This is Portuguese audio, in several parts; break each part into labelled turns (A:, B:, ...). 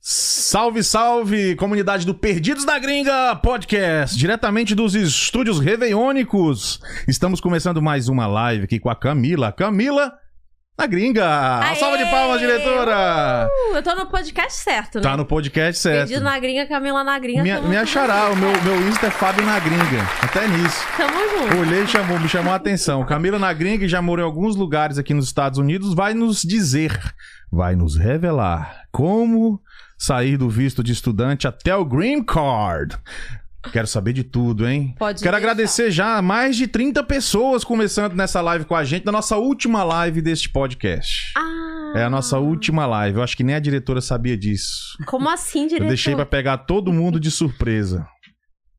A: Salve, salve, comunidade do Perdidos da Gringa Podcast, diretamente dos estúdios Reveiônicos. Estamos começando mais uma live aqui com a Camila. Camila na Gringa! Uma
B: Aê!
A: Salve de palmas, diretora!
B: Uh, eu tô no podcast certo, né?
A: Tá no podcast certo.
B: Perdido na gringa, Camila na gringa. tá
A: Me,
B: tamo
A: me
B: junto.
A: achará, o meu, meu Insta é Fábio na Gringa. Até nisso.
B: Tamo junto.
A: Olhei e chamou, me chamou a atenção. Camila na Gringa, que já morou em alguns lugares aqui nos Estados Unidos, vai nos dizer, vai nos revelar como sair do visto de estudante até o Green Card. Quero saber de tudo, hein?
B: Pode
A: Quero
B: deixar.
A: agradecer já a mais de 30 pessoas começando nessa live com a gente, na nossa última live deste podcast.
B: Ah,
A: É a nossa última live. Eu acho que nem a diretora sabia disso.
B: como assim,
A: Eu
B: diretor?
A: deixei pra pegar todo mundo de surpresa.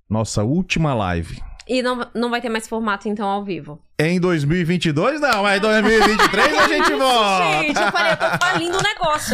A: Nossa última live.
B: E não, não vai ter mais formato, então, ao vivo.
A: Em 2022 não, mas em 2023 a gente
B: Gente,
A: volta.
B: eu falei, eu tô falindo o negócio,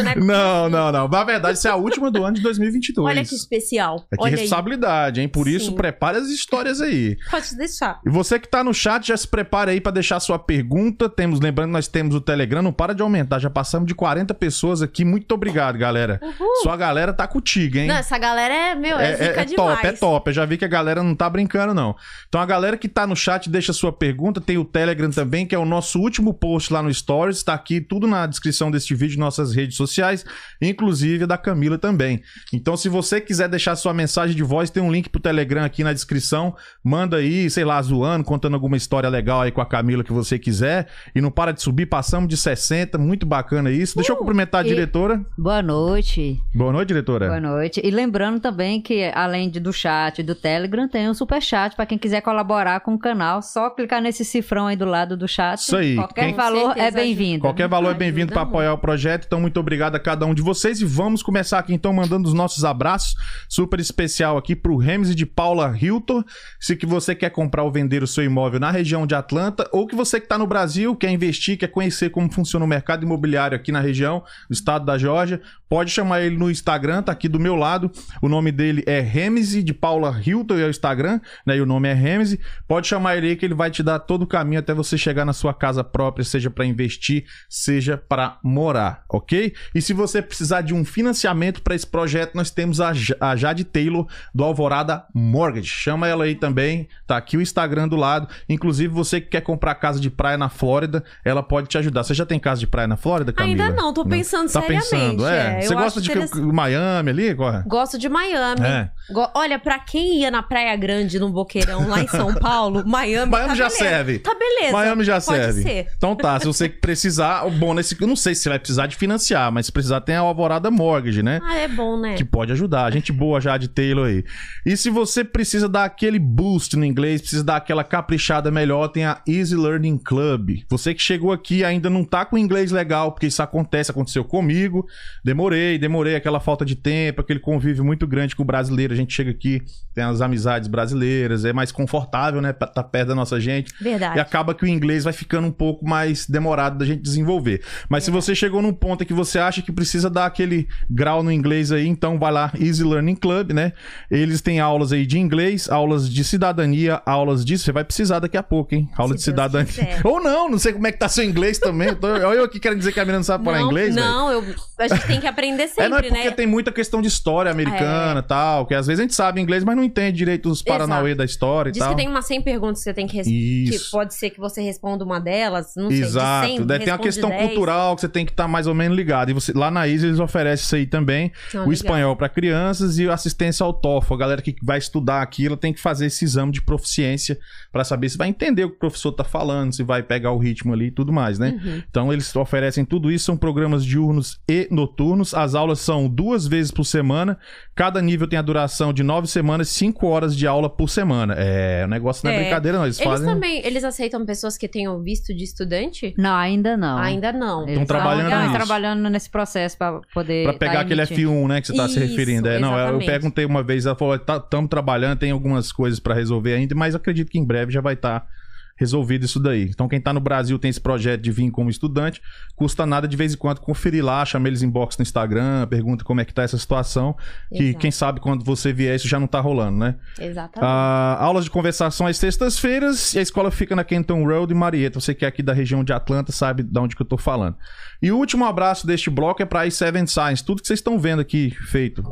B: né?
A: Não, não, não. Na verdade, isso é a última do ano de 2022.
B: Olha que especial.
A: É que
B: Olha aí.
A: responsabilidade, hein? Por isso,
B: Sim.
A: prepare as histórias aí.
B: Pode deixar.
A: E você que tá no chat, já se prepara aí pra deixar sua pergunta. Temos, lembrando, nós temos o Telegram, não para de aumentar. Já passamos de 40 pessoas aqui. Muito obrigado, galera.
B: Uhul.
A: Sua galera tá contigo, hein?
B: Não, essa galera é, meu, é, zica demais.
A: top, é top. Eu já vi que a galera não tá brincando, não. Então a galera que tá no chat, deixa sua pergunta. Tem o Telegram também, que é o nosso último post lá no Stories. Tá aqui tudo na descrição deste vídeo, nossas redes sociais, inclusive a da Camila também. Então, se você quiser deixar sua mensagem de voz, tem um link pro Telegram aqui na descrição. Manda aí, sei lá, zoando, contando alguma história legal aí com a Camila que você quiser. E não para de subir, passamos de 60, muito bacana isso. Deixa eu cumprimentar a
C: e-
A: diretora.
C: Boa noite.
A: Boa noite, diretora.
C: Boa noite. E lembrando também que, além de- do chat e do Telegram, tem um superchat para quem quiser colaborar com o canal. Só clicar nesse cifrão aí do lado do chat.
A: Isso aí.
C: Qualquer
A: Quem-
B: Com
C: valor
B: certeza
C: é bem-vindo.
A: Qualquer valor é bem-vindo para
B: Ajuda
A: apoiar o projeto. Então, muito obrigado a cada um de vocês. E vamos começar aqui, então, mandando os nossos abraços super especial aqui para o Remes de Paula Hilton. Se que você quer comprar ou vender o seu imóvel na região de Atlanta, ou que você que está no Brasil, quer investir, quer conhecer como funciona o mercado imobiliário aqui na região, no estado da Geórgia, pode chamar ele no Instagram, tá aqui do meu lado. O nome dele é Remes de Paula Hilton, é o Instagram, né? E o nome é Remes. Pode chamar ele aí que ele vai te dar todo o caminho até você chegar na sua casa própria, seja para investir, seja para morar, ok? E se você precisar de um financiamento para esse projeto, nós temos a, Ja- a Jade Taylor do Alvorada Mortgage. Chama ela aí também, tá aqui o Instagram do lado. Inclusive, você que quer comprar casa de praia na Flórida, ela pode te ajudar. Você já tem casa de praia na Flórida, Camila?
B: Ainda não, tô pensando
A: Tá
B: seriamente.
A: pensando, é.
B: é.
A: Você
B: Eu
A: gosta
B: acho
A: de
B: interessante.
A: Miami ali? Qual é?
B: Gosto de Miami.
A: É.
B: Go- Olha, pra quem ia na Praia Grande, no Boqueirão, lá em São Paulo, Miami,
A: Miami
B: tá
A: já
B: beleza.
A: serve.
B: Tá beleza.
A: Miami já
B: Pode
A: serve.
B: ser.
A: Então tá, se você precisar, o bom, nesse, eu não sei se você vai precisar de financiar, mas se precisar tem a Alvorada Mortgage, né?
B: Ah, é bom, né?
A: Que pode ajudar. Gente boa já de Taylor aí. E se você precisa dar aquele boost no inglês, precisa dar aquela caprichada melhor, tem a Easy Learning Club. Você que chegou aqui e ainda não tá com inglês legal, porque isso acontece, aconteceu comigo. Demorei, demorei, aquela falta de tempo, aquele convívio muito grande com o brasileiro. A gente chega aqui, tem as amizades brasileiras, é mais confortável, né? Pra- Tá perto da nossa gente. E
B: Verdade.
A: acaba que o inglês vai ficando um pouco mais demorado da gente desenvolver.
B: É.
A: Mas se você chegou num ponto em que você acha que precisa dar aquele grau no inglês aí, então vai lá, Easy Learning Club, né? Eles têm aulas aí de inglês, aulas de cidadania, aulas disso. Você vai precisar daqui a pouco, hein? Aula de
B: Se Deus
A: cidadania.
B: quiser.
A: Ou não, não sei como é que tá seu inglês também. Eu tô- Olha eu aqui querendo dizer que a menina não sabe falar
B: não,
A: inglês, velho.
B: Não, eu, a gente tem que aprender sempre,
A: É, não é porque
B: né? É.
A: tem muita questão de história americana e tal, que às vezes a gente sabe inglês, mas não entende direito os paranauê da história e
B: Diz
A: tal.
B: que tem umas 100 perguntas que você tem que responder.
A: Isso.
B: Que pode ser que você responda uma delas, não
A: Exato.
B: sei, de 100,
A: Daí tem uma
B: responde
A: questão
B: 10.
A: cultural que você tem que estar mais ou menos ligado. E você, lá na ISA eles oferecem isso aí também.
B: Não,
A: o
B: Ah, legal.
A: espanhol para crianças e a assistência ao TOEFL. A galera que vai estudar aquilo tem que fazer esse exame de proficiência para saber se vai entender o que o professor tá falando, se vai pegar o ritmo ali e tudo mais, né?
B: Uhum.
A: Então eles oferecem tudo isso, são programas diurnos e noturnos. As aulas são duas vezes por semana. Cada nível tem a duração de nove semanas, cinco horas de aula por semana. É, o negócio não é,
B: É.
A: brincadeira, não. Eles,
B: Eles
A: fazem.
B: também, eles aceitam pessoas que tenham visto de estudante?
C: Não, ainda não.
A: Ah.
B: Ainda não.
A: É.
C: Eles
A: trabalhando
C: ainda
A: nisso.
C: trabalhando nesse processo para poder.
A: Pra pegar
C: tá
A: aquele
C: emitindo.
A: F1, né, que você tá se
B: Isso,
A: referindo. É, não, eu
B: exatamente.
A: perguntei "Tá, uma vez, ela falou, estamos trabalhando, tem algumas coisas pra resolver ainda, mas acredito que em breve já vai estar resolvido isso daí. Então, quem tá no Brasil tem esse projeto de vir como estudante, custa nada de vez em quando conferir lá, chama eles inbox no Instagram, pergunta como é que tá essa situação, que
B: Exato.
A: quem sabe quando você vier isso já não tá rolando, né?
B: Exatamente.
A: Ah, aulas de conversação às sextas-feiras e a escola fica na Kenton Road em Marieta. Você que é aqui da região de Atlanta sabe de onde que eu tô falando. E o último abraço deste bloco é para a Seven Science. Tudo que vocês estão vendo aqui feito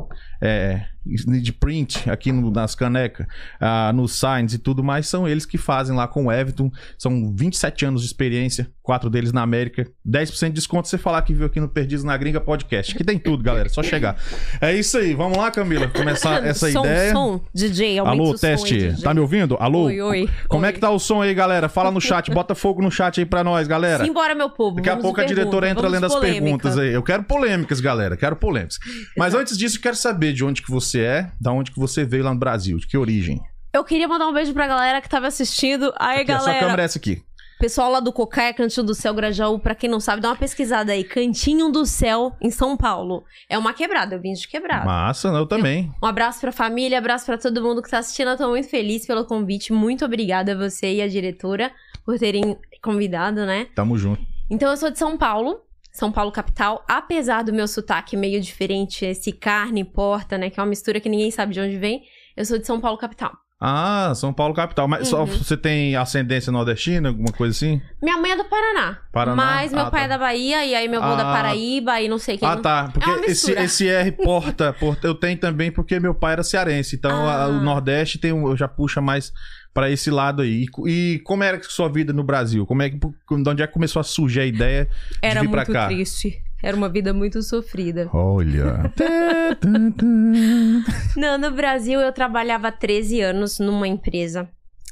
A: é, de print aqui no- nas canecas, ah, nos signs e tudo mais, são eles que fazem lá com o Everton. São 27 anos de experiência, quatro deles na América. 10% de desconto se você falar que viu aqui no Perdidos na Gringa Podcast. Aqui tem tudo, galera. é Só chegar. É isso aí. Vamos lá, Camila. Começar tá essa
B: som,
A: ideia.
B: som, DJ, aumenta
A: Alô,
B: o som aí,
A: teste.
B: DJ.
A: Tá me ouvindo? Alô?
B: Oi, oi.
A: Como
B: oi.
A: é que tá o som aí, galera? Fala no chat, bota fogo no chat aí pra nós, galera.
B: Simbora, meu povo.
A: Daqui a
B: vamos
A: pouco a
B: de pergunta,
A: diretora entra
B: vamos
A: lendo as
B: polêmica.
A: perguntas aí. Eu quero polêmicas, galera. Quero polêmicas. Mas antes disso, eu quero saber de onde que você é, da onde que você veio lá no Brasil, de que origem.
B: Eu queria mandar um beijo pra galera que tava assistindo. Aí,
A: Aqui, essa
B: galera.
A: câmera é essa aqui.
B: Pessoal lá do Cocaia, Cantinho do Céu, Grajaú, pra quem não sabe, dá uma pesquisada aí. Cantinho do Céu, em São Paulo. É uma quebrada, eu vim de quebrada.
A: Massa, eu também.
B: Um abraço pra família, abraço pra todo mundo que tá assistindo. Eu tô muito feliz pelo convite. Muito obrigada a você e a diretora por terem convidado, né?
A: Tamo junto.
B: Então eu sou de São Paulo, São Paulo capital, apesar do meu sotaque meio diferente, esse carne e porta, né, que é uma mistura que ninguém sabe de onde vem. Eu sou de São Paulo capital.
A: Ah, São Paulo capital. Mas só
B: Uhum.
A: você tem ascendência nordestina, alguma coisa assim?
B: Minha mãe é do Paraná,
A: Paraná?
B: mas meu
A: Ah,
B: pai
A: tá.
B: é da Bahia e aí meu avô é da
A: Ah.
B: Paraíba e não sei quem.
A: Ah, tá. Porque
B: uma
A: esse,
B: mistura.
A: esse R porta, porta, eu tenho também porque meu pai era cearense. Então
B: Ah.
A: a- o Nordeste tem um, eu já puxa mais pra esse lado aí. E co- E, como era que sua vida no Brasil? Como é que, de onde é que começou a surgir a ideia
B: Era
A: de vir pra
B: muito
A: cá?
B: triste. Era uma vida muito sofrida.
A: Olha. Tã, tã, tã.
B: Não, no Brasil eu trabalhava há 13 anos numa empresa.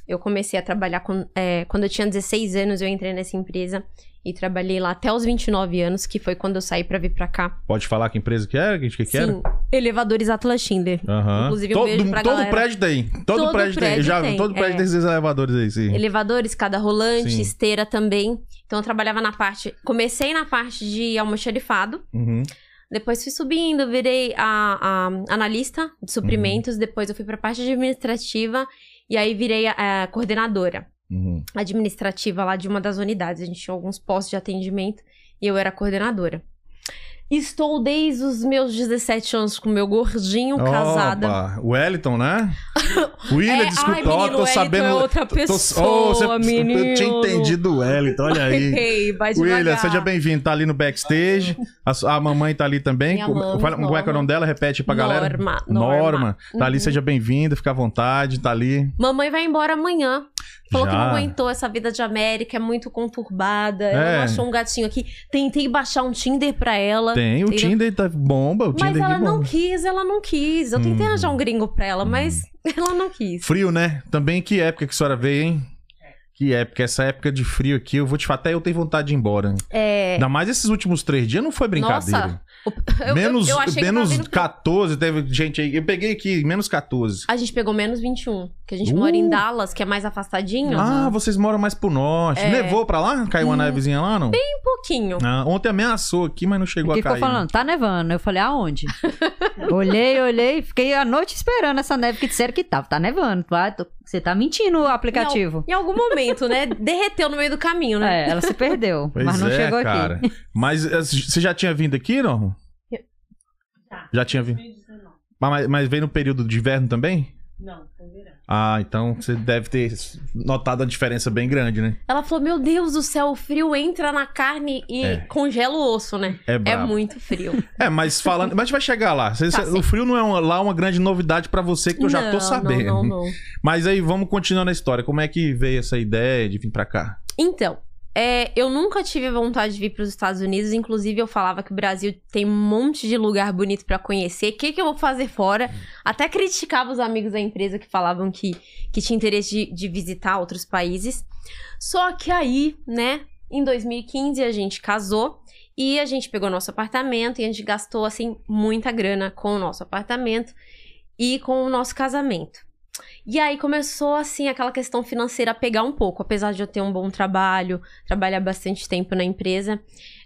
B: Eu comecei a trabalhar com- é, quando eu tinha 16 anos, eu entrei nessa empresa e trabalhei lá até os 29 anos, que foi quando eu saí pra vir pra cá.
A: Pode falar que empresa que era? Que, que que era?
B: Sim, elevadores Atlas Schindler.
A: Aham.
B: Inclusive, um
A: todo,
B: beijo pra
A: todo
B: galera.
A: prédio tem. Todo,
B: Todo
A: prédio, tem. Eu
B: prédio
A: Já,
B: tem,
A: todo prédio
B: é.
A: tem esses elevadores aí, sim.
B: Elevador, escada rolante,
A: Sim.
B: esteira também. Então eu trabalhava na parte. Comecei na parte de almoxarifado,
A: Uhum.
B: depois fui subindo, virei a, a analista de suprimentos,
A: Uhum.
B: depois eu fui pra parte administrativa e aí virei a, a coordenadora
A: Uhum.
B: É administrativa lá de uma das unidades. A gente tinha alguns postos de atendimento e eu era a coordenadora. Estou desde os meus 17 anos com meu gordinho, casada.
A: Uhum. Opa, Wellington, né? William,
B: É,
A: desculpa,
B: ai,
A: ó,
B: menino,
A: tô
B: Wellington
A: sabendo.
B: é outra
A: Tô-
B: pessoa,
A: Ô, cê- Eu
B: menino.
A: tinha entendido o Wellington, olha aí.
B: Errei, vai devagar.
A: William, seja bem-vindo, tá ali no backstage. A, su- a mamãe tá ali também.
B: Minha
A: Como,
B: mãe,
A: fala- como é que é o
B: Norma.
A: nome dela? Repete pra galera.
B: Norma,
A: Norma.
B: Norma.
A: Tá ali,
B: Uhum.
A: seja bem-vinda, fica à vontade, tá ali.
B: Mamãe vai embora amanhã. Falou que
A: Já.
B: não aguentou essa vida de América, é muito conturbada.
A: É.
B: Ela não achou um gatinho aqui. Tentei baixar um Tinder pra ela.
A: Tem, o
B: Tem-
A: Tinder tá bomba, o
B: Mas
A: Tinder
B: ela
A: aqui
B: não
A: bomba.
B: quis, ela não quis. Eu tentei
A: Hum.
B: arranjar um gringo pra ela, mas ela não quis.
A: Frio, né? Também que época que a senhora veio, hein? Que época, essa época de frio aqui, eu vou te falar, até eu tenho vontade de ir embora.
B: É.
A: Ainda mais esses últimos três dias, não foi brincadeira.
B: Nossa, eu-
A: menos
B: eu achei que tava
A: menos
B: vindo-
A: 14, teve gente aí. Eu peguei aqui, menos 14.
B: A gente pegou menos 21, que a gente
A: Uh.
B: mora em Dallas, que é mais afastadinho.
A: Ah, vocês moram mais pro
B: É.
A: norte. Nevou pra lá? Caiu
B: Hum.
A: uma nevezinha lá, não?
B: Um pouquinho.
A: Ah, ontem ameaçou aqui, mas não chegou
C: Porque
A: a cair. né?
C: ficou falando, tá nevando. Eu falei, aonde? olhei, olhei, fiquei a noite esperando essa neve que disseram que tava. Tá nevando. Vai, tô- Você tá mentindo o aplicativo.
B: Em algum momento, né? Derreteu no meio do caminho, né?
C: É, ela se perdeu,
A: Pois
C: mas não
A: é,
C: chegou
A: cara.
C: aqui.
A: Mas eh, você já tinha vindo aqui, não? Já tinha vindo. Mas, mas- mas veio no período de inverno também?
D: Não, foi verão.
A: Ah, então você deve ter notado a diferença bem grande, né?
B: Ela falou: Meu Deus do céu, o frio entra na carne e
A: É.
B: congela o osso, né?
A: É
B: É
A: brabo.
B: muito frio.
A: É, mas falando. Mas a gente vai chegar lá. Cê-
B: Tá,
A: cê-
B: sim.
A: o frio não é uma- lá uma grande novidade pra você que eu já
B: Não,
A: tô sabendo.
B: Não, não, não.
A: Mas aí vamos continuando a história. Como é que veio essa ideia de vir pra cá?
B: Então, é, eu nunca tive vontade de vir para os Estados Unidos. Inclusive, eu falava que o Brasil tem um monte de lugar bonito para conhecer. O que, que eu vou fazer fora? Até criticava os amigos da empresa que falavam que, que tinha interesse de, de visitar outros países. Só que aí, né, em 2015 a gente casou. E a gente pegou nosso apartamento e a gente gastou, assim, muita grana com o nosso apartamento e com o nosso casamento. E aí começou, assim, aquela questão financeira a pegar um pouco. Apesar de eu ter um bom eh, trabalho, trabalhar bastante tempo na empresa,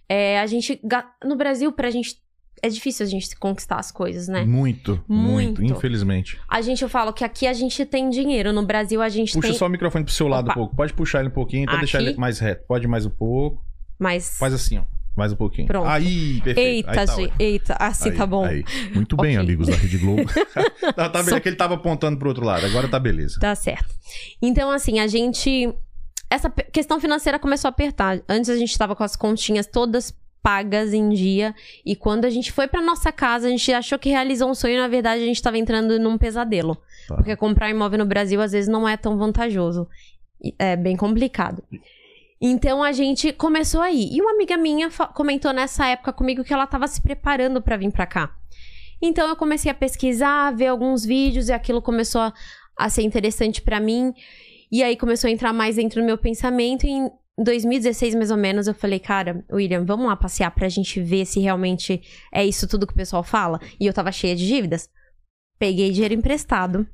B: é, a gente. ga- No Brasil, pra gente é difícil a gente conquistar as coisas, né?
A: Muito, muito,
B: Muito.
A: infelizmente.
B: A gente, eu falo que aqui a gente tem dinheiro, no Brasil a gente
A: Puxa
B: tem.
A: só o microfone pro seu lado
B: Opa.
A: um pouco. Pode puxar ele um pouquinho, então
B: Aqui?
A: deixar ele mais reto. Pode mais um pouco.
B: Mas.
A: Faz assim, ó. Mais um pouquinho.
B: Pronto.
A: Aí, perfeito.
B: Eita,
A: Aí tá
B: gente,
A: ótimo.
B: eita, assim
A: Aí,
B: tá bom.
A: aí. Muito bem,
B: Ok.
A: amigos da Rede Globo. tá, tá
B: Só-
A: beleza, que ele tava apontando pro outro lado. Agora tá beleza.
B: Tá certo. Então, assim, a gente. Essa pe- questão financeira começou a apertar. Antes a gente tava com as continhas todas pagas em dia. E quando a gente foi pra nossa casa, a gente achou que realizou um sonho. Na verdade, a gente tava entrando num pesadelo.
A: Tá.
B: Porque comprar imóvel no Brasil, às vezes, não é tão vantajoso. E É bem complicado. Então a gente começou aí. E uma amiga minha fa- comentou nessa época comigo que ela tava se preparando pra vir pra cá. Então eu comecei a pesquisar, ver alguns vídeos e aquilo começou a, a ser interessante pra mim. E aí começou a entrar mais dentro do meu pensamento. E em 2016, mais ou menos, eu falei, cara, William, vamos lá passear pra gente ver se realmente é isso tudo que o pessoal fala. E eu tava cheia de dívidas. Peguei dinheiro emprestado.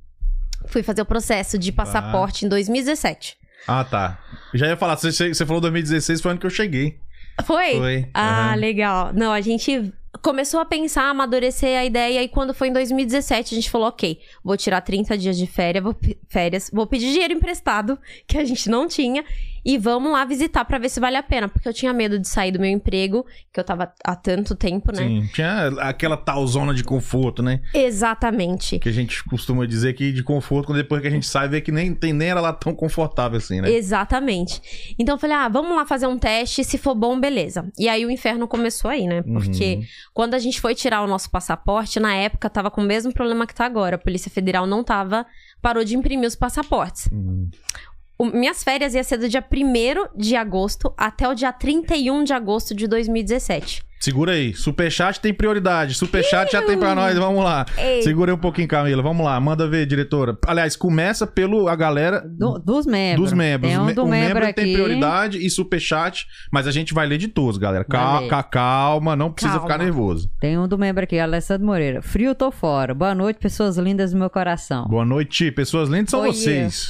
B: Fui fazer o processo de passaporte em 2017.
A: Ah, tá. Já ia falar, você, você falou 2016, foi ano que eu cheguei.
B: Foi?
A: Foi.
B: Ah,
A: Aham.
B: legal. Não, a gente começou a pensar, amadurecer a ideia e quando foi em 2017 a gente falou, ok, vou tirar 30 dias de férias, vou, pe- férias, vou pedir dinheiro emprestado que a gente não tinha e vamos lá visitar pra ver se vale a pena, porque eu tinha medo de sair do meu emprego que eu tava há tanto tempo, né?
A: Sim, tinha aquela tal zona de conforto, né?
B: Exatamente.
A: Que a gente costuma dizer que de conforto, quando depois que a gente sai, vê que nem, tem, nem era lá tão confortável assim, né?
B: Exatamente. Então eu falei, ah, vamos lá fazer um teste, se for bom, beleza. E aí o inferno começou aí, né? Porque
A: Uhum.
B: Quando a gente foi tirar o nosso passaporte, na época tava com o mesmo problema que tá agora. A Polícia Federal não tava, parou de imprimir os passaportes.
A: Uhum.
B: O- minhas férias ia ser do dia 1 de agosto até o dia 31 de agosto de 2017.
A: Segura aí. Superchat tem prioridade. Superchat já tem pra nós, vamos lá.
B: Ei,
A: Segura aí um pouquinho, Camila. Vamos lá, manda ver, diretora. Aliás, começa pelo a galera
C: Do- dos membros.
A: dos membros.
C: Tem um
A: Me-
C: do
A: o
C: membro,
A: membro
C: aqui.
A: tem prioridade e superchat, mas a gente vai ler de todos, galera. Cal-
C: Vai ler.
A: ca- calma, não precisa
B: Calma.
A: ficar nervoso.
C: Tem um do membro aqui, Alessandro Moreira. Frio, tô fora. Boa noite, pessoas lindas do meu coração.
A: Boa noite, pessoas lindas são
B: Oiê.
A: vocês.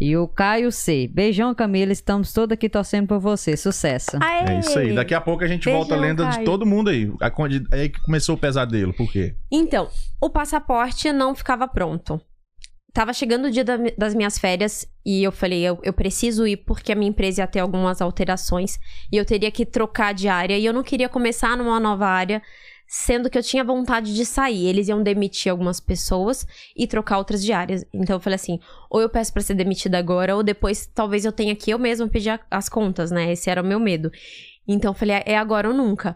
C: E o Caio C. Beijão, Camila. Estamos todos aqui torcendo por você. Sucesso.
B: aê!
A: É isso aí. Daqui a pouco a gente
B: Beijão,
A: volta a lenda de
B: Caio.
A: todo mundo aí. A condi- Aí que começou o pesadelo. Por quê?
B: Então, o passaporte não ficava pronto. Tava chegando o dia da- das minhas férias e eu falei, eu, eu preciso ir porque a minha empresa ia ter algumas alterações e eu teria que trocar de área e eu não queria começar numa nova área, sendo que eu tinha vontade de sair. Eles iam demitir algumas pessoas e trocar outras de áreas. Então eu falei assim, ou eu peço pra ser demitida agora ou depois talvez eu tenha que eu mesma pedir a- as contas, né? Esse era o meu medo. Então eu falei, é agora ou nunca.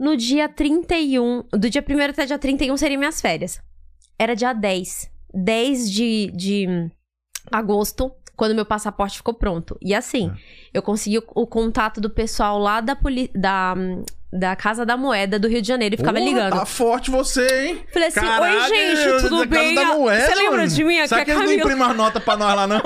B: No dia 31, do dia 1 até dia 31 seriam minhas férias. Era dia 10. 10 de, de hum, agosto, quando meu passaporte ficou pronto. E assim,
A: Tá.
B: eu consegui o, o contato do pessoal lá da, poli- da, hum, da Casa da Moeda do Rio de Janeiro e ficava
A: Porra,
B: ligando.
A: Tá forte você, hein?
B: Falei assim,
A: Caralho,
B: oi gente,
A: da
B: tudo
A: Casa
B: bem? Ah,
A: da Moeda,
B: Você lembra
A: mano?
B: de mim? Aqui é
A: Será
B: a
A: que eles não
B: Camila.
A: imprimem as notas pra nós lá, não?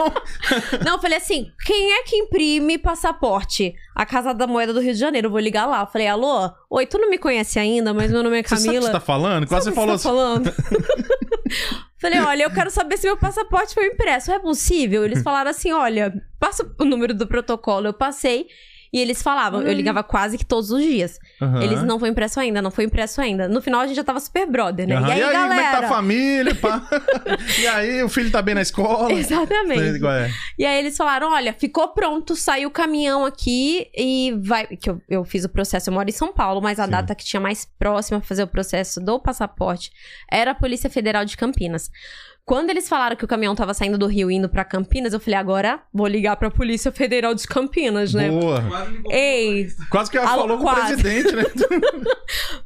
B: Não, eu falei assim: quem é que imprime passaporte? A Casa da Moeda do Rio de Janeiro, eu vou ligar lá. Eu falei, alô? Oi, tu não me conhece ainda, mas meu nome é
A: Você sabe o que
B: Camila.
A: você tá falando? Quase você
B: Sabe
A: falou
B: o que
A: assim.
B: você tá falando? Falei, olha, eu quero saber se meu passaporte foi impresso. É possível? Eles falaram assim: olha, passa o número do protocolo. Eu passei. E eles falavam, eu ligava quase que todos os dias.
A: Uhum. Aham.
B: Eles não foi impresso ainda, não foi impresso ainda. No final a gente já tava super brother, né?
A: Aham.
B: E aí, galera?
A: como é que tá a família? pá? e aí, o filho tá bem na escola?
B: Exatamente.
A: Igual é.
B: E aí eles falaram: olha, ficou pronto, saiu o caminhão aqui e vai. Que eu, eu fiz o processo, eu moro em São Paulo, mas a
A: Sim.
B: data que tinha mais próxima pra fazer o processo do passaporte era a Polícia Federal de Campinas. Quando eles falaram que o caminhão tava saindo do Rio e indo pra Campinas, eu falei: agora vou ligar pra Polícia Federal de Campinas, né?
A: Boa.
D: Quase ligou.
B: Ei,
A: Quase que ela
B: Alô,
A: falou com
B: quase.
A: o presidente, né?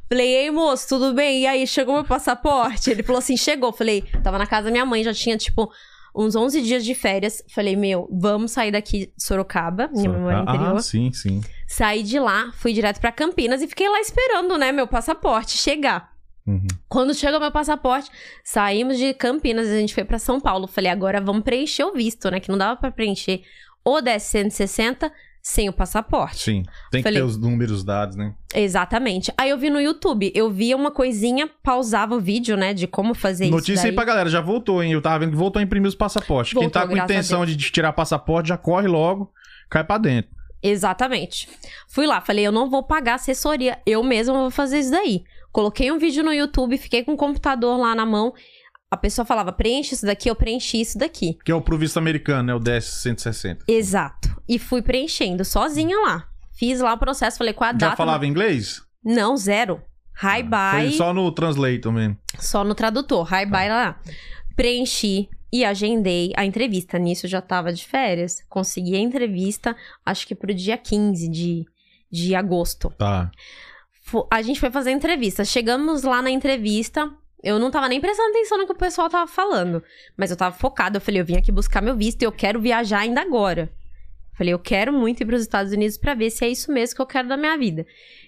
B: Falei, ei, moço, tudo bem? E aí, chegou meu passaporte? Ele falou assim, chegou. Falei, tava na casa da minha mãe, já tinha, tipo, uns 11 dias de férias. Falei, meu, vamos sair daqui de Sorocaba, minha memória interior.
A: Ah, sim, sim.
B: Saí de lá, fui direto pra Campinas e fiquei lá esperando, né, meu passaporte chegar.
A: Uhum.
B: Quando chegou meu passaporte, saímos de Campinas e a gente foi pra São Paulo. Falei, agora vamos preencher o visto, né, que não dava pra preencher o 1060 sem o passaporte.
A: Sim. Tem que
B: Falei-
A: ter os números dados, né?
B: Exatamente. Aí eu vi no YouTube, eu via uma coisinha, pausava o vídeo, né, de como fazer
A: Notícia aí
B: isso.
A: pra
B: Daí.
A: galera, já voltou, hein? Eu tava vendo que voltou a imprimir os passaportes. Quem
B: Voltou,
A: tá com
B: graças a
A: intenção de tirar passaporte, já corre logo, cai pra dentro.
B: Exatamente. Fui lá, falei, eu não vou pagar assessoria, eu mesma vou fazer isso daí. Coloquei um vídeo no YouTube, fiquei com o computador lá na mão. A pessoa falava, preenche isso daqui, eu preenchi isso daqui.
A: Que é o pro visto americano, né? O DS-160.
B: Exato. E fui preenchendo sozinha lá. Fiz lá o processo, falei, qual a data?
A: Já falava inglês?
B: Não, zero. Hi,
A: Foi
B: bye.
A: só no translate mesmo.
B: Só no tradutor. Hi, bye lá. Preenchi e agendei a entrevista. Nisso eu já tava de férias. Consegui a entrevista, acho que pro dia 15 de, de agosto.
A: Tá.
B: Fo- A gente foi fazer a entrevista. Chegamos lá na entrevista. Eu não tava nem prestando atenção no que o pessoal tava falando. Mas eu tava focada. Eu falei, eu vim aqui buscar meu visto e eu quero viajar ainda agora. Falei, eu quero muito ir pros Estados Unidos pra ver se é isso mesmo que eu quero da minha vida.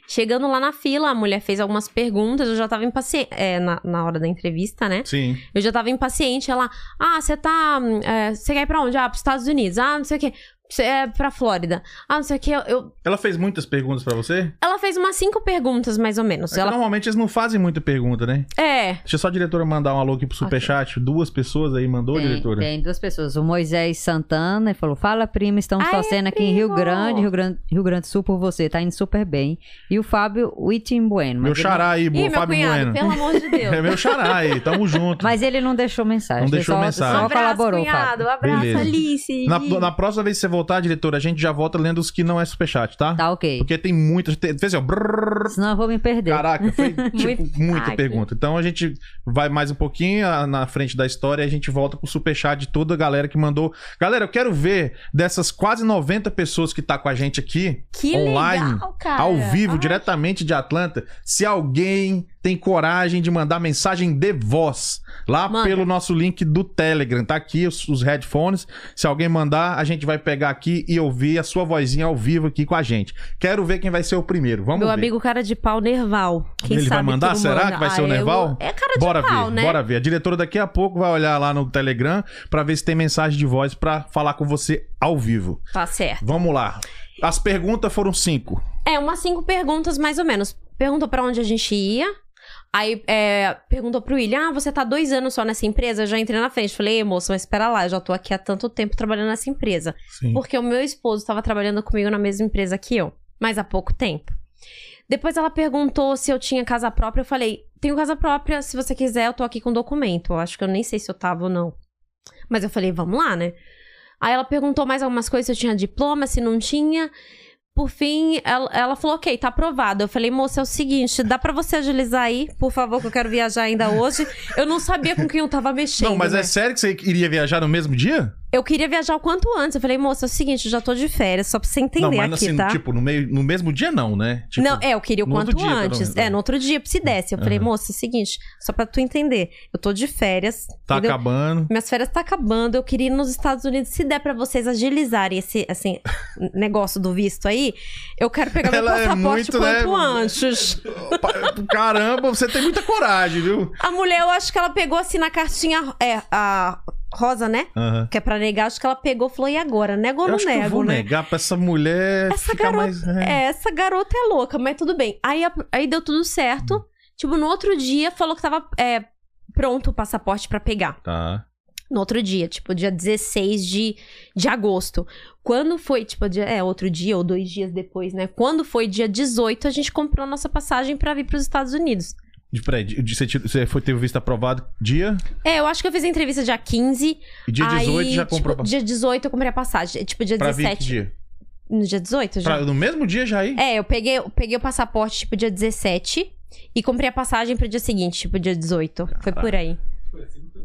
B: Chegando lá na fila, a mulher fez algumas perguntas. Eu já tava impaciente. É, na, na hora da entrevista, né?
A: Sim.
B: Eu já tava impaciente. Ela, ah, você tá. hum, é, Você quer ir pra onde? Ah, pros Estados Unidos. Ah, não sei o quê. Você é pra Flórida. Ah, não sei o quê. Eu- eu-
A: Ela fez muitas perguntas pra você?
B: Ela fez umas cinco perguntas, mais ou menos.
A: É que
B: Ela
A: Normalmente eles não fazem muita pergunta, né?
B: É,
A: Deixa só a diretora mandar um alô aqui pro
B: Ah,
A: Superchat. Duas pessoas aí mandou,
C: Tem,
A: diretora?
C: tem duas pessoas, o Moisés Santana, ele falou: Fala, prima, estamos
B: Ai,
C: torcendo aqui em Rio
B: primo!
C: Grande, Rio Grande, Rio Grande do Sul por você, tá indo super bem. E o Fábio Wittin Bueno.
A: Meu
C: mas ele-
A: xará aí,
B: Ih,
A: boa,
B: meu
A: Fábio
B: cunhado,
A: Bueno.
B: pelo amor de Deus.
A: É meu xará aí, tamo junto.
C: Mas ele não deixou mensagem.
A: Não
C: ele
A: deixou
C: só,
A: mensagem.
C: Só
B: Um abraço,
C: colaborou,
B: cunhado. Um
C: Fábio.
B: Abraço,
A: Beleza.
B: Alice.
A: Na,
B: Gi.
A: na próxima vez que você voltar, diretora, a gente já volta lendo os que não é Superchat, tá?
C: Tá ok.
A: Porque tem muitas. Tem, fez assim, ó. brrr,
C: Senão eu vou me perder.
A: Caraca, foi tipo,
B: Muito-
A: muita
B: Ai,
A: pergunta. Então a gente vai mais um pouquinho ah, na frente da história e a gente volta pro superchat de toda a galera que mandou. Galera, eu quero ver dessas quase 90 pessoas que tá com a gente aqui,
B: Que
A: online,
B: legal, cara.
A: ao vivo,
B: Ai,
A: diretamente de Atlanta, se alguém tem coragem de mandar mensagem de voz lá
B: Manda.
A: pelo nosso link do Telegram. Tá aqui os, os headphones. Se alguém mandar, a gente vai pegar aqui e ouvir a sua vozinha ao vivo aqui com a gente. Quero ver quem vai ser o primeiro. Vamos
B: Meu
A: ver.
B: amigo cara de pau Nerval. Quem
A: Ele vai
B: sabe
A: mandar?
B: tu
A: Será
B: manda.
A: que vai ser o
B: Ah, eu-
A: Nerval?
B: É cara de
A: Bora
B: pau,
A: ver,
B: né?
A: bora ver. A diretora daqui a pouco vai olhar lá no Telegram pra ver se tem mensagem de voz pra falar com você ao vivo.
B: Tá certo.
A: Vamos lá. As perguntas foram cinco.
B: É, umas cinco perguntas, mais ou menos. Perguntou pra onde a gente ia. Aí é, perguntou pro William, ah, você tá dois anos só nessa empresa? Eu já entrei na frente. Falei, "Ei, moço, mas espera lá, eu já tô aqui há tanto tempo trabalhando nessa empresa.
A: Sim.
B: Porque o meu esposo estava trabalhando comigo na mesma empresa que eu, mas há pouco tempo. Depois ela perguntou se eu tinha casa própria. Eu falei: tenho casa própria, se você quiser, eu tô aqui com documento. Eu acho que eu nem sei se eu tava ou não. Mas eu falei: vamos lá, né? Aí ela perguntou mais algumas coisas: se eu tinha diploma, se não tinha. Por fim, ela, ela falou: ok, tá aprovado. Eu falei: moça, é o seguinte, dá pra você agilizar aí, por favor, que eu quero viajar ainda hoje. Eu não sabia com quem eu tava mexendo.
A: Não, mas
B: né?
A: é sério que você iria viajar no mesmo dia?
B: Eu queria viajar o quanto antes. Eu falei, moça, é o seguinte, eu já tô de férias, só pra você entender
A: não, mas
B: aqui,
A: assim,
B: tá?
A: tipo, no, meio, no mesmo dia não, né? Tipo,
B: não, é, eu queria o
A: no outro
B: quanto
A: dia, pelo
B: antes.
A: menos,
B: É,
A: né?
B: no outro dia, se desse. Eu falei,
A: Aham.
B: moça, é o seguinte, só pra tu entender, eu tô de férias.
A: Tá
B: entendeu?
A: acabando.
B: Minhas férias tá acabando, eu queria ir nos Estados Unidos. Se der pra vocês agilizarem esse assim, n- negócio do visto aí, eu quero pegar meu
A: Ela é
B: passaporte
A: muito, né?
B: quanto antes.
A: Pa- Caramba, você tem muita coragem, viu?
B: A mulher, eu acho que ela pegou assim na cartinha é, a rosa, né?
A: Aham.
B: Que é pra negar, acho que ela pegou e falou, e agora? Nego ou
A: Eu
B: não
A: acho que eu
B: nego,
A: vou
B: né?
A: negar pra essa mulher
B: Essa
A: ficar
B: garota-
A: mais... né?
B: É, essa garota é louca, mas tudo bem. Aí, a- aí deu tudo
A: Hum.
B: certo. Tipo, no outro dia falou que tava é, pronto o passaporte pra pegar.
A: Tá.
B: No outro dia, tipo, dia 16 de, de agosto. Quando foi, tipo, dia- é, outro dia ou dois dias depois, né? Quando foi dia 18, a gente comprou a nossa passagem pra vir pros Estados Unidos.
A: De, peraí, de- de- você tirou- você foi ter o visto aprovado dia...
B: É, eu acho que eu fiz a entrevista dia 15.
A: E dia
B: aí,
A: 18 já comprou pra-
B: tipo, Dia 18 eu comprei a passagem. Tipo, dia
A: pra vir que
B: 17.
A: dia?
B: No dia 18 já?
A: Pra- no mesmo dia já aí?
B: É, eu peguei, eu peguei o passaporte, tipo, dia 17 e comprei a passagem pro dia seguinte, tipo, dia 18. Foi por aí.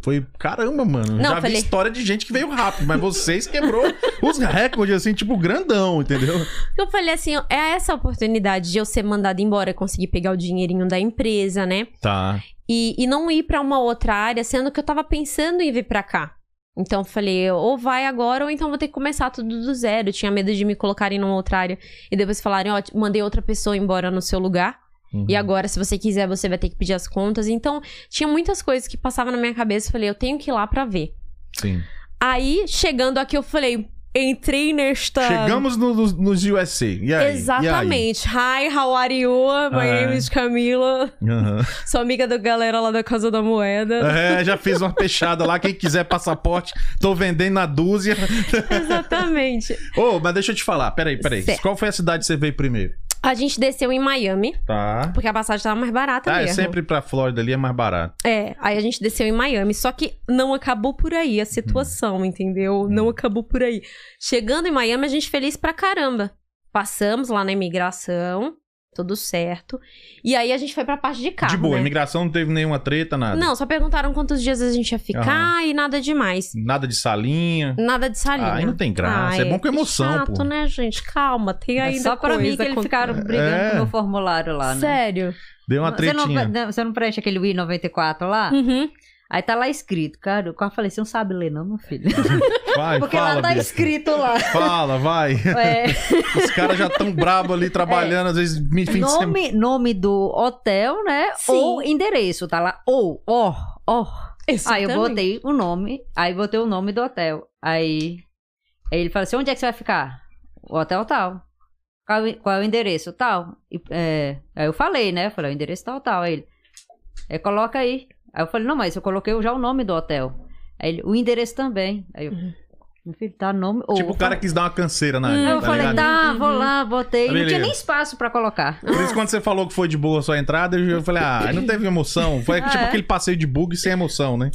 A: Foi, caramba, mano.
B: Não,
A: já vi
B: falei-
A: história de gente que veio rápido, mas vocês quebrou os recordes, assim, tipo, grandão, entendeu?
B: Eu falei assim, ó, é essa a oportunidade de eu ser mandada embora, conseguir pegar o dinheirinho da empresa, né?
A: Tá.
B: E, e não ir pra uma outra área, sendo que eu tava pensando em vir pra cá. Então eu falei, ou vai agora, ou então vou ter que começar tudo do zero. Eu tinha medo de me colocarem numa outra área e depois falarem, ó, te- mandei outra pessoa embora no seu lugar. E agora, se você quiser, você vai ter que pedir as contas. Então, tinha muitas coisas que passavam na minha cabeça. Eu falei, eu tenho que ir lá pra ver.
A: Sim.
B: Aí, chegando aqui, eu falei, entrei nesta.
A: Chegamos no- nos, nos USA. E aí?
B: Tá. Exatamente. Hi, how are you? My
A: Ah.
B: name is Camila.
A: E aí? Aham.
B: Sou amiga da galera lá da Casa da Moeda.
A: É, já fiz uma fechada lá. Quem quiser passaporte, tô vendendo na dúzia.
B: Exatamente.
A: Ô, mas deixa eu te falar. Peraí, peraí.
B: Certo.
A: Qual foi a cidade que você veio primeiro?
B: A gente desceu em Miami,
A: Tá.
B: porque a passagem tava mais barata
A: Ah, é
B: mesmo.
A: sempre pra Flórida ali, é mais barato.
B: É, aí a gente desceu em Miami, só que não acabou por aí a situação,
A: Hum.
B: entendeu? Não acabou por aí. Chegando em Miami, a gente feliz pra caramba. Passamos lá na imigração, tudo certo. E aí a gente foi pra parte de carro,
A: de boa,
B: né?
A: imigração não teve nenhuma treta, nada.
B: Não, só perguntaram quantos dias a gente ia ficar e nada demais.
A: Nada de salinha.
B: Nada de salinha.
A: Ah, aí não tem graça. é, bom com
B: que
A: emoção,
B: chato,
A: pô.
B: né, gente? Calma, tem
C: É
B: ainda
C: só pra mim
B: coisa
C: que eles
B: acon-
C: ficaram brigando
A: É.
C: com o meu formulário lá, né?
B: Sério?
A: Deu uma
C: Você não,
A: tretinha.
C: você não preenche aquele I-94 lá?
B: Uhum.
C: Aí tá lá escrito, cara. Eu quase falei, você não sabe ler não, meu filho.
A: Vai,
C: Porque
A: fala,
C: lá tá
A: bicho.
C: escrito lá.
A: Fala, vai.
C: É,
A: Os caras já tão brabo ali trabalhando, às vezes mi- fim de semana.
C: nome, nome do hotel, né?
B: Sim.
C: Ou endereço, tá lá. Ou, ó, ó. Aí Ah, eu
B: Exatamente.
C: botei o nome, aí botei o nome do hotel. Aí, aí ele falou assim, onde é que você vai ficar? O hotel tal. Qual, o- qual é o endereço tal? E, é, aí eu falei, né? Eu falei, o endereço tal, tal. Aí ele, é, coloca aí. Aí eu falei, não, mas eu coloquei já o nome do hotel. Aí ele, o endereço também. Aí eu, meu filho, tá nome... ou-
A: Tipo, o cara quis dar uma canseira na
B: Hum,
C: Aí eu
A: tá
C: falei,
A: ligado?
C: tá, vou
B: Uhum.
C: lá, botei.
A: Tá
C: Não tinha
A: beleza.
C: nem espaço pra colocar.
A: Por isso, quando você falou que foi de boa a sua entrada, eu eu falei, ah, não teve emoção. Foi
C: Ah,
A: tipo
C: é?
A: aquele passeio de bug sem emoção, né?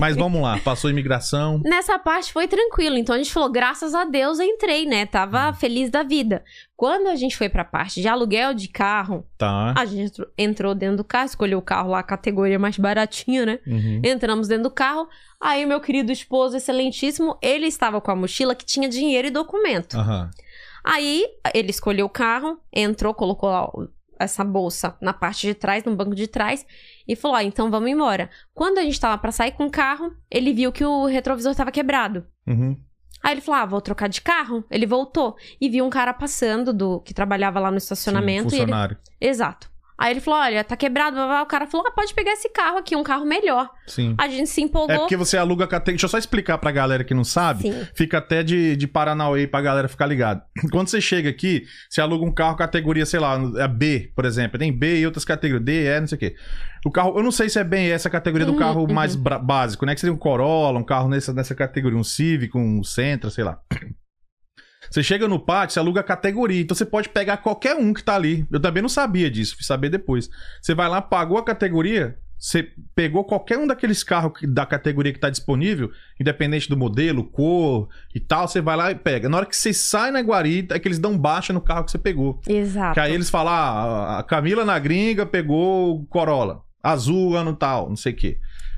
A: Mas vamos lá, passou imigração.
B: Nessa parte foi tranquilo, então a gente falou, graças a Deus entrei, né? Tava feliz da vida. Quando a gente foi pra parte de aluguel de carro,
A: Tá.
B: a gente entrou- entrou dentro do carro, escolheu o carro lá, a categoria mais baratinha, né?
A: Uhum.
B: Entramos dentro do carro, aí meu querido esposo, excelentíssimo, ele estava com a mochila que tinha dinheiro e documento.
A: Aham.
B: Aí ele escolheu o carro, entrou, colocou lá o- essa bolsa na parte de trás, no banco de trás, e falou: ah, então vamos embora. Quando a gente tava pra sair com o carro, ele viu que o retrovisor tava quebrado.
A: Uhum.
B: Aí ele falou: ah, vou trocar de carro. Ele voltou e viu um cara passando do que trabalhava lá no
A: Sim,
B: estacionamento. e ele...
A: funcionário.
B: Exato. Aí ele falou: olha, tá quebrado. blá, blá, blá. O cara falou: ah, pode pegar esse carro aqui, um carro melhor.
A: Sim.
B: A gente se
A: É
B: empolgou.
A: porque você aluga a categoria. Deixa eu só explicar pra galera que não sabe.
B: Sim.
A: Fica até de, de Paranauê pra galera ficar ligado. Quando você chega aqui, você aluga um carro categoria, sei lá, é B, por exemplo. Tem B e outras categorias, D, E, não sei o quê. O carro, eu não sei se é bem essa categoria do
B: Uhum,
A: carro mais bra- básico, né? Que seria um Corolla, um carro nessa, nessa categoria, um Civic, um Sentra, sei lá. Você chega no pátio, você aluga a categoria. Então você pode pegar qualquer um que tá ali. Eu também não sabia disso, fui saber depois. Você vai lá, pagou a categoria, você pegou qualquer um daqueles carros que- da categoria que tá disponível, independente do modelo, cor e tal, você vai lá e pega. Na hora que você sai na guarita, é que eles dão baixa no carro que você pegou.
B: Exato.
A: Que aí eles falam, ah, a Camila na gringa pegou o Corolla, azul, ano tal, não sei o quê.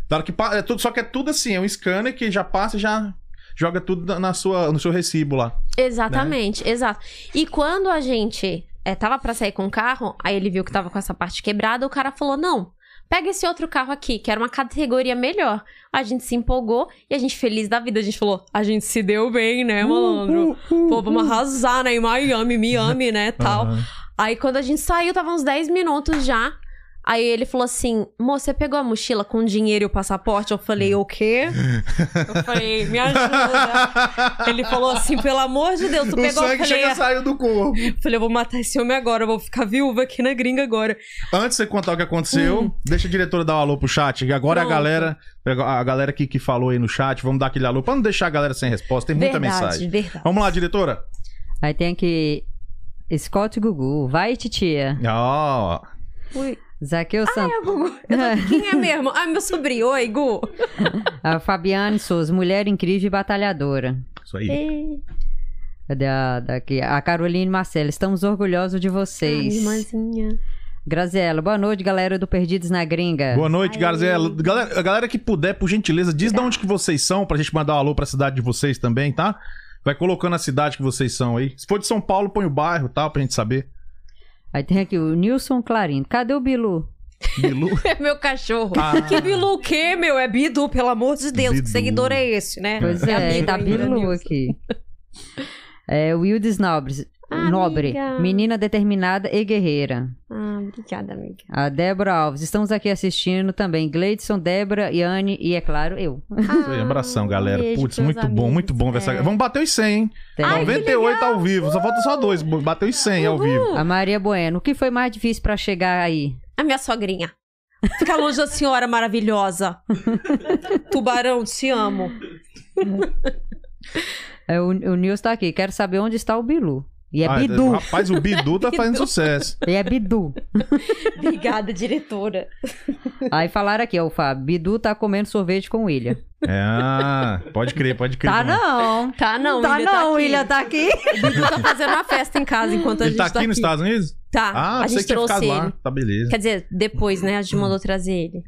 A: Na hora que pa- é tudo, só que é tudo assim, é um scanner que já passa e já joga tudo na- na sua, no seu recibo lá.
B: Exatamente, exato. E quando a gente é, tava pra sair com o carro, aí ele viu que tava com essa parte quebrada, o cara falou: não, pega esse outro carro aqui, que era uma categoria melhor. A gente se empolgou e a gente, feliz da vida, a gente falou: a gente se deu bem, né,
A: Uh,
B: malandro? Pô, vamos arrasar, né? Em Miami, Miami, né? Tal.
A: Uhum. Aham.
B: Aí quando a gente saiu, tava uns 10 minutos já. Aí ele falou assim: moça, você pegou a mochila com o dinheiro e o passaporte? Eu falei: o quê? Eu falei: me ajuda. Ele falou assim: pelo amor de Deus, tu
A: o
B: pegou a
A: sangue chega assim.
B: falei,
A: e saiu do corpo.
B: falei, eu vou matar esse homem agora, eu vou ficar viúva aqui na gringa agora.
A: Antes de você contar o que aconteceu, deixa a diretora dar um alô pro chat. que Agora a
B: Hum. Pronto.
A: galera, a galera que, que falou aí no chat, vamos dar aquele alô pra não deixar a galera sem resposta. Tem muita
B: verdade,
A: mensagem.
B: verdade.
A: Vamos lá, diretora.
C: Aí tem aqui Scott Gugu, vai titia.
A: Ó, Então-
B: Ui.
C: Zaqueu Santos,
B: É, Gugu, eu tô- quem é mesmo? Ah, meu sobrinho, oi, Gu.
C: a Fabiane Souza, mulher incrível e batalhadora.
A: isso aí.
B: Ei,
C: Cadê a, daqui? a Caroline Marcela, estamos orgulhosos de vocês.
B: irmãzinha.
C: Graziela, boa noite, galera do Perdidos na Gringa.
A: Boa noite,
B: Aí.
A: Garzela. Galera, a galera que puder, por gentileza, diz de onde que vocês são pra gente mandar um alô pra cidade de vocês também, tá? Vai colocando a cidade que vocês são aí. Se for de São Paulo, põe o bairro, tá? Pra gente saber.
C: Aí tem aqui o Nilson Clarindo, cadê o Bilu?
A: Bilu.
B: É meu cachorro.
A: Ah.
B: Que Bilu o quê, meu? É Bidu, pelo amor de Deus.
A: Bidu.
B: Que seguidor é esse, né?
C: Pois é,
B: amigo
C: tá
B: ainda,
C: Bilu
B: Nilson.
C: aqui. É, Wildes Nobres,
B: Amiga.
C: Nobre, menina determinada e guerreira.
B: Ah, obrigada, amiga.
C: A Débora Alves, estamos aqui assistindo também. Gleidson, Débora, Yane e, é claro, eu.
A: Isso aí, abração, galera.
B: beijo
A: Putz,
B: pros
A: muito bom,
B: amigos.
A: muito bom ver essa.
B: É.
A: Vamos bater os 100, hein?
C: Tem.
B: Ai, que
A: 98 ao vivo, só falta só dois. Bateu os 100 ao vivo.
C: A Maria Bueno, o que foi mais difícil pra chegar aí?
B: A minha sogrinha. Fica longe da senhora maravilhosa. Tubarão, te amo.
C: É, o, o Nils tá aqui, quero saber onde está o Bilu. E é
A: Ah,
C: Bidu.
A: Rapaz, o Bidu tá fazendo sucesso.
C: E é Bidu.
B: Obrigada, diretora.
C: Aí falaram aqui, ó, o Fábio. Bidu tá comendo sorvete com o William.
A: É, ah, pode crer, pode crer.
C: Tá
A: mano.
C: não.
B: Tá não,
C: tá
B: William
C: não,
B: aqui.
C: William tá aqui.
B: O Bidu tá fazendo uma festa em casa enquanto a
A: Ele
B: gente
A: tá
B: tá
A: aqui nos Estados Unidos?
B: Tá,
A: Ah,
B: a
A: pensei
B: gente
A: que tinha
B: trouxe
A: ficado
B: ele.
A: lá. Tá, beleza.
B: Quer dizer, depois, né? A gente mandou trazer ele.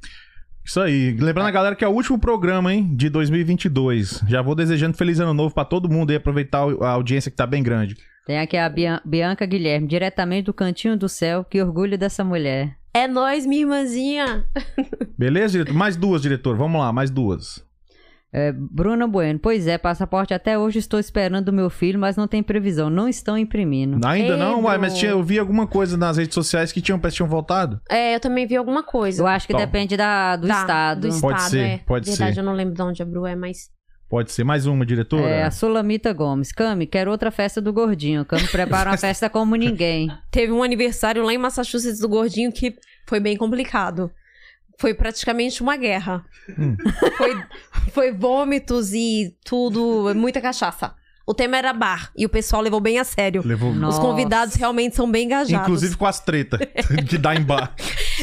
A: Isso aí. Lembrando a galera que é o último programa, hein, de 2022. Já vou desejando feliz ano novo pra todo mundo e aproveitar a audiência que tá bem grande.
C: Tem aqui a Bian- Bianca Guilherme, diretamente do Cantinho do Céu. Que orgulho dessa mulher.
B: É nóis, minha irmãzinha.
A: Beleza, diretor? Mais duas, diretor. Vamos lá, mais duas.
C: É, Bruna Bueno, pois é, passaporte até hoje estou esperando do meu filho, mas não tem previsão. Não estão imprimindo.
A: Ainda
B: Ei,
A: não, uai, mas
B: Bruno.
A: tinha, eu vi alguma coisa nas redes sociais que tinham, parece que tinham voltado.
B: É, eu também vi alguma coisa.
C: Eu acho que
A: Tá.
C: depende da, do
B: Tá,
C: estado.
B: Do
A: Pode
B: estado,
A: ser,
B: é.
A: pode
B: Verdade,
A: ser.
B: eu não lembro de onde a Bru é, mas...
A: Pode ser mais uma, diretora?
C: É, a Sulamita Gomes. Cami, quero outra festa do gordinho. Cami prepara uma festa como ninguém.
B: Teve um aniversário lá em Massachusetts do Gordinho que foi bem complicado. Foi praticamente uma guerra.
A: Hum.
B: Foi, foi vômitos e tudo, muita cachaça. O tema era bar e o pessoal levou bem a sério.
A: Levou...
C: Nossa.
B: Os convidados realmente são bem engajados.
A: Inclusive com as tretas que dá em bar.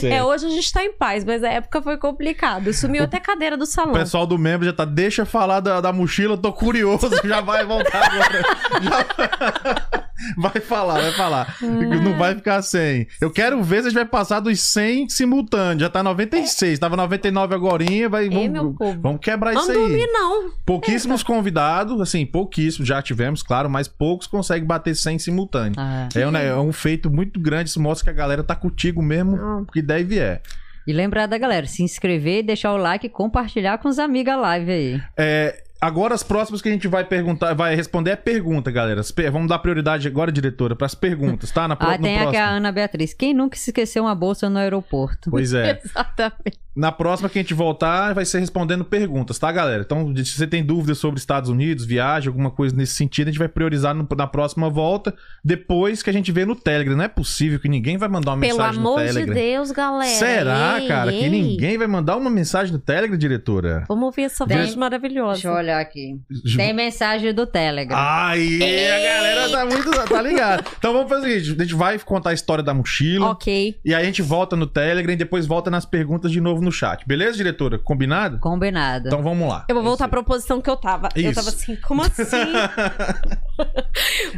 B: É, hoje a gente tá em paz, mas a época foi complicada. Sumiu até a cadeira do
A: O
B: salão.
A: pessoal do membro já tá, deixa eu falar da, da mochila, eu tô curioso, já vai voltar agora. Já- Vai falar, vai falar. Não vai ficar sem. Eu quero ver se a gente vai passar dos 100 simultâneos. Já tá 96, tava 99 agorinha, vai...
B: É, meu
A: tá Vamos,
B: povo.
A: vamos quebrar
B: Não
A: isso aí.
B: dormi, não.
A: Pouquíssimos convidados, assim, pouquíssimos já tivemos, claro, mas poucos conseguem bater 100 simultâneos.
C: Ah.
A: É, um, né, é um feito muito grande, isso mostra que a galera tá contigo mesmo,
B: Ah.
A: que é. der e vier.
C: E lembrar da galera, se inscrever, deixar o like e compartilhar com os amigos a live aí.
A: É, agora as próximas que a gente vai perguntar, vai responder é pergunta, galera. As per- Vamos dar prioridade agora, diretora, pras perguntas, tá? Na pro...
C: ah,
A: no
C: tem aqui
A: próximo.
C: a Ana Beatriz. Quem nunca se esqueceu uma bolsa no aeroporto?
A: Pois é.
B: Exatamente.
A: Na próxima que a gente voltar, vai ser respondendo perguntas, tá, galera? Então, se você tem dúvidas sobre Estados Unidos, viagem, alguma coisa nesse sentido, a gente vai priorizar no- na próxima volta, depois que a gente vê no Telegram. Não é possível que ninguém vai mandar uma
B: Pelo
A: mensagem no
B: amor de
A: Telegram.
B: Deus, é. galera.
A: Será,
B: Ei,
A: cara, que
B: ei.
A: ninguém vai mandar uma mensagem no Telegram, diretora?
B: Vamos ouvir essa
C: Tem-
B: voz maravilhosa.
C: Deixa eu olhar aqui. Tem mensagem do Telegram.
A: Aí, a galera tá muito. tá ligada. Então vamos fazer o seguinte: a gente vai contar a história da mochila.
B: Ok.
A: E aí a gente volta no Telegram e depois volta nas perguntas de novo no chat. Beleza, diretora? Combinado?
C: Combinado.
A: Então vamos lá.
B: Eu vou voltar
A: Isso.
B: pra posição que eu tava. Eu
A: Isso.
B: tava assim, como assim?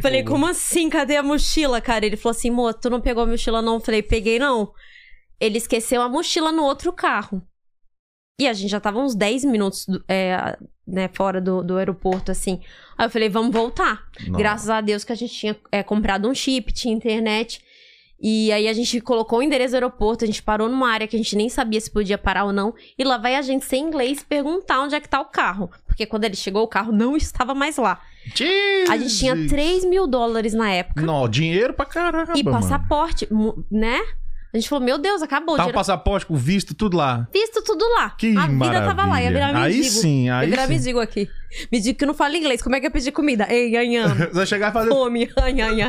B: Falei, como assim? Cadê a mochila, cara? Ele falou assim, moço, tu não pegou a mochila não? Eu Falei, peguei não. Ele esqueceu a mochila no outro carro. E a gente já tava uns 10 minutos do- é, né, fora do, do aeroporto, assim. Aí eu falei, vamos voltar.
A: Não.
B: Graças a Deus que a gente tinha é, comprado um chip, tinha internet. E aí a gente colocou o endereço do aeroporto, a gente parou numa área que a gente nem sabia se podia parar ou não. E lá vai a gente sem inglês perguntar onde é que tá o carro. Porque quando ele chegou, o carro não estava mais lá.
A: Jesus.
B: A gente tinha 3 mil dólares na época.
A: Não, dinheiro pra caramba.
B: e
A: mano.
B: passaporte, mu- né? A gente falou, meu Deus, acabou. o
A: Tá um
B: dinheiro-
A: passaporte com visto, tudo lá.
B: Visto tudo lá.
A: Que
B: a vida
A: maravilha.
B: tava lá, ia virar
A: aí
B: mendigo.
A: sim,
B: ia
A: aí
B: virar
A: sim.
B: mendigo aqui. Mendigo que não fala inglês, como é que ia pedir comida? Ei, anhã.
A: Você vai chegar e fazer...
B: fome. Ai, ai, ai.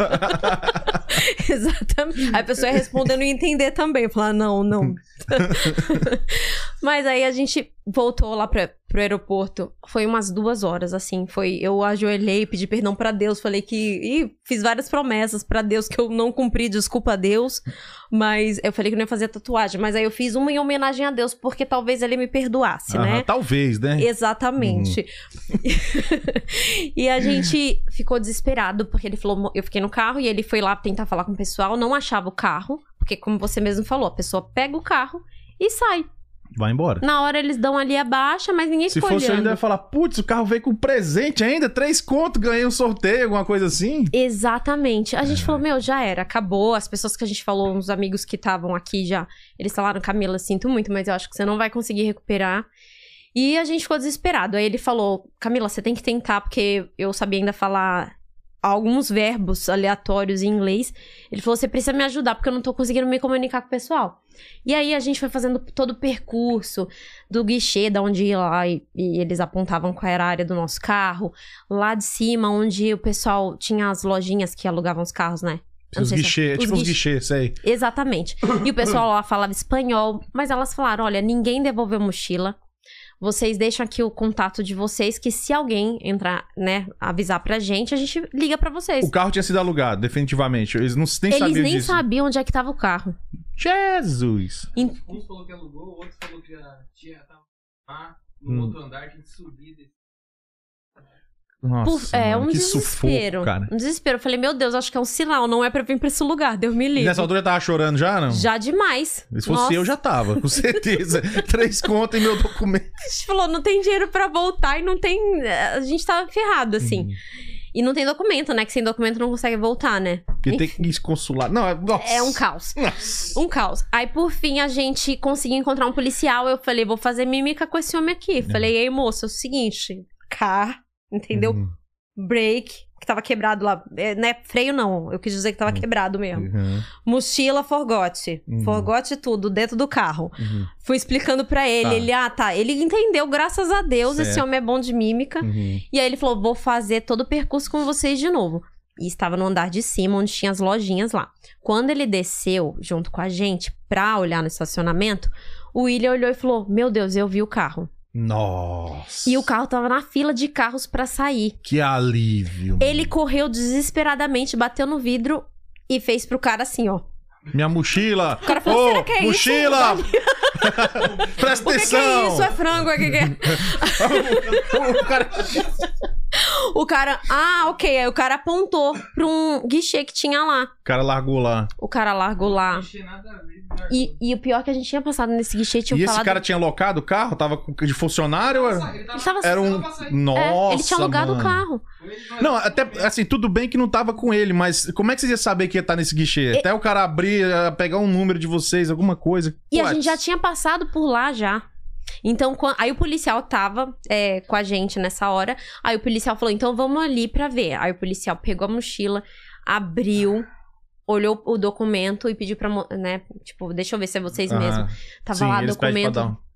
B: Exatamente. Aí a pessoa ia respondendo e entender também. Falar, não, não. Mas aí a gente voltou lá pra, pro aeroporto. Foi umas duas horas, assim. Foi. Eu ajoelhei, pedi perdão pra Deus. Falei que. Ih, fiz várias promessas pra Deus que eu não cumpri, desculpa a Deus. Mas eu falei que não ia fazer tatuagem. Mas aí eu fiz uma em homenagem a Deus, porque talvez ele me perdoasse,
A: Aham,
B: né?
A: Talvez, né?
B: Exatamente. e a gente ficou desesperado, porque ele falou, eu fiquei no carro e ele foi lá tentar falar com o pessoal, não achava o carro, porque como você mesmo falou, a pessoa pega o carro e sai.
A: Vai embora.
B: Na hora eles dão ali a baixa, mas ninguém
A: Se
B: ficou
A: fosse eu
B: olhando.
A: ainda, eu ia falar, putz, o carro veio com presente ainda, três conto, ganhei um sorteio, alguma coisa assim.
B: Exatamente. A gente falou, meu, já era, acabou. As pessoas que a gente falou, uns amigos que estavam aqui já, eles falaram, Camila, sinto muito, mas eu acho que você não vai conseguir recuperar. E a gente ficou desesperado. Aí ele falou, Camila, você tem que tentar, porque eu sabia ainda falar alguns verbos aleatórios em inglês. Ele falou, você precisa me ajudar, porque eu não tô conseguindo me comunicar com o pessoal. E aí a gente foi fazendo todo o percurso do guichê, da onde ia lá, e- e eles apontavam qual era a área do nosso carro lá de cima, onde o pessoal tinha as lojinhas que alugavam os carros, né? Eu não
A: Os
B: sei se-
A: guichê,
B: os
A: tipo os
B: guichê-
A: guichê, sei.
B: Exatamente. E o pessoal lá falava espanhol, mas elas falaram: olha, ninguém devolveu mochila. Vocês deixam aqui o contato de vocês, que se alguém entrar, né, avisar pra gente, a gente liga pra vocês.
A: O carro tinha sido alugado, definitivamente. Eles não nem
B: Eles
A: sabiam
B: nem
A: disso.
B: sabiam onde é que tava o carro.
A: Jesus!
D: Um falou que alugou, o outro falou que a tia tava lá no
A: Hum.
D: outro andar, tinha que subir. descer.
A: Nossa,
B: Por- é
A: mano,
B: um
A: que
B: desespero.
A: sufoco, cara.
B: Um desespero. Eu falei, meu Deus, acho que é um sinal, não é pra eu vir pra esse lugar. Deus me
A: E
B: livre.
A: nessa altura eu tava chorando já, não?
B: Já demais.
A: Se fosse eu, já tava, com certeza. Três contas e meu documento.
B: A gente falou, não tem dinheiro pra voltar e não tem. A gente tá ferrado,
A: Uhum.
B: assim. E não tem documento, né? Que sem documento não consegue voltar, né?
A: Porque tem que ir consular. Não, é. Nossa.
B: É um caos.
A: Nossa.
B: Um caos. Aí, por fim, a gente conseguiu encontrar um policial. Eu falei, vou fazer mímica com esse homem aqui.
A: Uhum.
B: Falei, ei, moço, é o seguinte. Car, entendeu?
A: Uhum,
B: Break, que tava quebrado lá. É, né? Freio não. Eu quis dizer que tava
A: Hum.
B: quebrado mesmo.
A: uhum,
B: Mochila, forgote.
A: Uhum.
B: Forgote tudo, dentro do carro.
A: uhum,
B: Fui explicando pra ele.
A: Tá.
B: Ele, ah, tá. Ele entendeu, graças a Deus, esse
A: Certo.
B: homem é bom de mímica.
A: uhum.
B: E aí ele falou: vou fazer todo o percurso com vocês de novo. E estava no andar de cima, onde tinha as lojinhas lá. Quando ele desceu junto com a gente pra olhar no estacionamento, o William olhou e falou: Meu Deus, eu vi o carro.
A: Nossa.
B: E o carro tava na fila de carros pra sair.
A: Que alívio.
B: Ele correu desesperadamente, bateu no vidro e fez pro cara assim, ó.
A: Minha mochila.
B: O cara falou,
A: Ô,
B: será que é
A: mochila!
B: isso?
A: Presta
B: O que, que é
A: atenção!
B: isso? É frango? O que, que é?
A: o cara.
B: O cara, ah, ok. Aí o cara apontou pra um guichê que tinha lá.
A: O cara largou lá.
B: O cara largou lá.
D: Não tinha nada a ver. né? cara.
B: E, e o pior é que a gente tinha passado nesse guichê, tinha
A: e esse
B: falado.
A: cara tinha locado o carro? Tava com- de funcionário?
D: Nossa,
A: Era,
D: ele
B: Ele
D: tava-
B: tava.
A: era um.
D: Tava saindo.
A: Nossa.
B: é, ele tinha alugado
A: mano.
B: o carro.
D: Ele
A: Não, até assim, tudo bem que não tava com ele, mas como é que vocês iam saber que ia estar nesse guichê? Até o cara abrir, eh, pegar um número de vocês, alguma coisa.
B: E a
A: What?
B: gente já tinha passado por lá já. Então, quan- aí o policial tava é, com a gente nessa hora. Aí o policial falou: então vamos ali pra ver. Aí o policial pegou a mochila, abriu, olhou o documento e pediu pra. mo- né, Tipo, deixa eu ver se é vocês
A: Ah,
B: mesmo. Tava
A: sim,
B: lá
A: eles pedem pra
B: documento,
A: dar um-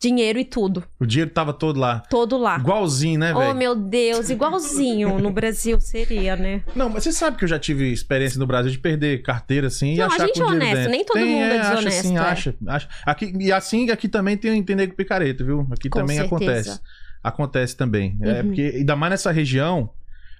B: dinheiro e tudo.
A: O dinheiro tava todo lá.
B: Todo lá.
A: Igualzinho, né,
B: Oh,
A: velho?
B: meu Deus, igualzinho no Brasil seria, né?
A: Não, mas você sabe que eu já tive experiência no Brasil de perder carteira, assim, e
B: Não, a
A: achar
B: gente
A: com
B: é
A: o dinheiro dentro.
B: honesto, nem todo mundo é
A: acha Assim,
B: desonesto, é.
A: acha, acha. Aqui, e assim, aqui também tem o entender com picareta, viu? Aqui
B: Com
A: também
B: certeza.
A: acontece. Acontece também. É
B: Uhum.
A: porque, ainda mais nessa região,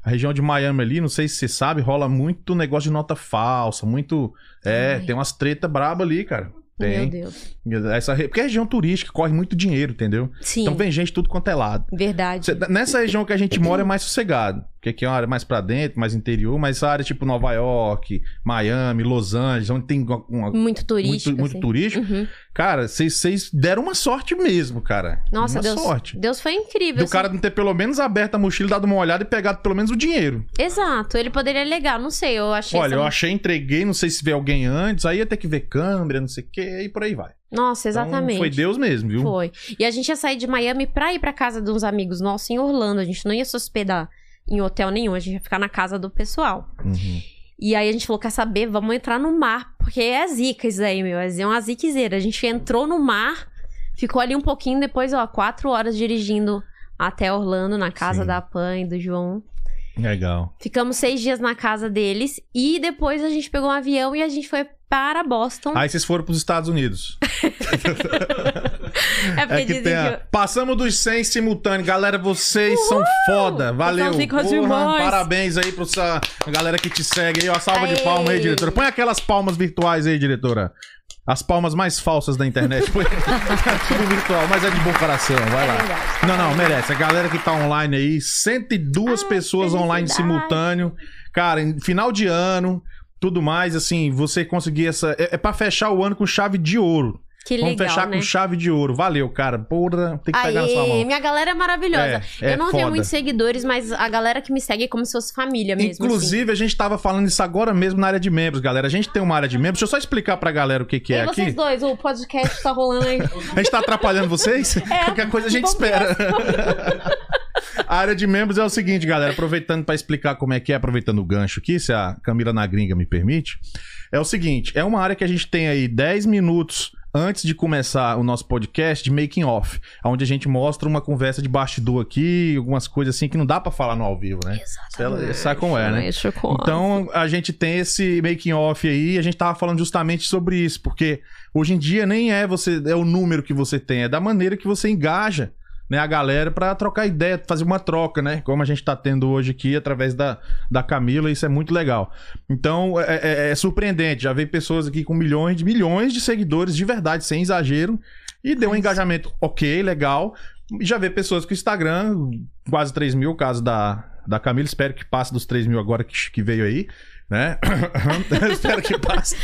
A: a região de Miami ali, não sei se você sabe, rola muito negócio de nota falsa, muito... É,
B: Ai.
A: tem umas treta braba ali, cara.
B: Meu
A: Tem.
B: Deus.
A: Essa, re- porque é região turística, corre muito dinheiro, entendeu?
B: Sim,
A: Então vem gente de tudo quanto é lado.
B: verdade.
A: Cê- nessa região que a gente mora é mais sossegado. Porque aqui é uma área mais pra dentro, mais interior, mas a área tipo Nova York, Miami, Los Angeles, onde tem uma, uma-
B: Muito turístico.
A: muito, muito
B: assim.
A: turístico.
B: Uhum.
A: Cara, vocês- vocês deram uma sorte mesmo, cara.
B: Nossa,
A: uma
B: Deus.
A: sorte.
B: Deus foi incrível.
A: Do
B: assim.
A: cara não ter pelo menos aberto a mochila, dado uma olhada e pegado pelo menos o dinheiro.
B: Exato, ele poderia legal, não sei, eu achei.
A: Olha,
B: essa-
A: eu achei, entreguei, não sei se vê alguém antes, aí ia ter que ver câmera, não sei o quê, e por aí vai.
B: Nossa,
A: Então,
B: exatamente.
A: foi Deus mesmo, viu?
B: Foi. E a gente ia sair de Miami pra ir pra casa de uns amigos nossos em Orlando. A gente não ia se hospedar em hotel nenhum, a gente ia ficar na casa do pessoal.
A: Uhum.
B: E aí a gente falou: quer saber? Vamos entrar no mar, porque é zica isso aí, meu. É uma ziquezeira. A gente entrou no mar, ficou ali um pouquinho, depois, ó, quatro horas dirigindo até Orlando, na casa
A: Sim.
B: da Pan e do João.
A: Legal.
B: Ficamos seis dias na casa deles e depois a gente pegou um avião e a gente foi para Boston.
A: Aí vocês foram pros Estados Unidos.
B: é porque
A: É que
B: dizem
A: tem. a-
B: que.
A: Passamos dos 100 simultâneos. Galera, vocês são foda. Valeu.
B: Vocês são ricos demais.
A: parabéns aí pra essa galera que te segue aí. Ó, salva de
B: Aê.
A: palmas aí, diretora. Põe aquelas palmas virtuais aí, diretora. As palmas mais falsas da internet. Põe tudo virtual, mas é de bom coração. Vai
B: É
A: lá. Não, não, merece. A galera que tá online aí, 102
B: Ai,
A: pessoas online
B: Ah, felicidade.
A: simultâneo. Cara, em final de ano, tudo mais, assim, você conseguir essa. É, é pra fechar o ano com chave de ouro.
B: Que legal,
A: Vamos fechar
B: né?
A: com chave de ouro. Valeu, cara. Porra, tem que pegar na sua
B: Aí,
A: mão.
B: minha galera é maravilhosa.
A: É, é
B: eu não tenho
A: foda.
B: muitos seguidores, mas a galera que me segue é como se fosse família mesmo. assim.
A: Inclusive, a gente tava falando isso agora mesmo na área de membros, galera. A gente tem uma área de membros. Deixa eu só explicar pra galera o que, que é
B: e vocês
A: aqui.
B: dois, o podcast tá rolando aí.
A: A gente tá atrapalhando vocês? Qualquer coisa a gente espera. A área de membros é o seguinte, galera, aproveitando pra explicar como é que é, aproveitando o gancho aqui, se a Camila na gringa me permite, é o seguinte, é uma área que a gente tem aí 10 minutos antes de começar o nosso podcast de making off, onde a gente mostra uma conversa de bastidor aqui, algumas coisas assim que não dá pra falar no ao vivo, né? Ela, sabe como é, né?
B: Deixa com-
A: Então a gente tem esse making off aí, e a gente tava falando justamente sobre isso, porque hoje em dia nem é você é o número que você tem, é da maneira que você engaja, né, a galera pra trocar ideia, fazer uma troca, né, como a gente tá tendo hoje aqui através da, da Camila, isso é muito legal. Então é, é- é surpreendente, já veio pessoas aqui com milhões de milhões de seguidores de verdade, sem exagero, e deu um engajamento ok, legal. E Já vê pessoas com o Instagram, quase 3 mil, o caso da, da Camila. Espero que passe dos 3 mil agora que, que veio aí, né? Espero que passe.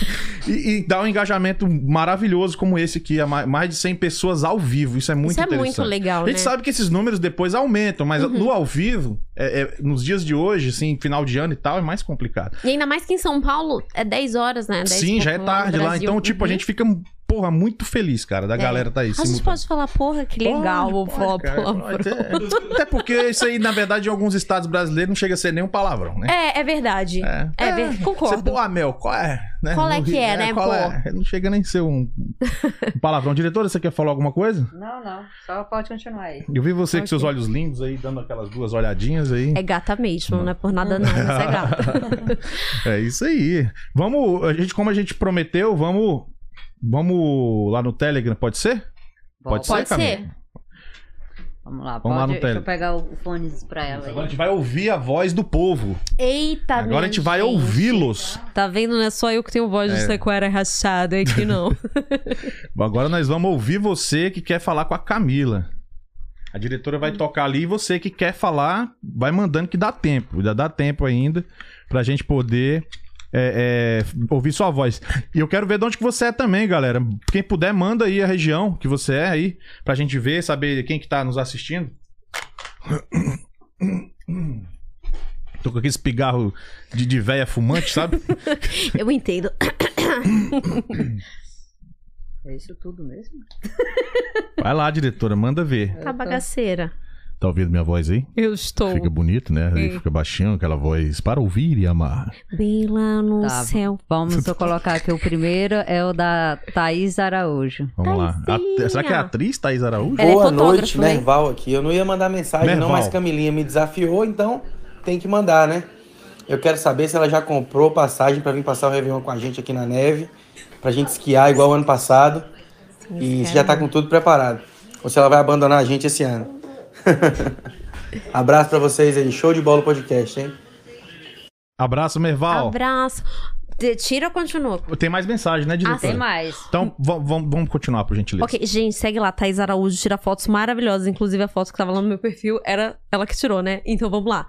A: E, e dá um engajamento maravilhoso como esse aqui, a ma- mais de 100 pessoas ao vivo. Isso é muito
B: Isso é
A: interessante.
B: muito legal,
A: A
B: né? Uhum.
A: gente sabe que esses números depois aumentam, mas no ao vivo, é- é- nos dias de hoje, assim, final de ano e tal, é mais complicado.
B: E ainda mais que em São Paulo é 10 horas, né? 10
A: Sim,
B: e
A: já é
B: pouco no
A: tarde lá.
B: Brasil.
A: Então, tipo, a
B: Uhum.
A: gente fica, porra, muito feliz, cara, da galera tá aí.
B: A gente
A: simultâneo.
B: pode Ah, falar, porra, que legal, vou
A: Pode,
B: falar,
A: pode, cara,
B: palavrão.
A: pode. É. Até porque isso aí, na verdade, em alguns estados brasileiros não chega a ser nem um palavrão, né?
B: É, é verdade. É, Tipo, ver-
A: Você
B: concordo.
A: pô, ah, Mel, qual é? Né?
B: Qual é
A: No
B: que
A: Rio,
B: é, né,
A: Qual
B: pô?
A: é? Não chega nem a ser um, um palavrão. Diretora, você quer falar alguma coisa?
C: Não, não. Só pode continuar aí.
A: Eu vi você com
B: Ok.
A: seus olhos lindos aí, dando aquelas duas olhadinhas aí.
B: É gata mesmo, não é por nada não, mas é gata.
A: É isso aí. Vamos, a gente, como a gente prometeu, vamos, vamos lá no Telegram, pode ser? Pode
B: Pode
A: ser,
B: ser.
A: Camila?
C: Vamos lá,
A: Vamos lá
C: pode-
A: no
C: Deixa
A: tele.
C: eu pegar o o fones pra ela
A: Agora a
C: aí.
A: gente vai ouvir a voz do povo.
B: Eita,
A: Agora a gente vai
B: minha Tá gente.
A: ouvi-los.
B: Tá vendo? Não é só eu que tenho voz de sequera rachada aqui, não.
A: Bom, Agora nós vamos ouvir você que quer falar com a Camila. A diretora vai tocar ali e você que quer falar, vai mandando que dá tempo. Ainda dá tempo ainda pra gente poder é, é, ouvir sua voz. E eu quero ver de onde que você é também, galera. Quem puder, manda aí a região que você é aí, pra gente ver, saber quem que tá nos assistindo. Tô com aquele espigarro de, de véia fumante, sabe?
B: eu entendo.
C: É isso tudo mesmo?
A: Vai lá, diretora, manda ver.
B: Tá bagaceira.
A: Tá ouvindo minha voz aí?
B: Eu estou
A: Fica bonito, né? Aí
B: Sim.
A: fica baixinho aquela voz para ouvir e amar.
B: bem lá no
C: Tá.
B: céu.
C: Vamos só colocar aqui o primeiro, é o da Thaís Araújo.
A: Vamos lá.
B: Taizinha.
A: At- será que é a atriz Thaís Araújo?
B: Ela é
E: Boa
B: fotógrafa,
E: noite,
B: né?
E: Merval aqui. Eu não ia mandar mensagem,
A: Merval.
E: não, mas Camilinha me desafiou, então tem que mandar, né? Eu quero saber se ela já comprou passagem pra vir passar o Réveillon com a gente aqui na neve, pra gente esquiar igual ano passado. E se já tá com tudo preparado. Ou se ela vai abandonar a gente esse ano. Abraço pra vocês aí. Show de bola o podcast, hein?
A: Abraço, Merval.
B: Abraço. Te- Tira ou continua?
A: Tem mais mensagem, né, diretor?
B: Ah,
C: Tem mais.
A: Então, va- va- vamos continuar, por gentileza.
B: Ok, gente, segue lá, Thaís Araújo tira fotos maravilhosas. Inclusive, a foto que tava lá no meu perfil era ela que tirou, né? Então vamos lá.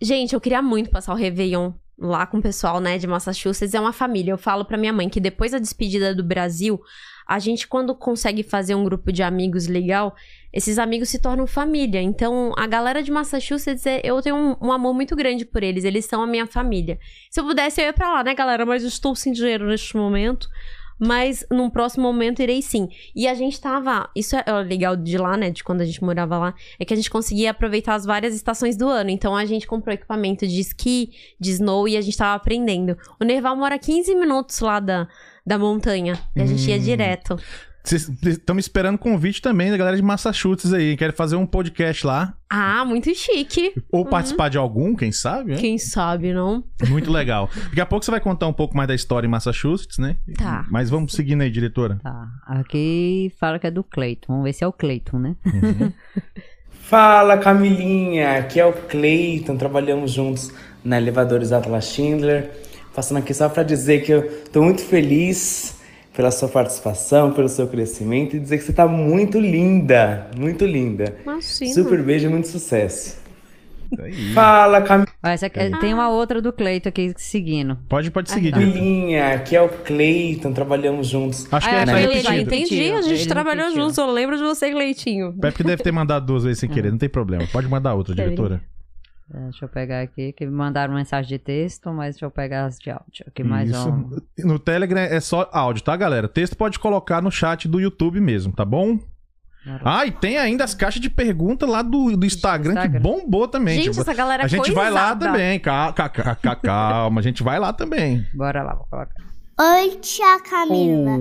B: Gente, eu queria muito passar o Réveillon lá com o pessoal, né, de Massachusetts. É uma família. Eu falo pra minha mãe que depois da despedida do Brasil, a gente, quando consegue fazer um grupo de amigos legal, esses amigos se tornam família. Então, a galera de Massachusetts, é- eu tenho um, um amor muito grande por eles. Eles são a minha família. Se eu pudesse, eu ia pra lá, né, galera? Mas eu estou sem dinheiro neste momento. Mas num próximo momento irei sim. E a gente tava. Isso é ó, legal de lá, né? De quando a gente morava lá. É que a gente conseguia aproveitar as várias estações do ano. Então a gente comprou equipamento de esqui, de snow e a gente tava aprendendo. O Nerval mora 15 minutos lá da, da montanha. E a gente ia
A: Hum.
B: direto.
A: Vocês estão me esperando convite também da galera de Massachusetts aí. Quero fazer um podcast lá.
B: Ah, muito chique.
A: Ou participar de algum, quem sabe? né?
B: Quem sabe, não?
A: Muito legal. Daqui a pouco você vai contar um pouco mais da história em Massachusetts, né?
B: Tá.
A: Mas vamos seguindo aí, diretora.
C: Tá. Aqui fala que é do Cleiton. Vamos ver se é o Cleiton, né?
E: Fala Camilinha, aqui é o Cleiton, trabalhamos juntos na Elevadores Atlas Schindler. Passando aqui só para dizer que eu tô muito feliz pela sua participação, pelo seu crescimento e dizer que você tá muito linda, muito linda.
B: Imagina.
E: Super beijo, e muito sucesso.
A: Aí.
E: Fala
C: Ó, essa aqui-
A: É.
C: tem uma outra do Cleito aqui seguindo.
A: Pode, pode seguir, diretora.
E: Camilinha, aqui é o Cleiton, trabalhamos juntos.
A: Acho que
C: Ah,
A: é,
C: é
A: tá
C: aquele
A: repetido.
B: já
C: repetido.
B: entendi. A gente
C: Ele
B: trabalhou
C: repetiu.
B: juntos. Eu lembro de você, Leitinho.
A: É porque deve ter mandado duas vezes sem querer, não tem problema. Pode mandar outra,
B: Deve.
A: diretora.
C: É, Deixa eu pegar aqui, que me mandaram mensagem de texto, mas deixa eu pegar as de áudio. Aqui mais
A: Isso.
C: uma.
A: No Telegram é só áudio, tá, galera? Texto pode colocar no chat do YouTube mesmo, tá bom? Ah, e tem ainda as caixas de pergunta lá do, do Instagram, que
C: Instagram.
A: bombou também.
B: Gente,
A: tipo,
B: essa galera é
A: a gente vai lá
B: coisada.
A: também, ca- ca- ca- calma, a gente vai lá também.
C: Bora lá, vou colocar.
F: Oi, tia Camila.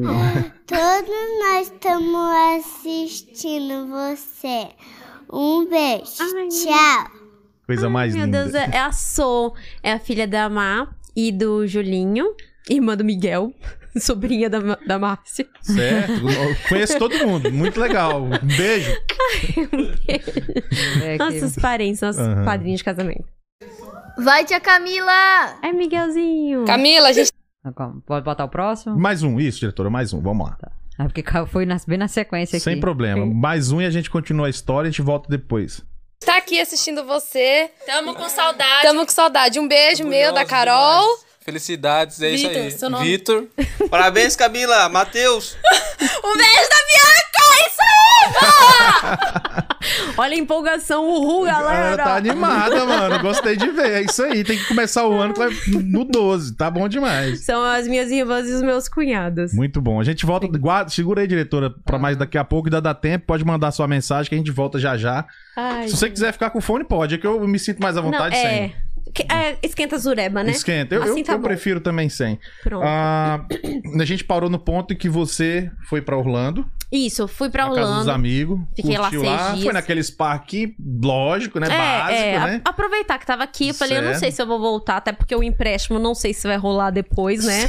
F: Todos nós estamos assistindo você. Um beijo.
B: Ai.
F: Tchau.
A: Coisa mais
B: Meu
A: linda.
B: Deus, é é a Sol. É a filha da Má e do Julinho. Irmã do Miguel. Sobrinha da, Ma- da Márcia.
A: Certo. Eu Conheço todo mundo. Muito legal. Um beijo.
C: É que-
B: Nossos parentes, nossos
A: Aham.
B: padrinhos de casamento.
G: Vai, tia Camila!
B: É Miguelzinho.
H: Camila, a gente
C: Calma, Ah, Pode botar o próximo?
A: Mais um, isso, diretora, mais um. Vamos lá.
C: Ah, porque ca- foi nas- bem na sequência aqui.
A: Sem problema.
C: Sim.
A: Mais um e a gente continua a história, a gente volta depois.
H: tá aqui assistindo você.
I: Tamo com saudade.
H: Tamo com saudade. Um beijo meu, da
J: Orgulhoso
H: Carol.
J: demais. Felicidades, é
I: Vitor,
J: isso
I: seu
J: aí.
I: nome.
J: Vitor.
E: Parabéns, Camila. Matheus.
I: Um beijo da Bianca! Isso
B: Olha a empolgação, uhul,
A: Ela
B: galera.
A: tá animada, mano. Gostei de ver. É isso aí. Tem que começar o ano que vai no 12. Tá bom demais.
B: São as minhas irmãs e os meus cunhados.
A: Muito bom. A gente volta. Guarda, segura aí, diretora, pra mais
B: Ah.
A: daqui a pouco. Ainda dá tempo. Pode mandar sua mensagem que a gente volta já já.
B: Ai.
A: Se você quiser ficar com fone, pode. É que eu me sinto mais à vontade
B: Não, é...
A: sem.
B: que- é, Esquenta a zureba, né?
A: Esquenta. Eu, eu-
B: Assim tá
A: eu
B: bom.
A: prefiro também sem.
B: Pronto.
A: Ah, a gente parou no ponto em que você foi pra Orlando,
B: Isso, fui pra
A: na casa dos
B: Holanda.
A: amigos.
B: Fiquei lá
A: curtiu
B: seis
A: lá.
B: dias. É,
A: Foi naquele spa aqui, lógico, né? Básico,
B: a-
A: né?
B: aproveitar que tava aqui, eu falei, eu não
A: Certo.
B: sei se eu vou voltar, até porque o empréstimo não sei se vai rolar depois, né?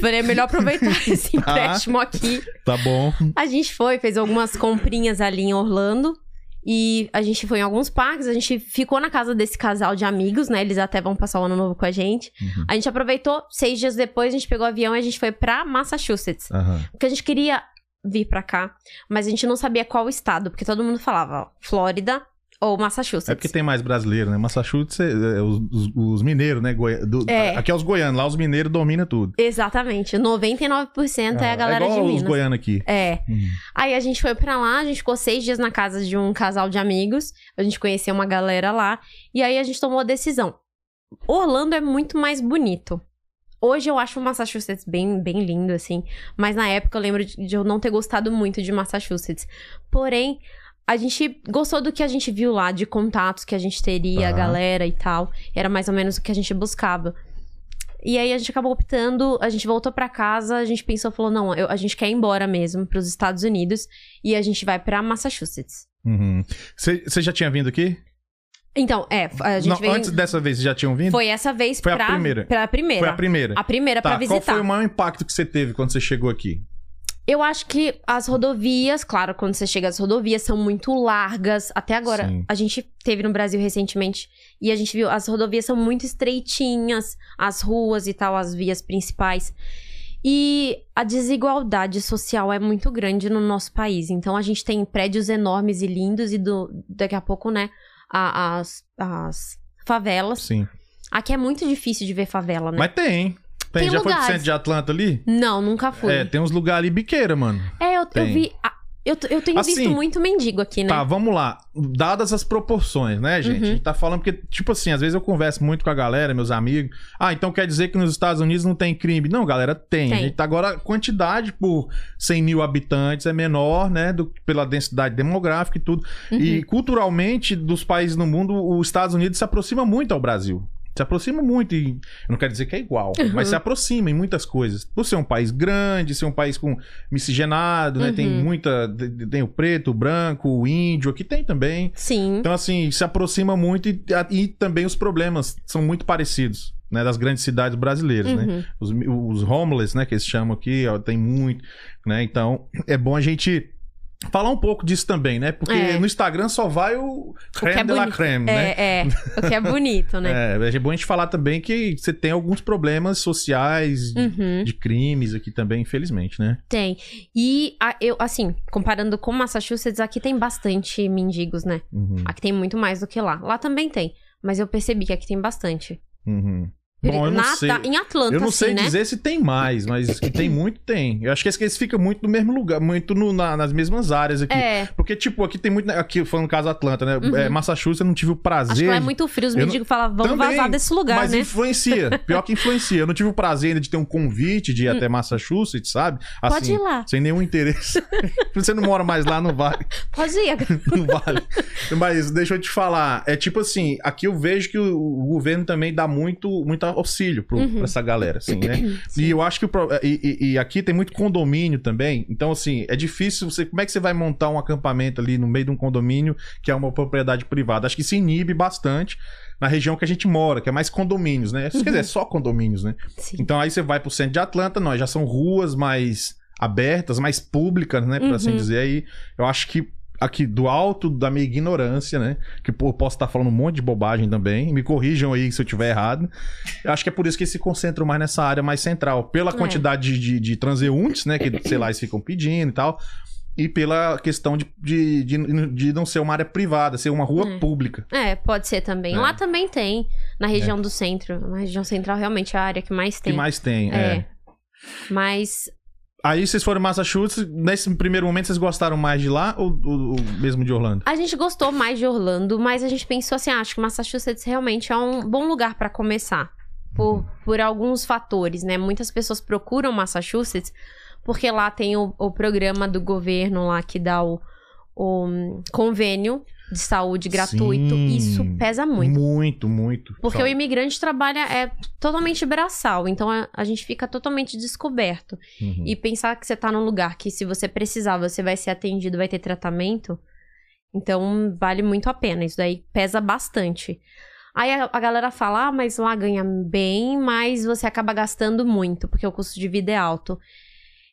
B: Falei, é melhor aproveitar esse empréstimo aqui.
A: Tá bom.
B: A gente foi, fez algumas comprinhas ali em Orlando. E a gente foi em alguns parques, a gente ficou na casa desse casal de amigos, né? Eles até vão passar o ano novo com a gente.
A: Uhum.
B: A gente aproveitou, seis dias depois a gente pegou o avião e a gente foi pra Massachusetts.
A: Aham.
B: Porque a gente queria vir pra cá, mas a gente não sabia qual estado, porque todo mundo falava ó, Flórida ou Massachusetts.
A: É porque tem mais brasileiro, né? Massachusetts, é, é, os, os- os mineiros, né? Goi- do-
B: É.
A: Aqui é os goianos, lá os mineiros dominam tudo. Ah,
B: Exatamente, 99% é a galera
A: igual
B: de
A: os
B: Minas.
A: goianos aqui.
B: É.
A: Hum.
B: Aí a gente foi pra lá, a gente ficou seis dias na casa de um casal de amigos, a gente conheceu uma galera lá, e aí a gente tomou a decisão. Orlando é muito mais bonito. Hoje eu acho o Massachusetts bem, bem lindo, assim, mas na época eu lembro de, de eu não ter gostado muito de Massachusetts. Porém, a gente gostou do que a gente viu lá, de contatos que a gente teria, a
A: Tá.
B: galera e tal. Era mais ou menos o que a gente buscava. E aí a gente acabou optando, a gente voltou pra casa, a gente pensou, falou, não, eu- a gente quer ir embora mesmo pros Estados Unidos e a gente vai pra Massachusetts.
A: Uhum. Você você já tinha vindo aqui?
B: Então, é, a gente
A: Não,
B: veio...
A: Antes dessa vez, vocês já tinham vindo?
B: Foi essa vez
A: Foi a
B: pra,
A: primeira.
B: pra primeira.
A: Foi a primeira.
B: A primeira pra
A: Tá, qual
B: visitar.
A: foi o maior impacto que você teve quando você chegou aqui?
B: Eu acho que as rodovias, claro, quando você chega às rodovias, são muito largas. Até agora,
A: Sim.
B: a gente teve no Brasil recentemente e a gente viu, as rodovias são muito estreitinhas, as ruas e tal, as vias principais. E a desigualdade social é muito grande no nosso país. Então a gente tem prédios enormes e lindos, e do- daqui a pouco, né, a- as, as favelas.
A: Sim.
B: Aqui é muito difícil de ver favela, né?
A: Mas tem, hein? Tem.
B: Tem
A: já foi pro
B: lugares.
A: centro de Atlanta ali?
B: Não, nunca fui.
A: É,
B: É,
A: tem uns lugares ali biqueira, mano.
B: eu, eu
A: tem.
B: vi. a- Eu, eu tenho
A: Assim,
B: visto muito mendigo aqui, né?
A: Tá, vamos lá. Dadas as proporções, né, gente?
B: Uhum.
A: A gente tá falando porque, tipo assim, às vezes eu converso muito com a galera, meus amigos. Ah, então quer dizer que nos Estados Unidos não tem crime? Não, galera, tem.
B: Tem.
A: A gente tá agora, a quantidade por 100 mil habitantes é menor, né, do, pela densidade demográfica e tudo.
B: Uhum.
A: E culturalmente, dos países no mundo, os Estados Unidos se aproxima muito ao Brasil. Se aproxima muito, e eu não quero dizer que é igual,
B: Uhum.
A: mas se aproxima em muitas coisas. Por ser um país grande, ser um país com miscigenado, né? Tem
B: Uhum.
A: muita. de- Tem o preto, o branco, o índio, aqui tem também.
B: Sim.
A: Então, assim, se aproxima muito e, e também os problemas são muito parecidos, né? Das grandes cidades brasileiras, né?
B: Uhum.
A: Os, os homeless, né, que eles chamam aqui, ó, tem muito, né? Então, é bom a gente falar um pouco disso também, né? Porque
B: É.
A: no Instagram só vai o creme
B: que é
A: de la
B: bonito.
A: creme, né?
B: É, é. O que é bonito, né?
A: É, é bom a gente falar também que você tem alguns problemas sociais, de-
B: Uhum,
A: de crimes aqui também, infelizmente, né?
B: tem. E a- eu, assim, comparando com Massachusetts, aqui tem bastante mendigos, né?
A: Uhum,
B: Aqui tem muito mais do que lá. Lá também tem. Mas eu percebi que aqui tem bastante.
A: uhum. Bom, eu não
B: Na-
A: sei.
B: da- Em Atlanta,
A: Eu não
B: assim,
A: sei
B: né?
A: dizer se tem mais, mas que tem muito, tem. Eu acho que eles ficam muito no mesmo lugar, muito no- na- nas mesmas áreas aqui.
B: É, Uhum.
A: Porque, tipo, aqui tem muito. Aqui, falando no caso Atlanta, né? É, Massachusetts, eu não tive o prazer.
B: acho que lá é
A: de-
B: muito frio. Os
A: Eu não-
B: mendigos falam, vamos
A: Também,
B: vazar desse lugar,
A: Mas
B: né?
A: influencia. Pior que influencia. Eu não tive o prazer ainda de ter um convite de ir até Massachusetts, sabe? Assim,
B: Hum. Pode ir lá.
A: Sem nenhum interesse. Você não mora mais lá, não vale.
B: Pode ir.
A: Não vale. Mas deixa eu te falar. É tipo assim, aqui eu vejo que o, o governo também dá muito, muita presta auxílio pro, pra essa galera, assim, né? E eu acho que o pro- e, e- e aqui tem muito condomínio também. Então, assim, é difícil. Você, como é que você vai montar um acampamento ali no meio de um condomínio que é uma propriedade privada? Acho que se inibe bastante na região que a gente mora, que é mais condomínios, né? Quer dizer, só condomínios, né?
B: Sim.
A: Então aí você vai pro centro de Atlanta, nós já são ruas mais abertas, mais públicas, né? Por assim
B: Uhum.
A: dizer. Aí eu acho que aqui do alto da minha ignorância, né? Que pô, eu posso estar falando um monte de bobagem também. Me corrijam aí se eu tiver errado. Eu acho que é por isso que eles se concentram mais nessa área mais central.
B: É.
A: Pela quantidade de, de- de transeuntes, né? Que, sei lá, eles ficam pedindo e tal. E pela questão de, de, de, de não ser uma área privada, ser uma rua pública.
B: É, pode ser também.
A: É.
B: Lá também tem, na região do centro. Na região central, realmente, é a área que mais
A: que
B: tem.
A: mais tem?
B: É.
A: é.
B: Mas
A: Aí vocês foram em Massachusetts, nesse primeiro momento vocês gostaram mais de lá ou, ou- ou mesmo de Orlando?
B: a gente gostou mais de Orlando, mas a gente pensou assim, ah, acho que Massachusetts realmente é um bom lugar pra começar. Por, por alguns fatores, né? Muitas pessoas procuram Massachusetts porque lá tem o, o programa do governo lá que dá o, o, hum, convênio de saúde gratuito.
A: Sim.
B: Isso pesa muito.
A: Muito, muito.
B: Porque
A: Só-
B: o imigrante trabalha é totalmente braçal, então a, a gente fica totalmente descoberto.
A: Uhum.
B: E pensar que você tá num lugar que se você precisar, você vai ser atendido, vai ter tratamento, então vale muito a pena, isso daí pesa bastante. Aí a, a galera fala, ah, mas lá ganha bem, mas você acaba gastando muito, porque o custo de vida é alto.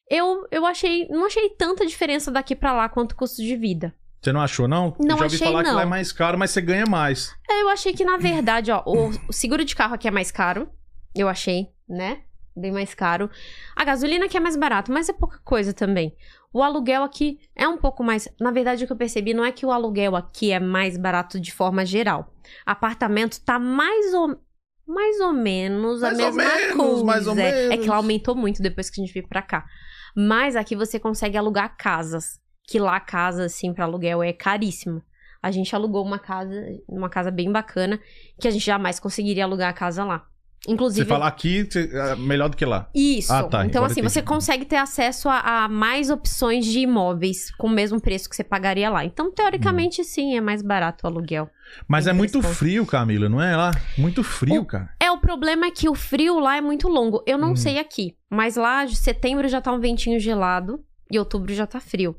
B: Eu, eu achei, não achei tanta diferença daqui pra lá quanto o custo de vida.
A: Você não achou, não?
B: Não
A: Eu já ouvi
B: achei,
A: falar que
B: não.
A: lá é mais caro, mas você ganha mais.
B: É, Eu achei que, na verdade, ó, o, o seguro de carro aqui é mais caro. Eu achei, né? Bem mais caro. A gasolina aqui é mais barato, mas é pouca coisa também. O aluguel aqui é um pouco mais. Na verdade, o que eu percebi não é que o aluguel aqui é mais barato de forma geral. Apartamento tá mais ou, mais ou menos
A: Mais
B: a
A: ou
B: mesma
A: menos,
B: coisa.
A: mais ou
B: É
A: menos.
B: que lá aumentou muito depois que a gente veio pra cá. Mas aqui você consegue alugar casas. Que lá a casa, assim, pra aluguel é caríssima. A gente alugou uma casa, uma casa bem bacana, que a gente jamais conseguiria alugar a casa lá. Inclusive.
A: Você falar aqui, você- é melhor do que lá.
B: Isso.
A: Ah, tá,
B: então,
A: agora
B: assim,
A: entendi.
B: você consegue ter acesso a, a mais opções de imóveis com o mesmo preço que você pagaria lá. Então, teoricamente, sim, é mais barato o aluguel.
A: Mas é muito
B: Interessante.
A: frio, Camila, não é lá? Muito frio, cara.
B: É, o problema é que o frio lá é muito longo. Eu
A: Uhum.
B: não sei aqui, mas lá de setembro já tá um ventinho gelado e outubro já tá frio.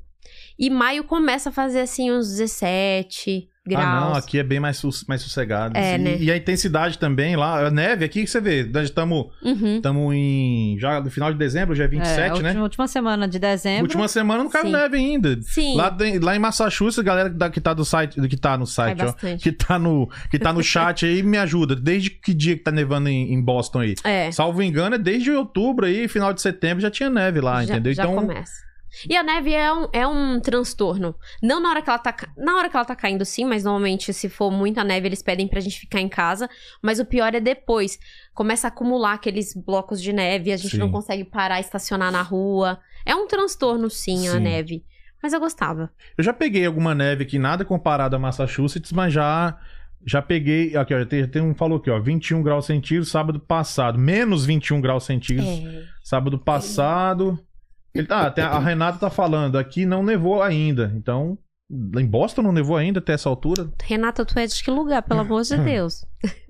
B: E maio começa a fazer assim uns 17 graus.
A: Ah, não, aqui é bem mais, sus- mais sossegado.
B: É,
A: e,
B: né?
A: e a intensidade também lá, a neve aqui que você vê, nós estamos
B: Uhum.
A: tá em. Já no final de dezembro, já é 27,
C: é, a
A: né?
C: última, última semana de dezembro.
A: Última semana não caiu
B: Sim.
A: neve ainda.
B: Sim, é
A: Lá, tem- lá em Massachusetts, a galera que tá- que tá do site, que tá no
B: cai
A: site, ó,
B: bastante.
A: que tá no que tá no chat aí, me ajuda. Desde que dia que tá nevando em, em Boston aí?
B: É.
A: Salvo engano, é desde outubro aí, final de setembro já tinha neve lá,
B: já,
A: entendeu?
B: já
A: então,
B: começa. E a neve é um, é um transtorno. Não na hora que ela tá. ca- Na hora que ela tá caindo, sim, mas normalmente, se for muita neve, eles pedem pra gente ficar em casa. Mas o pior é depois. Começa a acumular aqueles blocos de neve, a gente
A: Sim.
B: não consegue parar, estacionar na rua. É um transtorno, sim, a
A: Sim.
B: neve. Mas eu gostava.
A: eu já peguei alguma neve aqui, nada comparado a Massachusetts, mas já já peguei, aqui ó, tem, tem um falou aqui, ó, 21 graus centígrados sábado passado, menos 21 graus
B: É.
A: centígrados sábado passado. Ele tá, até a Renata tá falando, aqui não nevou ainda. Então, em Boston não nevou ainda até essa altura?
B: Renata, tu é de que lugar, pelo amor de
A: Hum.
B: Deus?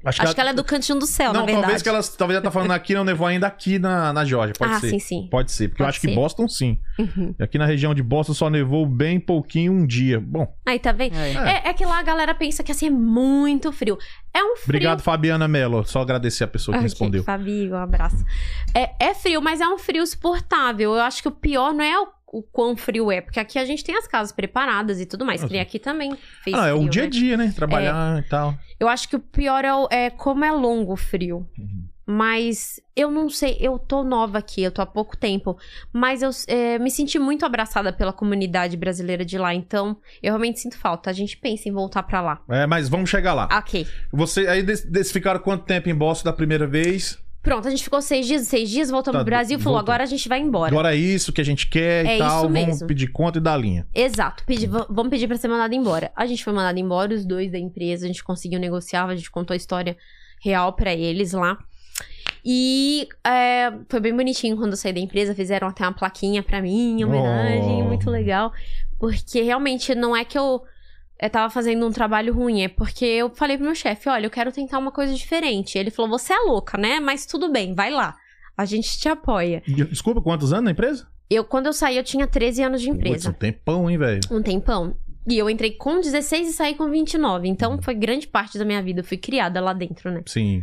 B: Acho que ela é do cantinho do céu,
A: Não,
B: na verdade.
A: talvez que elas, talvez ela tá falando aqui não nevou ainda aqui na, na Georgia, pode
B: ah,
A: ser.
B: sim, sim.
A: Pode ser, porque eu
B: Pode
A: acho que
B: ser.
A: Boston sim.
B: Uhum.
A: Aqui na região de Boston só nevou bem pouquinho um dia. Bom,
B: Aí, tá vendo?
C: É.
B: É, é que lá a galera pensa que assim é muito frio. É um frio.
A: obrigado Fabiana Mello, só agradecer a pessoa que
B: Ok,
A: respondeu.
B: Fabi, um abraço. É, é frio, mas é um frio suportável. Eu acho que o pior não é o, o quão frio é, porque aqui a gente tem as casas preparadas e tudo mais.
A: Ok.
B: E aqui também fez
A: Ah, não, é o
B: frio,
A: dia a
B: né?
A: dia, né? Trabalhar e tal.
B: Eu acho que o pior é, o- é como é longo o frio.
A: Uhum.
B: Mas eu não sei, eu tô nova aqui, eu tô há pouco tempo. Mas eu é, me senti muito abraçada pela comunidade brasileira de lá, então eu realmente sinto falta. A gente pensa em voltar pra lá.
A: É, mas vamos chegar lá.
B: Ok.
A: Você aí des- des- ficaram quanto tempo em Boston da primeira vez?
B: Pronto, a gente ficou seis dias, seis dias, voltamos
A: Tá,
B: pro Brasil, falou:
A: voltou.
B: agora a gente vai embora.
A: Agora é isso que a gente quer e
B: É
A: tal.
B: isso
A: vamos
B: mesmo.
A: pedir conta e dar linha.
B: Exato. Pedi- v- vamos pedir pra ser mandado embora. A gente foi mandado embora, os dois da empresa, a gente conseguiu negociar, a gente contou a história real pra eles lá. E é, foi bem bonitinho quando eu saí da empresa, fizeram até uma plaquinha pra mim, em homenagem,
A: Oh.
B: muito legal. Porque realmente não é que eu eu tava fazendo um trabalho ruim. É porque eu falei pro meu chefe, olha, eu quero tentar uma coisa diferente. Ele falou, você é louca, né? Mas tudo bem, vai lá. A gente te apoia.
A: Desculpa, quantos anos na empresa?
B: Eu, quando eu saí, eu tinha 13 anos de
A: Putz, um
B: empresa.
A: tempão, hein, velho?
B: Um tempão. E eu entrei com 16 e saí com 29.
A: Uhum.
B: Então, foi grande parte da minha vida. Eu fui criada lá dentro, né?
A: Sim.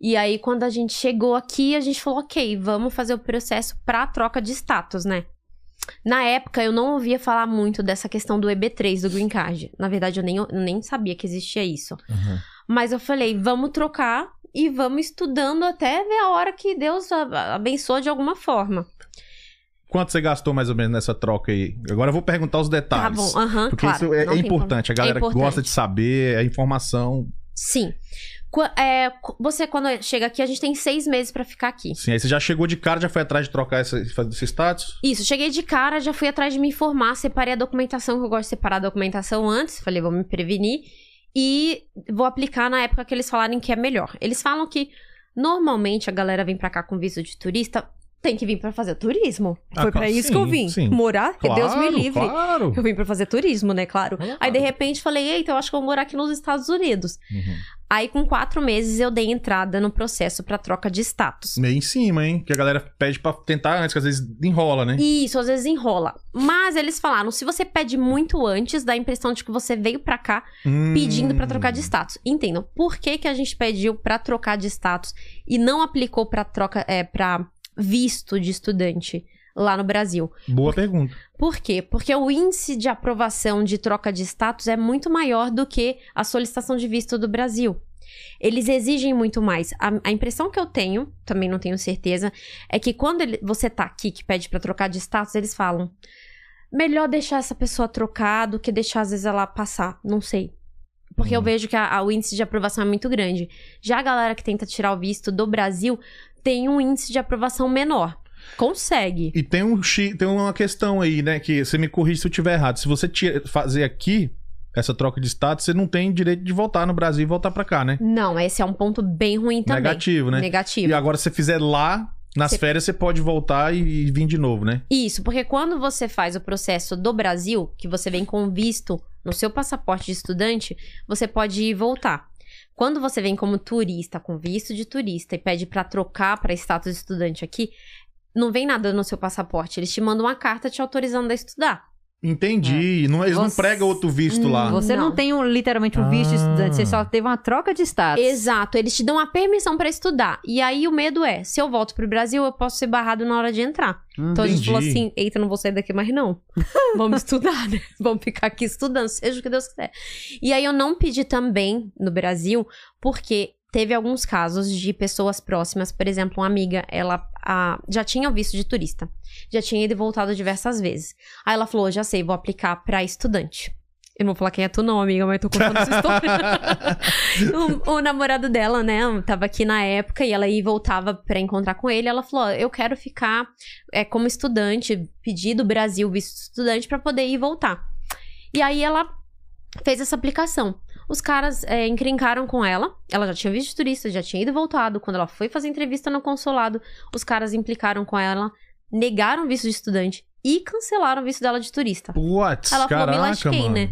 B: E aí, quando a gente chegou aqui, a gente falou, ok, vamos fazer o processo pra troca de status, né? Na época, eu não ouvia falar muito dessa questão do EB3, do Green Card. Na verdade, eu nem, eu nem sabia que existia isso.
A: Aham.
B: Mas eu falei, vamos trocar e vamos estudando até ver a hora que Deus a- abençoa de alguma forma.
A: Quanto você gastou mais ou menos nessa troca aí? Agora eu vou perguntar os
B: Tá
A: detalhes.
B: bom, aham,
A: Porque
B: claro.
A: isso é-
B: não
A: é,
B: tem como.
A: importante. A galera
B: importante.
A: gosta de saber, é informação.
B: Sim. Qua- é, cu- você, quando chega aqui, a gente tem seis meses pra ficar aqui.
A: Sim, aí você já chegou de cara, já foi atrás de trocar essa- esse status?
B: Isso, cheguei de cara, já fui atrás de me informar, separei a documentação, que eu gosto de separar a documentação antes, falei, vou me prevenir, e vou aplicar na época que eles falarem que é melhor. Eles falam que normalmente a galera vem pra cá com visto de turista, tem que vir pra fazer turismo.
A: Ah,
B: Foi pra
A: claro,
B: isso que eu
A: sim,
B: vim.
A: sim.
B: Morar, que Deus me
A: Claro,
B: livre.
A: Claro.
B: Eu vim pra fazer turismo, né? Claro.
A: Claro.
B: Aí, de repente, falei, eita, eu acho que eu vou morar aqui nos Estados Unidos.
A: Uhum.
B: Aí, com quatro meses, eu dei entrada no processo pra troca de status.
A: Meio em cima, hein? Que a galera pede pra tentar antes, que às vezes enrola, né?
B: Isso, às vezes enrola. Mas eles falaram, se você pede muito antes, dá a impressão de que você veio pra cá
A: Hum.
B: pedindo pra trocar de status. Entendam, por que que a gente pediu pra trocar de status e não aplicou pra troca é para visto de estudante lá no Brasil?
A: Boa pergunta.
B: Por quê? Porque o índice de aprovação de troca de status é muito maior do que a solicitação de visto do Brasil. Eles exigem muito mais. A, a impressão que eu tenho, também não tenho certeza, é que quando ele- você tá aqui que pede pra trocar de status, eles falam: melhor deixar essa pessoa trocar do que deixar às vezes ela passar. Não sei. Porque eu
A: Hum.
B: vejo que a- a- o índice de aprovação é muito grande. Já a galera que tenta tirar o visto do Brasil tem um índice de aprovação menor. Consegue.
A: E tem, um, chi- tem uma questão aí, né? Que você me corrige se eu tiver errado. Se você tira- fazer aqui essa troca de status, você não tem direito de voltar no Brasil e voltar pra cá, né?
B: Não, esse é um ponto bem ruim também.
A: Negativo, né?
B: Negativo.
A: E agora, se você fizer lá, nas
B: Você-
A: férias, você pode voltar e, e vir de novo, né?
B: Isso, porque quando você faz o processo do Brasil, que você vem com visto no seu passaporte de estudante, você pode ir e voltar. Quando você vem como turista, com visto de turista, e pede pra trocar pra status de estudante aqui, não vem nada no seu passaporte. Eles te mandam uma carta te autorizando a estudar.
A: Entendi. Não- eles não
C: Você-
A: pregam outro visto
B: É. Hum,
A: lá.
C: Você não,
B: Não.
C: tem um, literalmente um visto de estudante, você
A: Ah.
C: só teve uma troca de status.
B: Exato, eles te dão a permissão pra estudar. E aí o medo é, se eu volto pro Brasil, eu posso ser barrado na hora de entrar.
C: Hum.
B: Então a gente
A: Entendi.
B: falou assim, eita, não vou sair daqui mais não. Vamos estudar, né? Vamos ficar aqui estudando, seja o que Deus quiser. E aí eu não pedi também no Brasil, porque teve alguns casos de pessoas próximas, por exemplo, uma amiga, ela ah, já tinha o visto de turista. Já tinha ido e voltado diversas vezes. Aí ela falou, já sei, vou aplicar pra estudante. Eu não vou falar quem é tu não, amiga, mas tô contando essa história. o, o namorado dela, né, tava aqui na época e ela ia e voltava pra encontrar com ele. Ela falou, ó, eu quero ficar é, como estudante, pedir do Brasil visto de estudante pra poder ir e voltar. E aí ela fez essa aplicação. Os caras é, encrencaram com ela. Ela já tinha visto de turista, já tinha ido e voltado. Quando ela foi fazer entrevista no consulado, os caras implicaram com ela, negaram o visto de estudante e cancelaram o visto dela de turista.
A: What?
B: Ela falou,
A: Caraca,
B: "Me lasquei,
A: mano.
B: né?"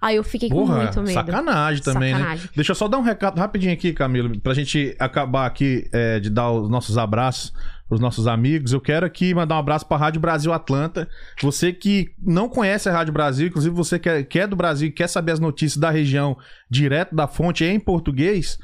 B: Aí eu fiquei com
A: Porra,
B: muito medo.
A: sacanagem também, né?
B: Sacanagem.
A: Deixa eu só dar um recado rapidinho aqui, Camilo, pra gente acabar aqui é, de dar os nossos abraços pros nossos amigos. Eu quero aqui mandar um abraço pra Rádio Brasil Atlanta. Você que não conhece a Rádio Brasil, inclusive você que é, que é do Brasil e quer saber as notícias da região direto da fonte em português,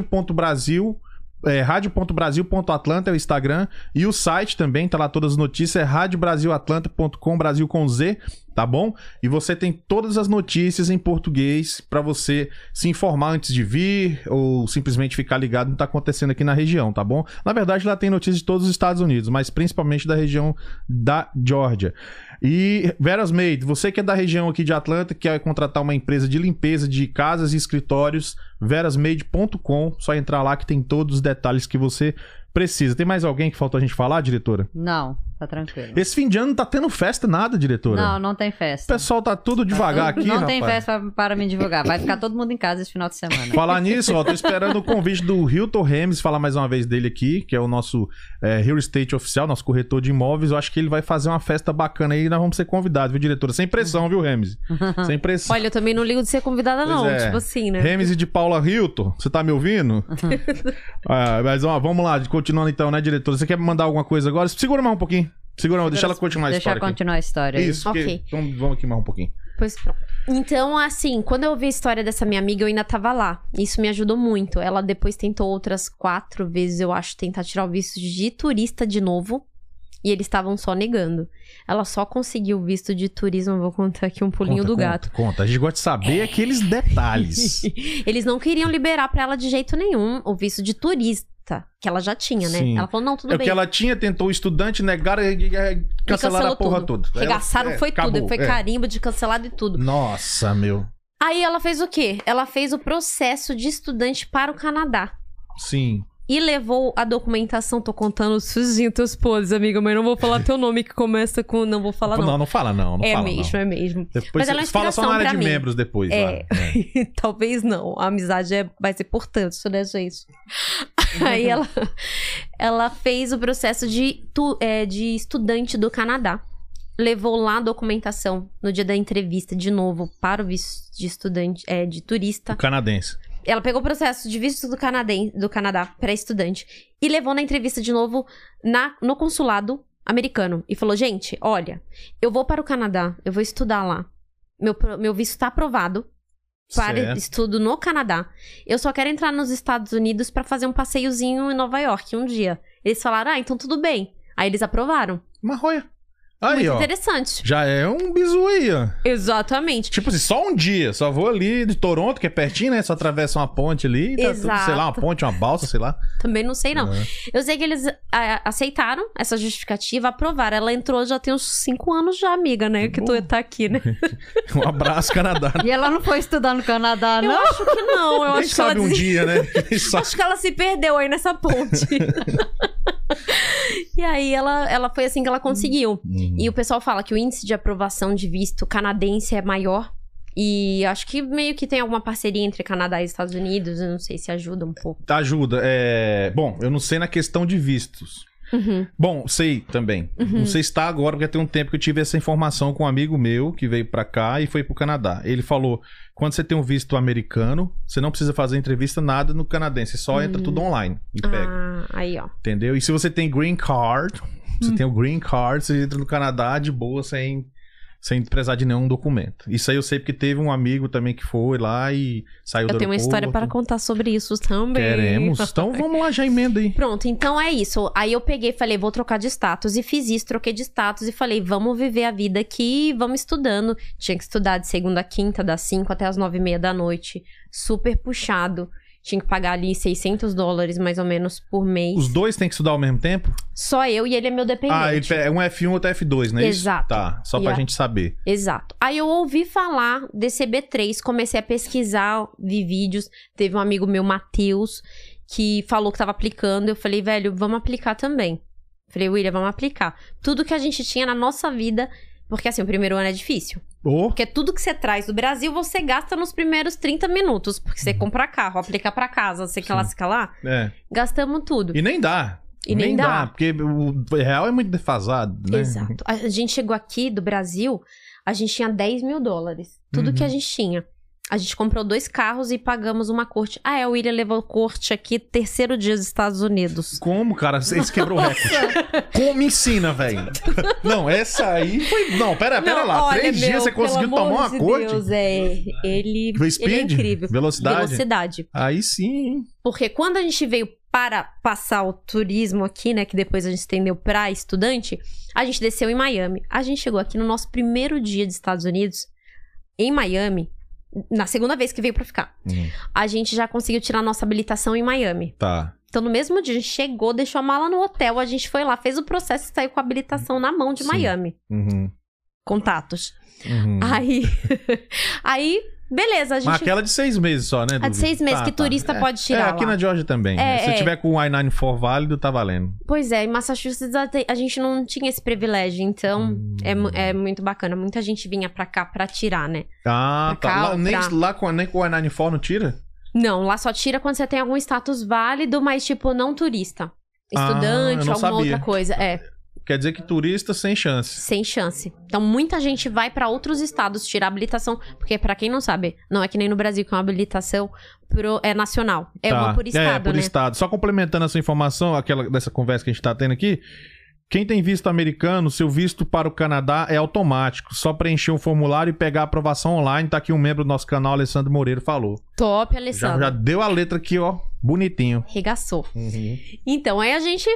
A: rádio.brasil é, rádio.brasil.atlanta é o Instagram e o site também, tá lá todas as notícias, é radiobrasilatlanta.com, Brasil com Z, tá bom? E você tem todas as notícias em português pra você se informar antes de vir ou simplesmente ficar ligado no que tá acontecendo aqui na região, tá bom? Na verdade, lá tem notícias de todos os Estados Unidos, mas principalmente da região da Georgia. E Veras Made, você que é da região aqui de Atlanta, quer contratar uma empresa de limpeza de casas e escritórios, verasmade.com, só entrar lá que tem todos os detalhes que você precisa. Tem mais alguém que faltou a gente falar, diretora?
C: Não. Tá tranquilo.
A: Esse fim de ano não tá tendo festa nada, diretora.
C: Não, não tem
A: O
C: festa.
A: pessoal tá tudo devagar aqui,
C: não
A: rapaz.
C: tem festa pra- para me divulgar. Vai ficar todo mundo em casa esse final de semana.
A: Falar nisso, ó, tô esperando o convite do Hilton Hemes, falar mais uma vez dele aqui, que é o nosso é, real estate oficial, nosso corretor de imóveis. Eu acho que ele vai fazer uma festa bacana aí e nós vamos ser convidados, viu, diretora? Sem pressão, viu, Hemes? Sem pressão.
B: Olha, eu também não ligo de ser convidada,
A: Pois
B: não.
A: é.
B: Tipo assim, né?
A: Remes de Paula Hilton, você tá me ouvindo? Ah, mas ó, vamos lá, continuando então, né, diretora? Você quer mandar alguma coisa agora? Segura mais um pouquinho. Segura, mais, deixa ela continuar a
C: Deixa
A: história.
C: eu continuar a história.
A: aqui.
C: aí.
A: Isso, porque-
B: Ok.
A: vamos, vamos aqui mais um pouquinho.
B: Pois pronto. Então, assim, quando eu ouvi a história dessa minha amiga, eu ainda tava lá. Isso me ajudou muito. Ela depois tentou outras quatro vezes, eu acho, tentar tirar o visto de turista de novo. E eles estavam só negando. Ela só conseguiu o visto de turismo, eu vou contar aqui um pulinho
A: Conta,
B: do
A: conta,
B: gato.
A: Conta, a gente gosta de saber aqueles detalhes.
B: Eles não queriam liberar pra ela de jeito nenhum o visto de turista, que ela já tinha, né?
A: Sim.
B: Ela falou, não, tudo
A: é o
B: bem.
A: que ela tinha, tentou o estudante, negaram e, e, e cancelaram
B: cancelou
A: a porra
B: tudo.
A: toda.
B: Regaçaram,
A: Ela- é,
B: foi tudo.
A: acabou,
B: Foi
A: é.
B: carimbo de cancelado e tudo.
A: Nossa, meu.
B: Aí ela fez o quê? Ela fez o processo de estudante para o Canadá.
A: Sim.
B: E levou a documentação, tô contando suzinho teus podres, amiga, mas não vou falar teu nome que começa com. Não vou falar,
A: não.
B: não.
A: não, fala não, não
B: é
A: fala
B: mesmo,
A: não.
B: é mesmo.
A: Depois
B: Mas ela é
A: você- fala só na
B: inspiração
A: área
B: pra
A: de
B: mim.
A: membros depois lá.
B: É. Talvez não. A amizade é, vai ser importante, né, gente? Aí ela, ela fez o processo de, tu- é, de estudante do Canadá. Levou lá a documentação no dia da entrevista de novo para o visto de estudante, é, de turista
A: O canadense.
B: ela pegou o processo de visto do, canaden, do Canadá para estudante e levou na entrevista de novo na, no consulado americano e falou: gente, olha, eu vou para o Canadá, eu vou estudar lá. Meu, pro- meu visto está aprovado para
A: Certo.
B: estudo no Canadá. Eu só quero entrar nos Estados Unidos para fazer um passeiozinho em Nova York um dia. Eles falaram: ah, então tudo bem. Aí eles aprovaram.
A: Marroia. Aí,
B: Muito
A: ó.
B: interessante.
A: Já é um bizu aí, ó.
B: Exatamente.
A: Tipo assim, só um dia. Só vou ali de Toronto, que é pertinho, né? Só atravessa uma ponte ali. e Tá tudo,
B: Exato.
A: sei lá, uma ponte, uma balsa, sei lá.
B: Também não sei, não.
A: É.
B: Eu sei que eles ah, aceitaram essa justificativa, aprovaram. Ela entrou já tem uns cinco anos já, amiga, né? Que tu
A: bom.
B: tá aqui, né?
A: Um abraço, Canadá.
C: E ela não foi estudar no Canadá,
B: Eu
C: não?
B: acho que não. Eu
A: Quem
B: acho que, ela
A: sabe um
B: desi-
A: dia, né? Quem sabe?
B: acho que ela se perdeu aí nessa ponte. e aí ela, ela foi assim que ela
A: Hum.
B: conseguiu. E o pessoal fala que o índice de aprovação de visto canadense é maior. E acho que meio que tem alguma parceria entre Canadá e Estados Unidos. Eu não sei se ajuda um pouco.
A: Ajuda. Tá, É... Bom, eu não sei na questão de vistos.
B: Uhum.
A: Bom, sei também. Não sei se está agora, porque tem um tempo que eu tive essa informação com um amigo meu que veio pra cá e foi pro Canadá. Ele falou: quando você tem um visto americano, você não precisa fazer entrevista nada no canadense, você só entra tudo online e pega.
B: Hum. Ah, aí, ó.
A: Entendeu? E se você tem green card, você
B: Hum.
A: tem o green card, você entra no Canadá de boa sem sem precisar de nenhum documento. Isso aí eu sei porque teve um amigo também que foi lá e saiu
B: Eu
A: do
B: tenho uma história para
A: aeroporto.
B: contar sobre isso também.
A: Queremos. Então vamos lá, já emenda aí.
B: Pronto, então é isso. Aí eu peguei e falei, vou trocar de status. E fiz isso, troquei de status e falei, vamos viver a vida aqui, vamos estudando. Tinha que estudar de segunda a quinta, das 5 até as 9 e meia da noite. Super puxado. Tinha que pagar ali 600 dólares, mais ou menos, por mês.
A: Os dois têm que estudar ao mesmo tempo?
B: Só eu e ele é meu dependente.
A: Ah, ele é um F1 outro F2, né?
B: Exato.
A: Tá, só pra
B: E a-
A: gente saber.
B: Exato. Aí eu ouvi falar desse B3, comecei a pesquisar, vi vídeos. Teve um amigo meu, Matheus, que falou que tava aplicando. Eu falei, velho, vamos aplicar também. Falei, William, vamos aplicar. Tudo que a gente tinha na nossa vida. Porque assim, o primeiro ano é difícil.
A: Ô,
B: Porque tudo que você traz do Brasil, você gasta nos primeiros 30 minutos. Porque você compra carro, aplica pra casa, sei que lá,
A: Sim.
B: sei que lá.
A: é.
B: Gastamos tudo.
A: E nem dá.
B: E nem dá.
A: porque o real é muito defasado, né?
B: Exato. A gente chegou aqui do Brasil, a gente tinha 10 mil dólares. Tudo que a
A: Uhum.
B: gente tinha. A gente comprou dois carros e pagamos uma corte. Ah, é, o William levou corte aqui, terceiro dia dos Estados Unidos.
A: Como, cara? Eles quebrou o recorde. Como me ensina, velho? Não, essa aí foi. Não, pera, É, pera
B: Não,
A: lá.
B: olha,
A: Três
B: meu,
A: dias você
B: pelo
A: conseguiu
B: amor
A: tomar uma
B: de
A: corte?
B: Deus, é. Ele,
A: Foi
B: ele é
A: speed?
B: incrível.
A: Velocidade?
B: Velocidade.
A: Aí sim, hein?
B: Porque quando a gente veio para passar o turismo aqui, né, que depois a gente estendeu pra estudante, a gente desceu em Miami. A gente chegou aqui no nosso primeiro dia dos Estados Unidos, em Miami, na segunda vez que veio pra ficar.
A: Hum,
B: a gente já conseguiu tirar nossa habilitação em Miami.
A: tá.
B: Então, no mesmo dia, a gente chegou, deixou a mala no hotel, a gente foi lá, fez o processo e saiu com a habilitação na mão de
A: Sim.
B: Miami.
A: Uhum,
B: Contatos.
A: uhum.
B: Aí. aí Beleza, a gente.
A: Mas aquela de seis meses só, né?
B: A de
A: Dudu?
B: seis meses,
A: Tá,
B: que
A: tá.
B: turista
A: É.
B: pode
A: É,
B: tirar.
A: aqui
B: lá.
A: na Georgia também. né?
B: É,
A: Se
B: é.
A: tiver com o I-9 for válido, tá valendo.
B: Pois é, em Massachusetts a te- a gente não tinha esse privilégio, então é, mu- é
A: Hum.
B: muito bacana. Muita gente vinha pra cá pra tirar, né?
A: Ah,
B: Pra
A: tá.
B: cá
A: Lá,
B: ou
A: nem,
B: pra-
A: lá com, nem com o I-9 for não tira?
B: Não, lá só tira quando você tem algum status válido, mas tipo, não turista.
A: Ah, eu
B: Estudante,
A: não
B: alguma outra
A: sabia.
B: coisa. É,
A: Quer dizer que turista sem chance.
B: sem chance. Então muita gente vai pra outros estados tirar habilitação, porque pra quem não sabe, não é que nem no Brasil que é uma habilitação pro- é nacional. É
A: Tá.
B: uma por
A: É,
B: estado,
A: por
B: né?
A: estado. Só complementando essa informação, aquela dessa conversa que a gente tá tendo aqui. Quem tem visto americano, seu visto para o Canadá é automático. Só preencher um formulário e pegar a aprovação online. Tá aqui um membro do nosso canal, Alessandro Moreira, falou.
B: Top,
A: Já,
B: Alessandro.
A: já deu a letra aqui, ó. Bonitinho.
B: Regaçou.
A: Uhum.
B: Então, aí a gente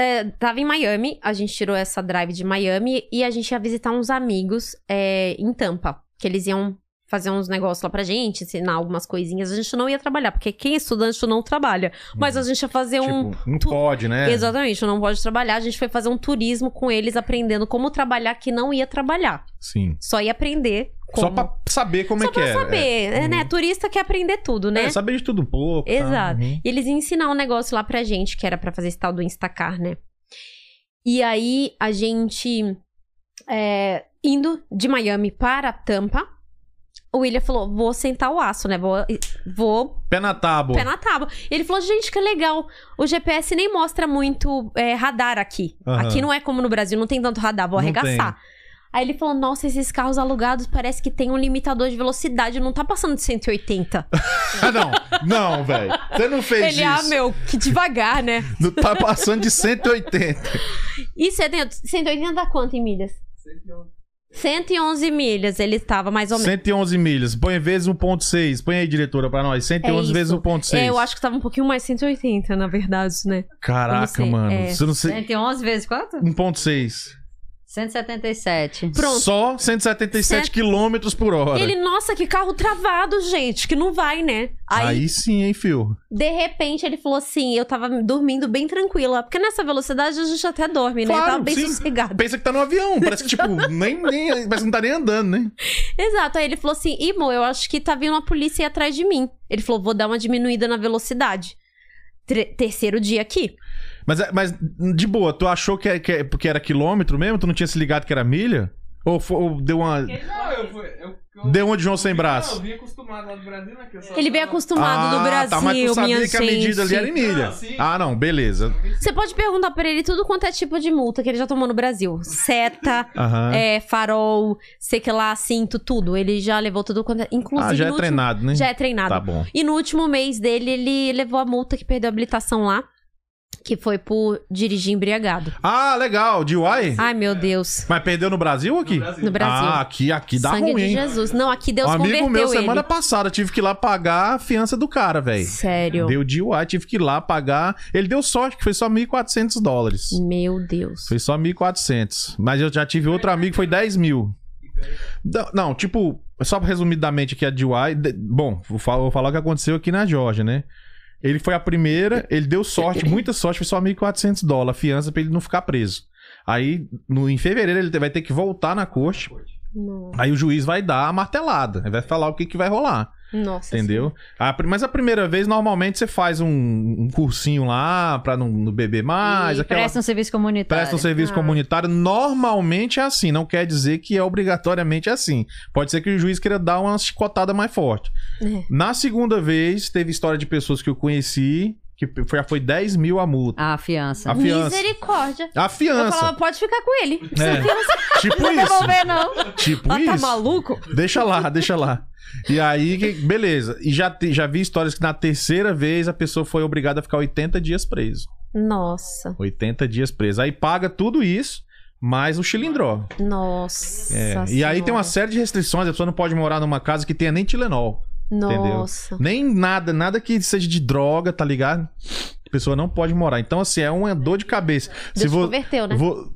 B: é, tava em Miami, a gente tirou essa drive de Miami e a gente ia visitar uns amigos é, em Tampa, que eles iam fazer uns negócios lá pra gente, ensinar algumas coisinhas. A gente não ia trabalhar, porque quem é estudante não trabalha. Mas a gente ia fazer um.
A: Uhum. Tipo, não
B: tu-
A: pode, né?
B: Exatamente, não pode trabalhar. A gente foi fazer um turismo com eles, aprendendo como trabalhar, que não ia trabalhar.
A: Sim.
B: Só ia aprender como.
A: Só pra saber como
B: Só
A: é que
B: pra
A: é.
B: saber, é, né? Turista quer aprender tudo, né?
A: É, saber de tudo um pouco. tá?
B: Exato.
A: Uhum.
B: E eles iam ensinar um negócio lá pra gente, que era pra fazer esse tal do Instacar, né? E aí a gente é, indo de Miami para Tampa, o William falou: vou sentar o aço, né? Vou, vou
A: Pé na tábua.
B: pé na tábua. E ele falou: gente, que legal. O GPS nem mostra muito é, radar aqui.
A: Aham.
B: Aqui não é como no Brasil, não tem tanto radar, vou
A: Não
B: arregaçar. Aí ele falou: Nossa, esses carros alugados parece que tem um limitador de velocidade, não tá passando de 180.
A: Ah, não. Não, velho. Você não fez
B: Ele, ah,
A: isso.
B: meu, que devagar, né?
A: Não tá passando de 180.
B: E 70, 180 dá quanto em milhas? 111 milhas ele tava, mais ou menos.
A: 111 milhas. Põe vezes 1.6. Põe aí, diretora, pra nós. 111
B: É
A: vezes
B: isso.
A: 1.6.
B: É, eu acho que tava um pouquinho mais 180, na verdade, né? eu não
A: Caraca,
B: sei,
A: mano.
B: é.
A: Você não sei.
C: 111 vezes quanto?
A: 1.6.
C: 177.
B: Pronto.
A: Só 177
B: Cento-
A: quilômetros por hora.
B: Ele, nossa, que carro travado, gente, que não vai, né?
A: Aí...
B: Aí,
A: sim, hein, fio.
B: de repente, ele falou assim: eu tava dormindo bem tranquila. Porque nessa velocidade a gente até dorme, né?
A: Claro,
B: eu tava bem
A: sim.
B: sossegada.
A: Pensa que tá no avião. Parece que, tipo, nem, nem. Parece que não tá nem andando, né?
B: Exato. Aí ele falou assim: Imo, eu acho que tá vindo uma polícia aí atrás de mim. Ele falou: vou dar uma diminuída na velocidade. Tre- terceiro dia aqui.
A: Mas, é- mas de boa, tu achou que, é- que é- porque era quilômetro mesmo? Tu não tinha se ligado que era milha? Ou, fo- ou deu uma.
D: Não, eu fui. Eu, eu,
A: Deu uma de João sem
D: Não, eu
A: braço?
D: vim acostumado lá do Brasil, né? Que eu só
B: Ele vem
D: tava-
B: acostumado
A: ah,
B: do Brasil,
A: tá, mas tu sabia
B: minha
A: que a medida ali
B: gente.
A: era em milha.
D: Não, sim.
A: ah, não, beleza.
B: Você pode perguntar pra ele tudo quanto é tipo de multa que ele já tomou no Brasil. Seta,
A: Aham.
B: é, farol, sei que lá, cinto, tudo. Ele já levou tudo quanto é... Inclusive,
A: ah, já é
B: no último-
A: treinado, né?
B: Já é treinado.
A: Tá bom.
B: E no último mês dele, ele levou a multa que perdeu a habilitação lá. Que foi por dirigir embriagado.
A: Ah, legal, de Uai?
B: Ai, meu Deus.
A: Mas perdeu no Brasil ou aqui?
D: No Brasil.
B: Ah. No Brasil.
A: Ah, aqui, aqui dá
B: Sangue
A: ruim,
B: de
A: hein?
B: Jesus. Não, aqui Deus
A: um amigo
B: converteu
A: meu,
B: ele.
A: semana passada, tive que ir lá pagar a fiança do cara, velho.
B: Sério.
A: Deu de Uai, tive que ir lá pagar. Ele deu sorte que foi só 1.400 dólares.
B: Meu Deus.
A: Foi só 1.400. Mas eu já tive outro amigo que foi 10 mil. Não, não, tipo, só resumidamente aqui a DUI. de- Bom, vou fa- vou falar o que aconteceu aqui na Georgia, né? Ele foi a primeira, ele deu sorte, muita sorte, foi só 1.400 dólares a fiança pra ele não ficar preso. Aí, no, em fevereiro, ele te- vai ter que voltar na corte.
B: No-
A: Aí o juiz vai dar a martelada, ele vai falar o que, que vai rolar,
B: Nossa.
A: entendeu? A pri- mas a primeira vez, normalmente, você faz um, um cursinho lá pra não, não beber mais.
C: e
A: aquela
C: presta um serviço comunitário.
A: Presta um serviço
B: Ah.
A: comunitário, normalmente é assim, não quer dizer que é obrigatoriamente assim. Pode ser que o juiz queira dar uma chicotada mais forte.
B: É.
A: Na segunda vez, teve história de pessoas que eu conheci, que foi, foi 10 mil a multa.
C: Ah, fiança.
A: A fiança.
B: Misericórdia.
A: A
B: Eu
A: fiança.
B: falava, pode ficar com ele. Não
A: É. Tipo
B: vou
A: isso.
B: ver, não.
A: Tipo
B: Ah, tá
A: isso.
B: maluco?
A: Deixa lá, deixa lá. E aí, que- beleza. E já, te- já vi histórias que na terceira vez a pessoa foi obrigada a ficar 80 dias preso.
B: Nossa,
A: 80 dias preso. Aí paga tudo isso, mais o chilindró.
B: nossa.
A: É, e aí tem uma
B: senhora.
A: série de restrições, a pessoa não pode morar numa casa que tenha nem Tilenol,
B: Nossa.
A: nem nada, nada que seja de droga, tá ligado? A pessoa não pode morar. Então, assim, é uma dor de cabeça. Se
B: Deus te
A: vo...
B: converteu, né?
A: vo-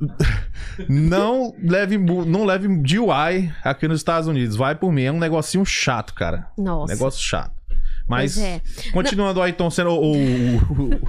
A: não leve mu- não leve DUI aqui nos Estados Unidos. Vai por mim. É um negocinho chato, cara.
B: Nossa.
A: Negócio chato.
B: Pois
A: Mas,
B: é.
A: continuando aí, então, sendo o, o- o-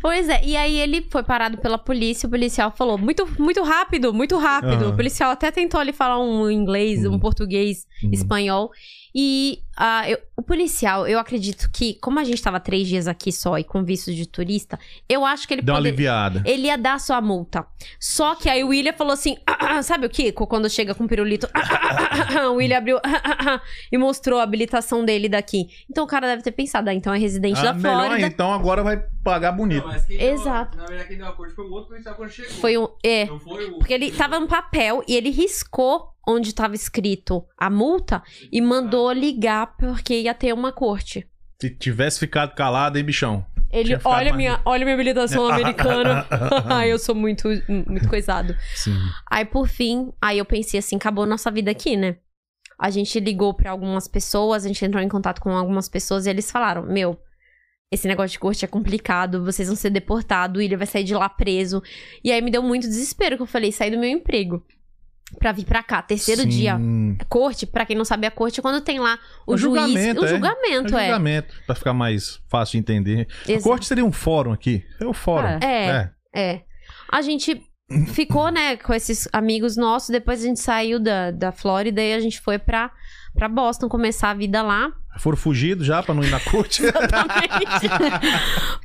B: Pois é, e aí ele foi parado pela polícia, o policial falou muito, muito rápido, muito rápido.
A: Aham.
B: O policial até tentou ali falar um inglês, um
A: Hum.
B: português,
A: Hum.
B: espanhol. E ah, eu- o policial, eu acredito que, como a gente tava três dias aqui só e com visto de turista, eu acho que ele
A: Deu uma
B: poder-
A: aliviada.
B: Ele ia dar sua multa. Só que aí o William falou assim: sabe o Kiko? Quando chega com o pirulito, "Ah, o William abriu "Ah, e mostrou a habilitação dele daqui. Então o cara deve ter pensado, ah, então é residente
A: Ah,
B: da
A: melhor
B: Flórida.
A: ainda, então agora vai pagar bonito.
D: Mas quem deu-
B: Exato.
D: na verdade, quem deu a corte foi o outro policial quando chegou.
B: Foi um. É.
D: Não foi o.
B: Porque ele tava no papel e ele riscou onde tava escrito a multa
D: Tá.
B: e mandou ligar porque ia ter uma corte.
A: Se tivesse ficado calado, hein, bichão?
B: Ele,
A: Tinha ficado
B: olha
A: mais
B: minha, olha minha
D: Ah,
B: habilitação americana. eu sou muito, muito coisado.
A: Sim.
B: Aí, por fim, aí eu pensei assim, acabou nossa vida aqui, né? A gente ligou pra algumas pessoas, a gente entrou em contato com algumas pessoas e eles falaram, meu, esse negócio de corte é complicado, vocês vão ser deportados, ele vai sair de lá preso. E aí me deu muito desespero, que eu falei, saí do meu emprego pra vir pra cá. Terceiro
A: Sim.
B: dia, corte, pra quem não sabe, a corte é quando tem lá o,
A: O
B: juiz,
A: julgamento,
B: o
A: é. É
B: julgamento, é.
A: julgamento, pra ficar mais fácil de entender.
B: Exato.
A: Corte seria um fórum aqui. É o fórum.
C: É.
B: É.
A: É.
B: É. A gente ficou, né, com esses amigos nossos. Depois a gente saiu da, da Flórida e a gente foi pra, pra Boston começar a vida lá.
A: Foram fugidos já pra não ir na corte.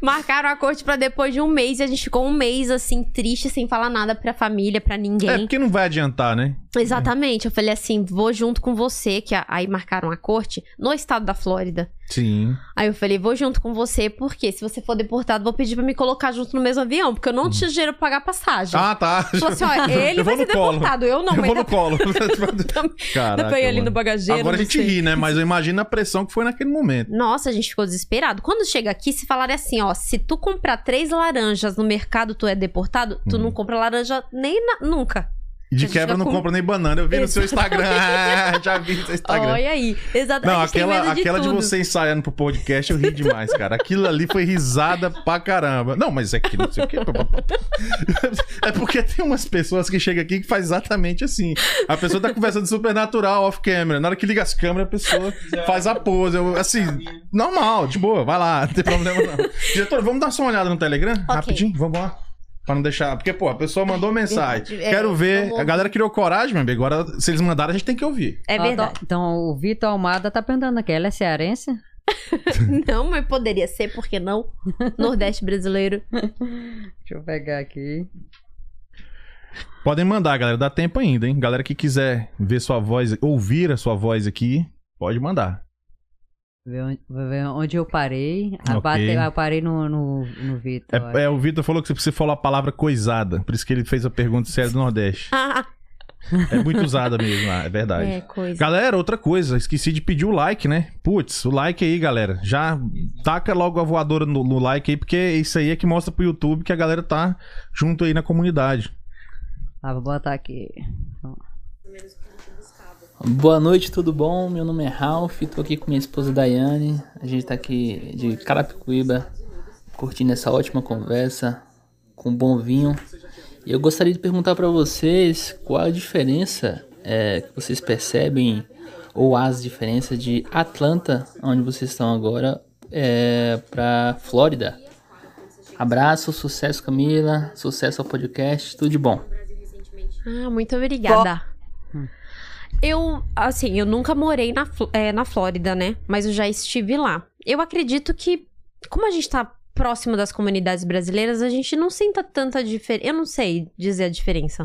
B: Marcaram a corte pra depois de um mês e a gente ficou um mês, assim, triste, sem falar nada pra família, pra
A: é
B: ninguém.
A: porque não vai adiantar, né?
B: Exatamente. Eu falei assim: vou junto com você, que a- aí marcaram a corte no estado da Flórida.
A: Sim.
B: Aí eu falei, vou junto com você, porque se você for deportado, vou pedir pra me colocar junto no mesmo avião, porque eu não tinha dinheiro pra pagar passagem.
A: Hum. Ah, tá.
B: Falou assim, ó, ele
A: Eu
B: vai
A: vou no
B: ser
A: colo.
B: deportado, eu não,
A: eu
B: mas
A: vou
B: dá
A: no colo.
B: Dá pra ir ali
A: mano.
B: no bagageiro.
A: Agora a
B: não
A: gente
B: sei.
A: ri, né? Mas eu imagino a pressão que foi naquele momento.
B: Nossa, a gente ficou desesperado. Quando chega aqui, se falarem assim, ó, se tu comprar três laranjas no mercado, tu é deportado, tu
A: Hum.
B: não compra laranja nem na- nunca.
A: E
B: A
A: de
B: gente
A: quebra
B: já
A: não
B: com-
A: compra nem banana. Eu vi no seu Instagram. Já vi no seu Instagram.
B: Olha aí. Exatamente.
A: Não,
B: a gente tem
A: aquela,
B: medo de
A: aquela de
B: tudo.
A: você ensaiando pro podcast, eu ri demais, cara. Aquilo ali foi risada pra caramba. Não, mas é que não sei o quê. É porque tem umas pessoas que chegam aqui que faz exatamente assim. A pessoa tá conversando super natural, off camera. Na hora que liga as câmeras, a pessoa faz a pose. Eu, assim, normal, de boa, vai lá, não tem problema não. Diretor, vamos dar só uma olhada no Telegram? Rapidinho, vamos lá. Pra não deixar. Porque, pô, a pessoa mandou mensagem.
B: É,
A: Quero ver.
B: vamos
A: A galera criou coragem, meu amigo. Agora, se eles mandaram, a gente tem que ouvir.
B: É
C: Ó,
B: verdade.
C: então- Então, o Vitor Almada tá perguntando aqui, ela é cearense?
B: Não, mas poderia ser, por que não? Nordeste brasileiro.
C: Deixa eu pegar aqui.
A: Podem mandar, galera. Dá tempo ainda, hein? Galera que quiser ver sua voz, ouvir a sua voz aqui, pode mandar.
C: Ver onde, vou ver onde eu parei.
A: Ok.
C: Ah, bateu- ah, eu parei no, no, no Vitor. ó.
A: É, é, o Vitor falou que você falou a palavra coisada, por isso que ele fez a pergunta séria do Nordeste.
B: Ah,
A: É muito usada mesmo, lá, é verdade.
B: é coisa.
A: Galera, outra coisa, esqueci de pedir o like, né? Putz, o like aí, galera. Já taca logo a voadora no, no like aí, porque isso aí é que mostra pro YouTube que a galera tá junto aí na comunidade.
C: Ah, vou botar aqui.
J: Boa noite, tudo bom? Meu nome é Ralph, tô aqui com minha esposa Daiane. A gente tá aqui de Carapicuíba, curtindo essa ótima conversa, com um bom vinho. E eu gostaria de perguntar para vocês qual a diferença é, que vocês percebem, ou as diferenças de Atlanta, onde vocês estão agora, é, para Flórida. Abraço, sucesso Camila, sucesso ao podcast, tudo de bom.
B: Ah, muito obrigada. Eu, assim, eu nunca morei na, Fl- eh, na Flórida, né? Mas eu já estive lá. Eu acredito que, como a gente tá próximo das comunidades brasileiras, a gente não sinta tanta diferença. Eu não sei dizer a diferença.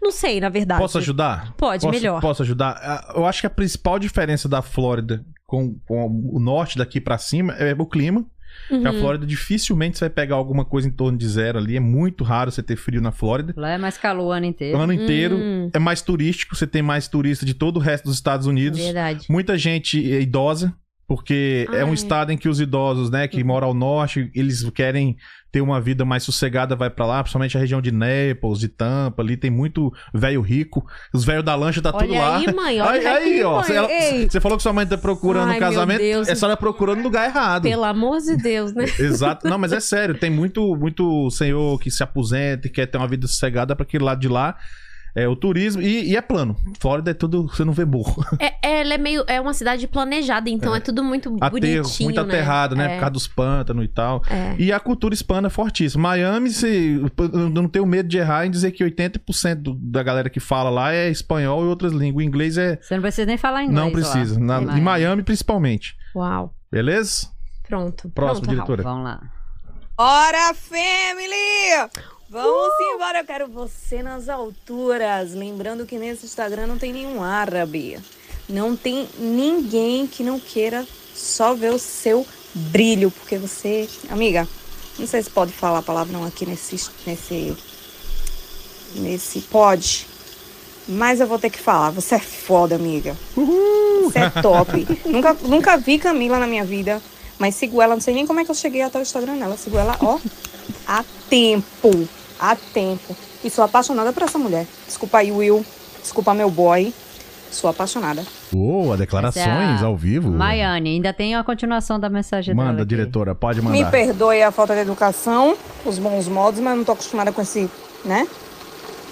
B: Não sei, na verdade.
A: Posso ajudar?
B: Pode,
A: posso,
B: melhor.
A: Posso ajudar? Ah, Eu acho que a principal diferença da Flórida com, com o norte daqui pra cima é o clima. Que a
B: Uhum.
A: Flórida dificilmente você vai pegar alguma coisa em torno de zero ali. É muito raro você ter frio na Flórida.
C: Lá é mais calor o ano
A: O
C: inteiro.
A: ano inteiro
B: Hum,
A: é mais turístico, você tem mais turista de todo o resto dos Estados Unidos.
C: Verdade.
A: Muita gente é idosa, porque é
B: Ah,
A: um
B: é.
A: estado em que os idosos, né, que moram ao norte, eles querem ter uma vida mais sossegada, vai pra lá, principalmente a região de Naples, de Tampa, ali tem muito velho rico. Os velhos da lancha tá tudo
B: olha
A: lá.
B: aí, mãe. Olha
A: aí,
B: aqui,
A: aí, ó,
B: mãe.
A: você ela-
B: Ei,
A: você falou que sua mãe tá procurando
B: Ai,
A: um
B: meu
A: casamento,
B: Deus.
A: é só ela procurando no lugar errado.
B: pelo amor de Deus, né?
A: Exato. Não, mas é sério, tem muito muito senhor que se aposenta e quer ter uma vida sossegada pra aquele lado de lá. É, o turismo. E, e é plano. Flórida é tudo. Você não vê burro.
B: É, ela é meio. É uma cidade planejada, então é, tudo muito
A: Aterro,
B: bonitinho.
A: muito aterrado, né?
B: É.
A: Por causa dos pântanos e tal.
B: É.
A: E a cultura hispana é fortíssima. Miami, se, eu não tenho medo de errar em dizer que 80% do- da galera que fala lá é espanhol e outras línguas. O inglês é.
C: Você não precisa nem falar inglês.
A: não precisa. Na- em Miami, principalmente.
B: Uau.
A: Beleza?
B: Pronto.
A: Próximo, diretora.
C: Vamos lá.
K: Ora, family! Vamos embora, eu quero você nas alturas. Lembrando que nesse Instagram não tem nenhum árabe. Não tem ninguém que não queira só ver o seu brilho, porque você, amiga, não sei se pode falar palavrão aqui nesse nesse nesse pod, mas eu vou ter que falar. Você é foda, amiga. Você é top. nunca nunca vi Camila na minha vida, mas sigo ela, não sei nem como é que eu cheguei até o Instagram dela. Sigo ela, ó, há tempo, há tempo. E sou apaixonada por essa mulher. Desculpa aí, Will. Desculpa meu boy. Sou apaixonada.
A: Boa, declarações
C: Essa é a
A: ao vivo.
C: Maiane, ainda tem a continuação da mensagem
A: Manda,
C: dela.
A: diretora, pode mandar.
K: Me perdoe a falta de educação, os bons modos, mas não estou acostumada com esse, né?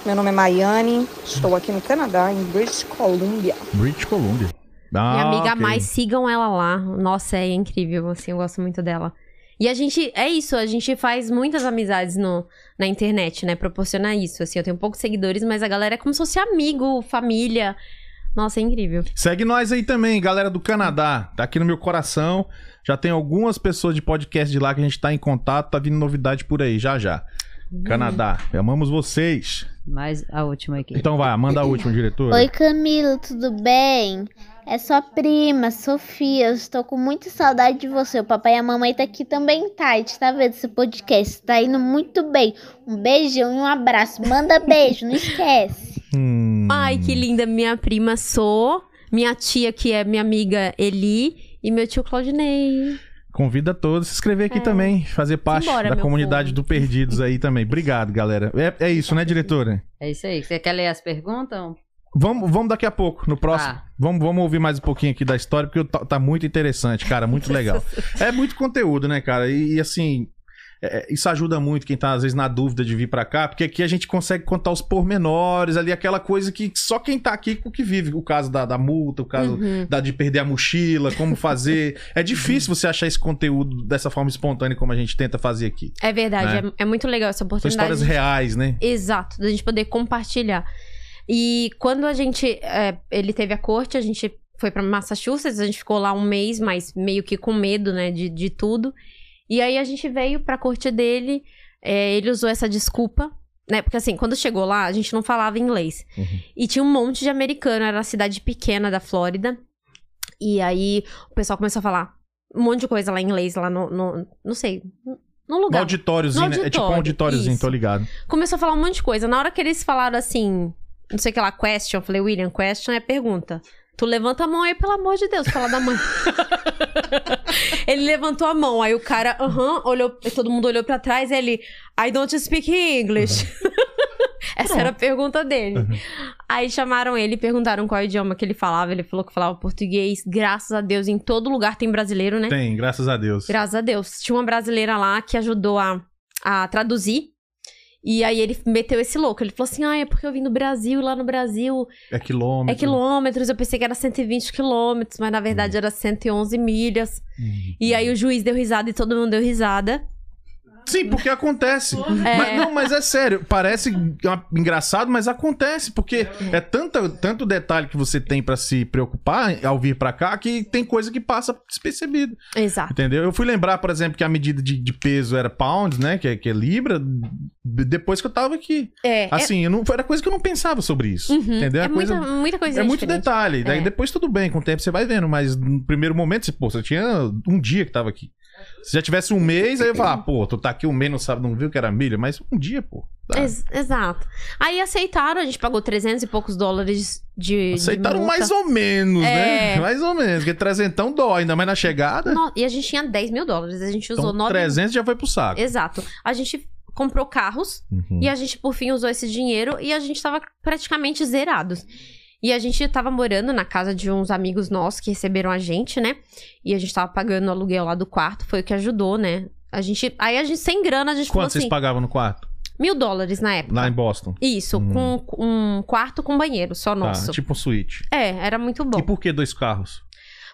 K: Meu nome é Maiane, estou aqui no Canadá, em British Columbia.
A: British Columbia. Ah,
B: Minha amiga
A: ok.
B: mais, sigam ela lá. Nossa, é incrível, assim, eu gosto muito dela. E a gente, é isso, a gente faz muitas amizades no, na internet, né? Proporciona isso, assim. Eu tenho poucos seguidores, mas a galera é como se fosse amigo, família. Nossa, é incrível.
A: Segue nós aí também, galera do Canadá. Tá aqui no meu coração. Já tem algumas pessoas de podcast de lá que a gente tá em contato. Tá vindo novidade por aí, já já.
B: Hum.
A: Canadá, amamos vocês.
C: Mas a última aqui.
A: Então vai, manda a última, diretora.
F: Oi Camila, tudo bem? É sua prima, Sofia. Eu estou com muita saudade de você. O papai e a mamãe tá aqui também, tá? A gente tá vendo esse podcast. Tá indo muito bem. Um beijão e um abraço. Manda beijo, não esquece.
A: Hum,
B: Ai, que linda, minha prima Sou, minha tia, que é minha amiga Eli, e meu tio Claudinei.
A: Convida todos a se inscrever aqui também, fazer parte
B: É. Simbora,
A: da
B: meu
A: comunidade do Perdidos aí também. Obrigado, galera. É, é isso, né, diretora?
C: É isso aí. Você quer ler as perguntas? Um
A: Vamos, vamos daqui a pouco, no próximo.
C: Tá.
A: Vamos, vamos ouvir mais um pouquinho aqui da história, porque tá, tá muito interessante, cara, muito legal. é muito conteúdo, né, cara? E, e assim, é, isso ajuda muito quem tá, às vezes, na dúvida de vir pra cá, porque aqui a gente consegue contar os pormenores ali, aquela coisa que só quem tá aqui o que vive. O caso da, da multa, o caso
B: Uhum.
A: da, de perder a mochila, como fazer. é difícil você achar esse conteúdo dessa forma espontânea como a gente tenta fazer aqui.
B: É verdade,
A: Né?
B: é, é muito legal essa
A: São
B: oportunidade.
A: histórias
B: de-
A: reais, né?
B: Exato, da gente poder compartilhar. E quando a gente. é, ele teve a corte, a gente foi pra Massachusetts, a gente ficou lá um mês, mas meio que com medo, né, de, de tudo. E aí a gente veio pra corte dele, é, ele usou essa desculpa, né? Porque assim, quando chegou lá, a gente não falava inglês. E tinha um monte de americano, era uma cidade pequena da Flórida. E aí o pessoal começou a falar um monte de coisa lá em inglês, lá no. no- não sei. No
A: No
B: lugar.
A: auditóriozinho,
B: No
A: né? É tipo um
B: auditório,
A: auditóriozinho,
B: isso.
A: tô ligado.
B: Começou a falar um monte de coisa. Na hora que eles falaram assim, não sei o que lá, question, eu falei, William, question é pergunta. Tu levanta a mão aí, pelo amor de Deus, fala da mãe. ele levantou a mão, aí o cara, aham, olhou, todo mundo olhou pra trás, ele, I don't speak English. Essa era a pergunta dele. Aí chamaram ele, perguntaram qual idioma que ele falava, ele falou que falava português. Graças a Deus, em todo lugar tem brasileiro, né?
A: Tem, graças a Deus.
B: Graças a Deus. Tinha uma brasileira lá que ajudou a, a traduzir. E aí ele meteu esse louco. Ele falou assim: ah, é porque eu vim do Brasil, lá no Brasil
A: É quilômetro.
B: é quilômetros. Eu pensei que era 120 quilômetros, mas na
A: Uhum.
B: verdade era 111 milhas. E aí o juiz deu risada e todo mundo deu risada.
A: Sim, porque acontece. Mas, não, mas é sério. Parece ah, engraçado, mas acontece. Porque é tanto, tanto detalhe que você tem pra se preocupar ao vir pra cá que tem coisa que passa despercebida.
B: Exato.
A: Entendeu? Eu fui lembrar, por exemplo, que a medida de, de peso era pounds, né? Que é, que é libra. d- Depois que eu tava aqui.
B: É, é-
A: Assim, eu não, era coisa que eu não pensava sobre isso.
B: Uhum.
A: Entendeu?
B: É
A: A coisa-
B: muita, muita coisa
A: É muito
B: diferente.
A: detalhe. Daí
B: É.
A: depois tudo bem, com o tempo você vai vendo, mas no primeiro momento, você, pô, você tinha um dia que tava aqui. Se já tivesse um mês, aí eu ia falar, ah, pô, tu tá aqui um mês, não sabe, não viu que era milha, mas um dia, pô. tá.
B: Ex- exato. Aí aceitaram, a gente pagou 300 e poucos dólares de. de
A: Aceitaram
B: multa.
A: mais um, ou menos,
B: É.
A: né? Mais ou menos, porque trezentão dói, ainda mais na chegada.
B: No- E a gente tinha 10 mil dólares, a gente usou
A: né? então,
B: 9
A: 300 já foi pro saco.
B: Exato. A gente comprou carros
A: Uhum.
B: e a gente, por fim, usou esse dinheiro e a gente tava praticamente zerados. E a gente tava morando na casa de uns amigos nossos que receberam a gente, né? E a gente tava pagando o aluguel lá do quarto, foi o que ajudou, né? A gente, aí a gente, sem grana, a gente
A: Quanto
B: falou
A: vocês
B: assim...
A: pagavam no quarto?
B: Mil dólares na época.
A: Lá em Boston.
B: Isso,
A: Hum.
B: com um quarto com banheiro, só nosso.
A: Tá, tipo um suíte.
B: É, era muito bom.
A: E por que dois carros?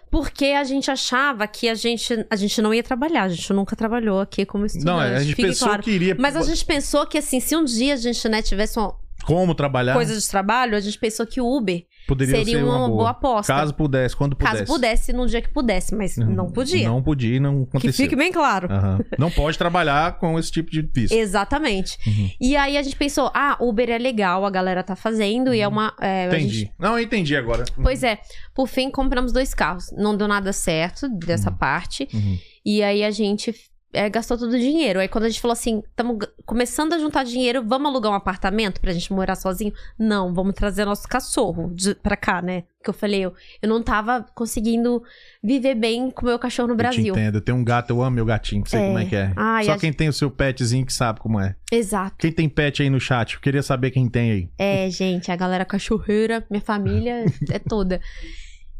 B: Porque a gente achava que a gente, a gente não ia trabalhar, a gente nunca trabalhou aqui como estudante.
A: Não, é, a gente
B: fique
A: pensou
B: claro.
A: que tipo iria-
B: Mas a gente pensou que, assim, se um dia a gente né, tivesse uma
A: Como trabalhar?
B: coisa de trabalho, a gente pensou que o Uber
A: Tá. Poderia
B: seria
A: ser uma,
B: boa. aposta.
A: Caso pudesse, quando pudesse.
B: Caso pudesse, num dia que pudesse, mas não podia.
A: Não podia e não
B: que
A: aconteceu.
B: fique bem claro.
A: Aham. Não pode trabalhar com esse tipo de visto.
B: Exatamente.
A: Uhum.
B: E aí a gente pensou, ah, Uber é legal, a galera tá fazendo e é uma... é, a
A: Uhum. Entendi.
B: gente-
A: Não, eu entendi agora.
B: Pois é. Por fim, compramos dois carros. Não deu nada certo dessa parte.
A: Uhum.
B: E aí a gente é, gastou todo o dinheiro. Aí quando a gente falou assim, estamos começando a juntar dinheiro, vamos alugar um apartamento pra gente morar sozinho? Não, vamos trazer nosso cachorro de- pra cá, né? Que eu falei, eu, eu não tava conseguindo viver bem com o meu cachorro no
A: Eu te
B: Brasil.
A: entendo. Eu tenho um gato, eu amo meu gatinho, sei
B: É.
A: como é que é.
B: Ai,
A: Só
B: a
A: quem tem o seu petzinho que sabe como é.
B: Exato.
A: Quem tem pet aí no chat? Eu queria saber quem tem aí.
B: É, gente, a galera cachorreira, minha família é toda.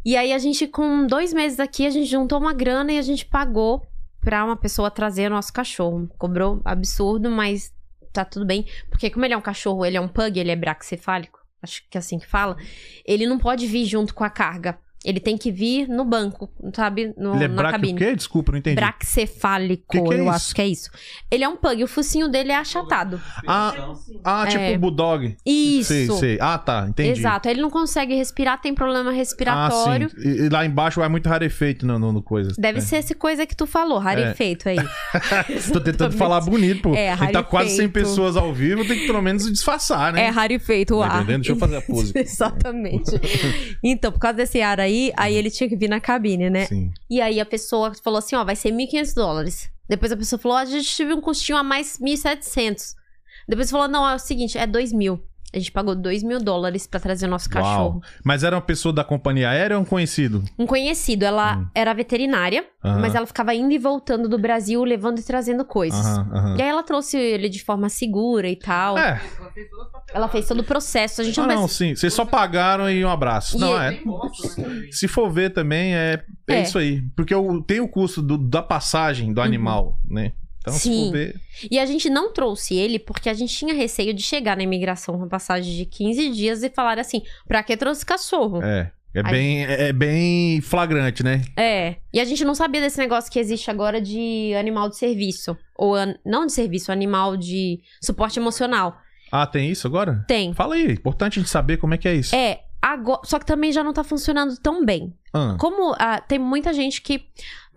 B: E aí a gente, com dois meses aqui, a gente juntou uma grana e a gente pagou pra uma pessoa trazer nosso cachorro. Cobrou absurdo, mas tá tudo bem. Porque como ele é um cachorro, ele é um pug, ele é braxcefálico, acho que é assim que fala, ele não pode vir junto com a carga. Ele tem que vir no banco, sabe? No,
A: Ele é
B: na
A: braque o
B: cabine.
A: quê? Desculpa, não entendi.
B: Braxcefálico,
A: Que que é
B: eu
A: isso?
B: acho que é isso. Ele é um pug, o focinho dele é achatado.
A: Ah, ah, tipo
B: É.
A: bulldog.
B: Isso.
A: Sei, sei. Ah, tá, entendi.
B: Exato. Ele não consegue respirar, tem problema
A: Ah,
B: respiratório.
A: sim. E, e lá embaixo vai muito rarefeito no, no, no coisa.
B: Deve
A: É.
B: ser essa coisa que tu falou, rarefeito aí.
A: Tô tentando falar bonito, pô.
B: É,
A: A gente tá
B: rarefeito.
A: quase 100 pessoas ao vivo, tem que pelo menos disfarçar, né?
B: É rarefeito o
A: Tá
B: ar.
A: entendendo? Deixa eu fazer a pose.
B: Exatamente. Então, por causa desse ar aí, aí ele tinha que vir na cabine, né?
A: Sim.
B: E aí a pessoa falou assim, ó, vai ser 1.500 dólares. Depois a pessoa falou, ó, a gente teve um custinho a mais 1.700. Depois falou, não, é o seguinte, é 2.000. A gente pagou 2 mil dólares pra trazer o nosso cachorro.
A: Uau. Mas era uma pessoa da companhia aérea ou um conhecido?
B: Um conhecido, ela
A: Hum.
B: era veterinária,
A: Aham.
B: mas ela ficava indo e voltando do Brasil, levando e trazendo coisas.
A: Aham, aham.
B: E aí ela trouxe ele de forma segura e tal.
A: É.
B: Ela fez todo o processo. A gente
A: Ah,
B: não,
A: não,
B: precisa-
A: sim. Vocês só pagaram e um abraço.
B: E
A: não,
B: ele-
A: é. Se for ver também, é, é,
B: assim, É. Uhum.
A: isso aí. Porque o- tem o custo do- da passagem do animal, né? Então, se
B: Sim.
A: for ver.
B: E a gente não trouxe ele porque a gente tinha receio de chegar na imigração com passagem de 15 dias e falar assim: pra que trouxe cachorro?
A: É. É
B: Aí-
A: bem, é é bem flagrante, né?
B: É. E a gente não sabia desse negócio que existe agora de animal de serviço. Ou an- não de serviço, animal de suporte emocional.
A: Ah, tem isso agora?
B: Tem.
A: Fala aí, importante a gente saber como é que é isso.
B: É, agora, só que também já não tá funcionando tão bem.
A: Ah.
B: Como ah, tem muita gente que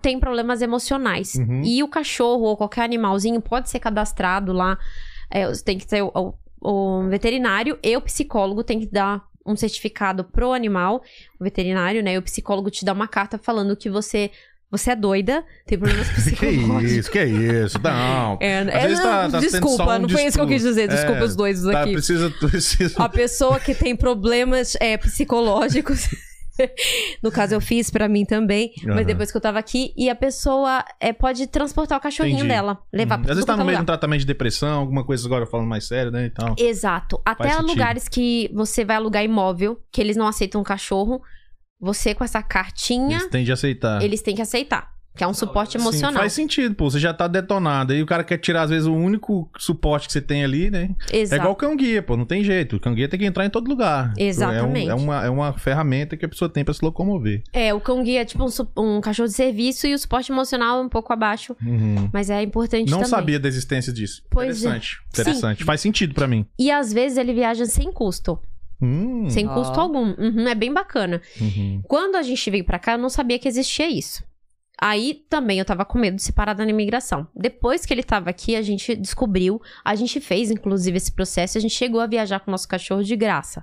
B: tem problemas emocionais.
A: Uhum.
B: E o cachorro ou qualquer animalzinho pode ser cadastrado lá. É, você tem que ter o, o- o um veterinário e o psicólogo tem que dar um certificado pro animal, o veterinário, né? E o psicólogo te dá uma carta falando que você. Você é doida, tem problemas
A: Que
B: psicológicos.
A: isso, tá, que isso, não.
B: assim? É, é, não, desculpa, não foi isso que eu quis dizer, desculpa os dois
A: um tá,
B: aqui.
A: Precisa, precisa...
B: A pessoa que tem problemas é, psicológicos. No caso, eu fiz pra mim também,
A: Aham.
B: mas depois que eu tava aqui, e a pessoa é, pode transportar o cachorrinho
A: Entendi.
B: dela, levar
A: Uhum.
B: pra
A: Às vezes
B: tudo
A: tá no
B: quanto é
A: meio de um
B: lugar.
A: tratamento de depressão, alguma coisa agora falando mais sério, né? Então,
B: Exato. Até
A: sentido.
B: lugares que você vai alugar imóvel, que eles não aceitam um cachorro, você com essa cartinha,
A: eles têm de aceitar.
B: eles têm que aceitar. Que é um suporte
A: tá. Sim,
B: emocional.
A: faz sentido, pô. Você já tá detonado. Aí o cara quer tirar, às vezes, o único suporte que você tem ali, né?
B: Exato.
A: É igual o cão-guia, pô. Não tem jeito. O cão-guia tem que entrar em todo lugar.
B: Exatamente.
A: É, um- é uma, é uma ferramenta que a pessoa tem pra se locomover.
B: É, o cão guia é tipo um, su- um cachorro de serviço e o suporte emocional é um pouco abaixo,
A: Uhum.
B: mas é importante
A: Não
B: também.
A: sabia da existência disso.
B: Pois é.
A: interessante.
B: Sim.
A: Interessante. Faz sentido pra mim.
B: E às vezes ele viaja sem custo.
A: Hum.
B: Sem custo algum. Uhum, é bem bacana.
A: Uhum.
B: Quando a gente veio pra cá, eu não sabia que existia isso. Aí também eu tava com medo de se parar na imigração. Depois que ele tava aqui, a gente descobriu, a gente fez inclusive esse processo, a gente chegou a viajar com o nosso cachorro de graça.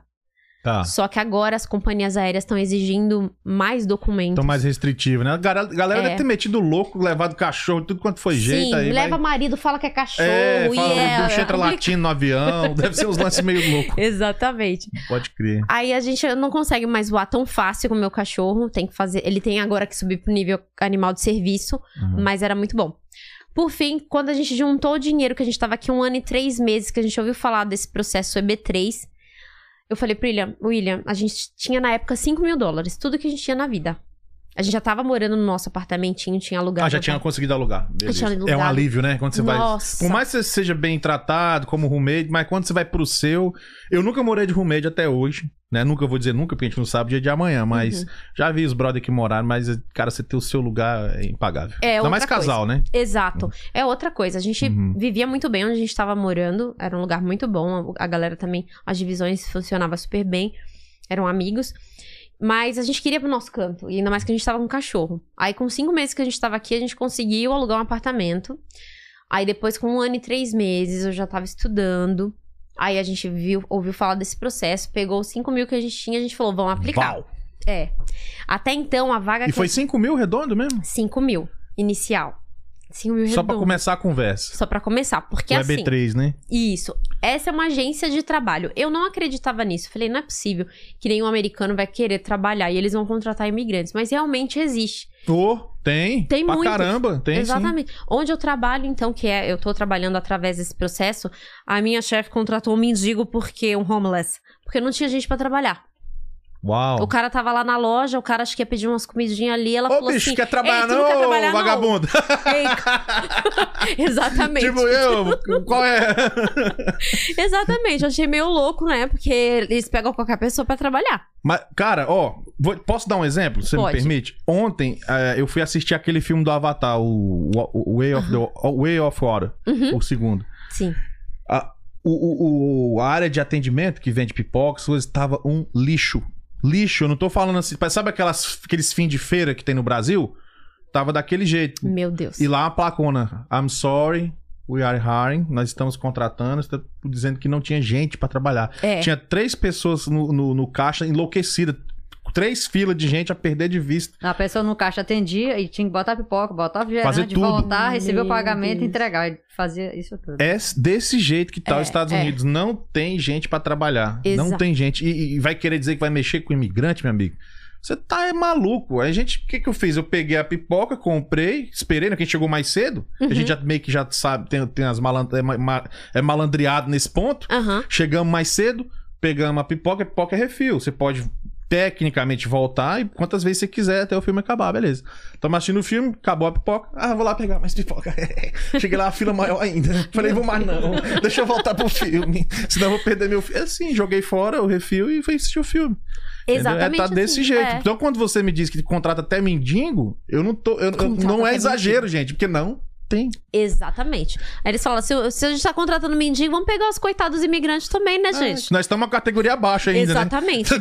A: Tá.
B: Só que agora as companhias aéreas estão exigindo mais documentos.
A: Então mais restritivo, né? A galera, a galera
B: É.
A: deve ter metido louco, levado cachorro, tudo quanto foi jeito
B: Sim,
A: aí. vai-
B: leva marido, fala que é cachorro
A: É, fala,
B: e é.
A: o bicho entra latindo no avião. Deve ser uns lances meio loucos.
B: Exatamente.
A: Pode crer.
B: Aí a gente não consegue mais voar tão fácil com o meu cachorro. Tem que fazer. Ele tem agora que subir pro nível animal de serviço,
A: Uhum.
B: mas era muito bom. Por fim, quando a gente juntou o dinheiro, que a gente tava aqui um ano e três meses, que a gente ouviu falar desse processo EB3, eu falei pro William, William, a gente tinha na época 5 mil dólares, tudo que a gente tinha na vida. A gente já tava morando no nosso apartamentinho, tinha alugado.
A: Ah, já tinha conseguido alugar. Beleza.
B: tinha
A: É um
B: alugado.
A: alívio, né? Quando você
B: Nossa.
A: vai. Por mais que você seja bem tratado, como roommate, mas quando você vai pro seu. Eu nunca morei de roommate até hoje, né? Nunca vou dizer nunca, porque a gente não sabe o dia de amanhã, mas
B: Uhum.
A: já vi os brother que moraram, mas, cara, você ter o seu lugar é impagável.
B: É,
A: Ainda
B: outra
A: mais casal,
B: coisa.
A: né?
B: Exato. É outra coisa. A gente
A: Uhum.
B: vivia muito bem onde a gente tava morando. Era um lugar muito bom. A a galera também, as divisões funcionavam super bem. Eram amigos. Mas a gente queria pro nosso canto. E ainda mais que a gente tava com um cachorro. Aí, com cinco meses que a gente tava aqui, a gente conseguiu alugar um apartamento. Aí, depois, com um ano e três meses, eu já tava estudando. Aí a gente viu, ouviu falar desse processo, pegou os 5 mil que a gente tinha, a gente falou, vamos aplicar.
A: Uau!
B: É. Até então, a vaga
A: E
B: que
A: foi
B: a-
A: 5 mil redondo mesmo?
B: 5 mil, inicial. 5 mil
A: Só pra
B: redondo.
A: começar a conversa.
B: Só pra começar, porque
A: o
B: assim...
A: EB3, né?
B: Isso. Essa é uma agência de trabalho. Eu não acreditava nisso. Falei, não é possível que nenhum americano vai querer trabalhar e eles vão contratar imigrantes. Mas realmente existe.
A: Ô, tem.
B: Tem
A: pra
B: muitos.
A: caramba, tem sim.
B: Exatamente. Onde eu trabalho, então, que é, eu tô trabalhando através desse processo, a minha chefe contratou um mendigo porque um homeless. Porque não tinha gente pra trabalhar.
A: Uau.
B: O cara tava lá na loja, o cara acho que ia pedir umas comidinhas ali, ela
A: Ô,
B: falou
A: bicho,
B: assim...
A: quer trabalhar
B: "Ei, tu não
A: não,
B: quer trabalhar não?"
A: vagabundo?
B: Ei, Exatamente.
A: Tipo, eu, qual é?
B: Exatamente. Eu achei meio louco, né? Porque eles pegam qualquer pessoa pra trabalhar.
A: Mas, cara, ó, vou- posso dar um exemplo? Você me
B: Pode.
A: permite? Ontem eh, eu fui assistir aquele filme do Avatar, o, o- o Way, of the, o Way of Water,
B: Uhum.
A: o segundo.
B: Sim.
A: A, o, o- o- a área de atendimento que vende pipoca, coisas, tava um lixo. Lixo, eu não tô falando assim. mas Sabe aquelas, aqueles fins de feira que tem no Brasil? Tava daquele jeito.
B: Meu Deus.
A: Tipo, E lá a placona. I'm sorry, we are hiring. Nós estamos contratando. Está dizendo que não tinha gente pra trabalhar.
B: É.
A: Tinha três pessoas no, no, no caixa enlouquecida. Três filas de gente a perder de vista.
C: A pessoa no caixa atendia e tinha que botar pipoca, botar
A: Fazer
C: refrigerante,
A: tudo.
C: voltar, receber o
B: Meu
C: pagamento
B: Deus.
C: e entregar. Ele Fazia isso tudo.
A: É desse jeito que tá
C: É,
A: os Estados
C: é.
A: Unidos. Não tem gente pra trabalhar. Não
C: Exato.
A: tem gente. E, e vai querer dizer que vai mexer com imigrante, meu amigo? Você tá é maluco. Aí, gente, o que, que eu fiz? Eu peguei a pipoca, comprei, esperei, né? Quem chegou mais cedo. A
L: Uhum.
A: gente já meio que já sabe, tem, tem as malan- é, ma- ma- é malandreado nesse ponto. Chegamos mais cedo, pegamos a pipoca, a pipoca é refil. Você pode tecnicamente voltar e quantas vezes você quiser até o filme acabar, beleza. Tamo assistindo o filme, acabou a pipoca. Ah, vou lá pegar mais pipoca. Cheguei lá, a fila maior ainda. Falei, vou mais não. Deixa eu voltar pro filme. Senão eu vou perder meu filme. Assim, joguei fora o refil e fui assistir o filme. Entendeu?
B: Exatamente
A: É, tá desse
B: assim,
A: jeito.
B: é.
A: Então, quando você me diz que contrata até mendigo, eu não tô. eu- eu-
B: Contrata
A: não é
B: até
A: exagero, gente, porque não tem.
B: É, Exatamente. Aí eles falam: se, eu- se a gente tá contratando mendigo, vamos pegar os coitados imigrantes também, né, gente?
A: Nós estamos uma categoria abaixo É, ainda.
B: Exatamente.
A: Né?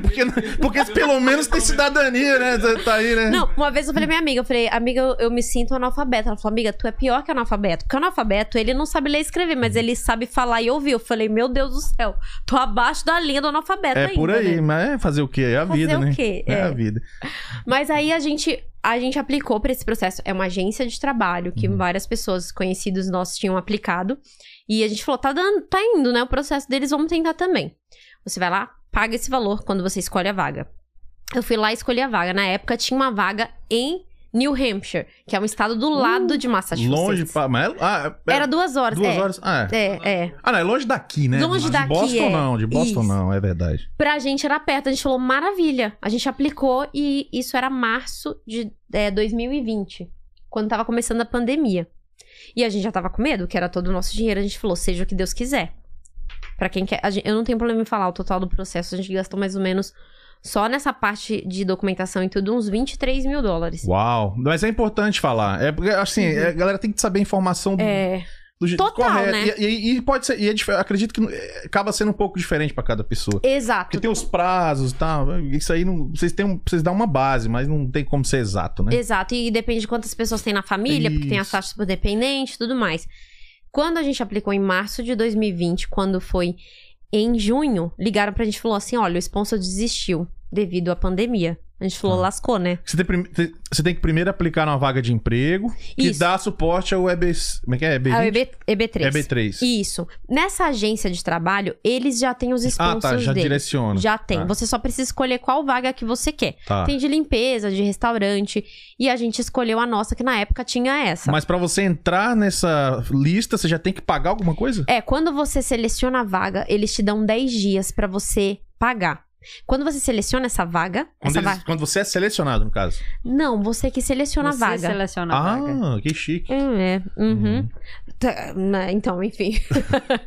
A: porque, porque pelo menos tem cidadania, né? Tá aí, né?
B: Não, uma vez eu falei pra minha amiga, eu falei, amiga, eu, eu me sinto analfabeta. Ela falou, amiga, tu é pior que analfabeto. Porque analfabeto, ele não sabe ler e escrever,
A: Uhum.
B: mas ele sabe falar e ouvir. Eu falei, meu Deus do céu, tô abaixo da linha do analfabeto
A: É
B: ainda.
A: por aí,
B: né?
A: mas é fazer o quê? É a
B: Fazer
A: vida,
B: o
A: né?
B: quê?
A: É.
B: É.
A: a vida.
B: Mas aí a gente, a gente aplicou pra esse processo. É uma agência de trabalho que
A: Uhum.
B: várias pessoas conhecidas nossos tinham aplicado. E a gente falou: tá, dando, tá indo, né? O processo deles, vamos tentar também. Você vai lá, paga esse valor quando você escolhe a vaga. Eu fui lá e escolhi a vaga. Na época tinha uma vaga em New Hampshire, que é um estado do lado de Massachusetts.
A: Hum, Longe pra. Mas é- ah, é-
B: tá Era duas horas.
A: Duas
B: é.
A: horas? Ah, é.
B: É, é.
A: Ah, não, é longe daqui, né?
B: Longe
A: de
B: daqui,
A: Boston
B: é.
A: não, de Boston
B: Isso.
A: não, é verdade.
B: Pra gente era perto, a gente falou, maravilha. A gente aplicou e isso era março de é, 2020, quando tava começando a pandemia. E a gente já tava com medo, que era todo o nosso dinheiro. A gente falou, seja o que Deus quiser. Pra quem quer. a gente- eu não tenho problema em falar o total do processo, a gente gastou mais ou menos só nessa parte de documentação e tudo, uns 23 mil dólares.
A: Uau. Mas é importante falar. É porque, assim,
B: Uhum.
A: é, a galera tem que saber a informação do-
B: É.
A: do jeito
B: Total,
A: correto.
B: né?
A: E, e- e pode ser. E é dif- acredito que é, acaba sendo um pouco diferente pra cada pessoa.
B: Exato.
A: Porque tem os prazos e tal. Isso aí não. Vocês, têm um, vocês dão uma base, mas não tem como ser exato, né?
B: Exato, e depende de quantas pessoas tem na família, porque tem as taxas por dependente e tudo mais. Quando a gente aplicou em março de 2020, quando foi em junho, ligaram pra gente e falou assim: olha, o sponsor desistiu devido à pandemia. A gente
A: Ah.
B: falou, lascou, né?
A: Você tem, prim- te- você tem que primeiro aplicar numa vaga de emprego que
B: Isso.
A: dá suporte ao EB. Como é que é? EB20?
B: Ah, o EB, EB3.
A: EB3.
B: Isso. Nessa agência de trabalho, eles já têm os sponsors
A: tá, já
B: deles.
A: direciona.
B: Já tem.
A: Tá.
B: Você só precisa escolher qual vaga que você quer.
A: Tá.
B: Tem de limpeza, de restaurante. E a gente escolheu a nossa, que na época tinha essa.
A: Mas pra você entrar nessa lista, você já tem que pagar alguma coisa?
B: É, quando você seleciona a vaga, eles te dão 10 dias pra você pagar. Quando você seleciona essa vaga,
A: Quando,
B: essa
A: eles-
B: vaga.
A: quando você é selecionado, no caso.
B: Não, você que seleciona
A: Você
B: a tá vaga.
C: seleciona
A: ah, que chique.
B: É, uhum. Tá, né, Então, enfim.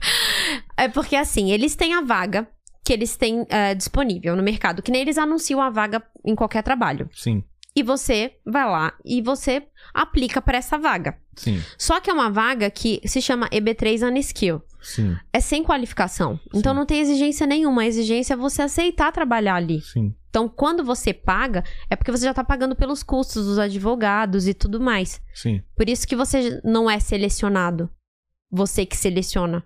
B: é porque assim, eles têm a vaga que eles têm eh, disponível no mercado, que nem eles anunciam a vaga em qualquer trabalho.
A: Sim,
B: E você vai lá e você aplica para essa vaga.
A: sim,
B: Só que é uma vaga que se chama EB3 Unskill.
A: sim,
B: É sem qualificação. Então não tem exigência nenhuma. A exigência é você aceitar trabalhar ali.
A: sim.
B: Então, quando você paga, é porque você já tá pagando pelos custos dos advogados e tudo mais.
A: Sim.
B: Por isso que você não é selecionado. Você que seleciona.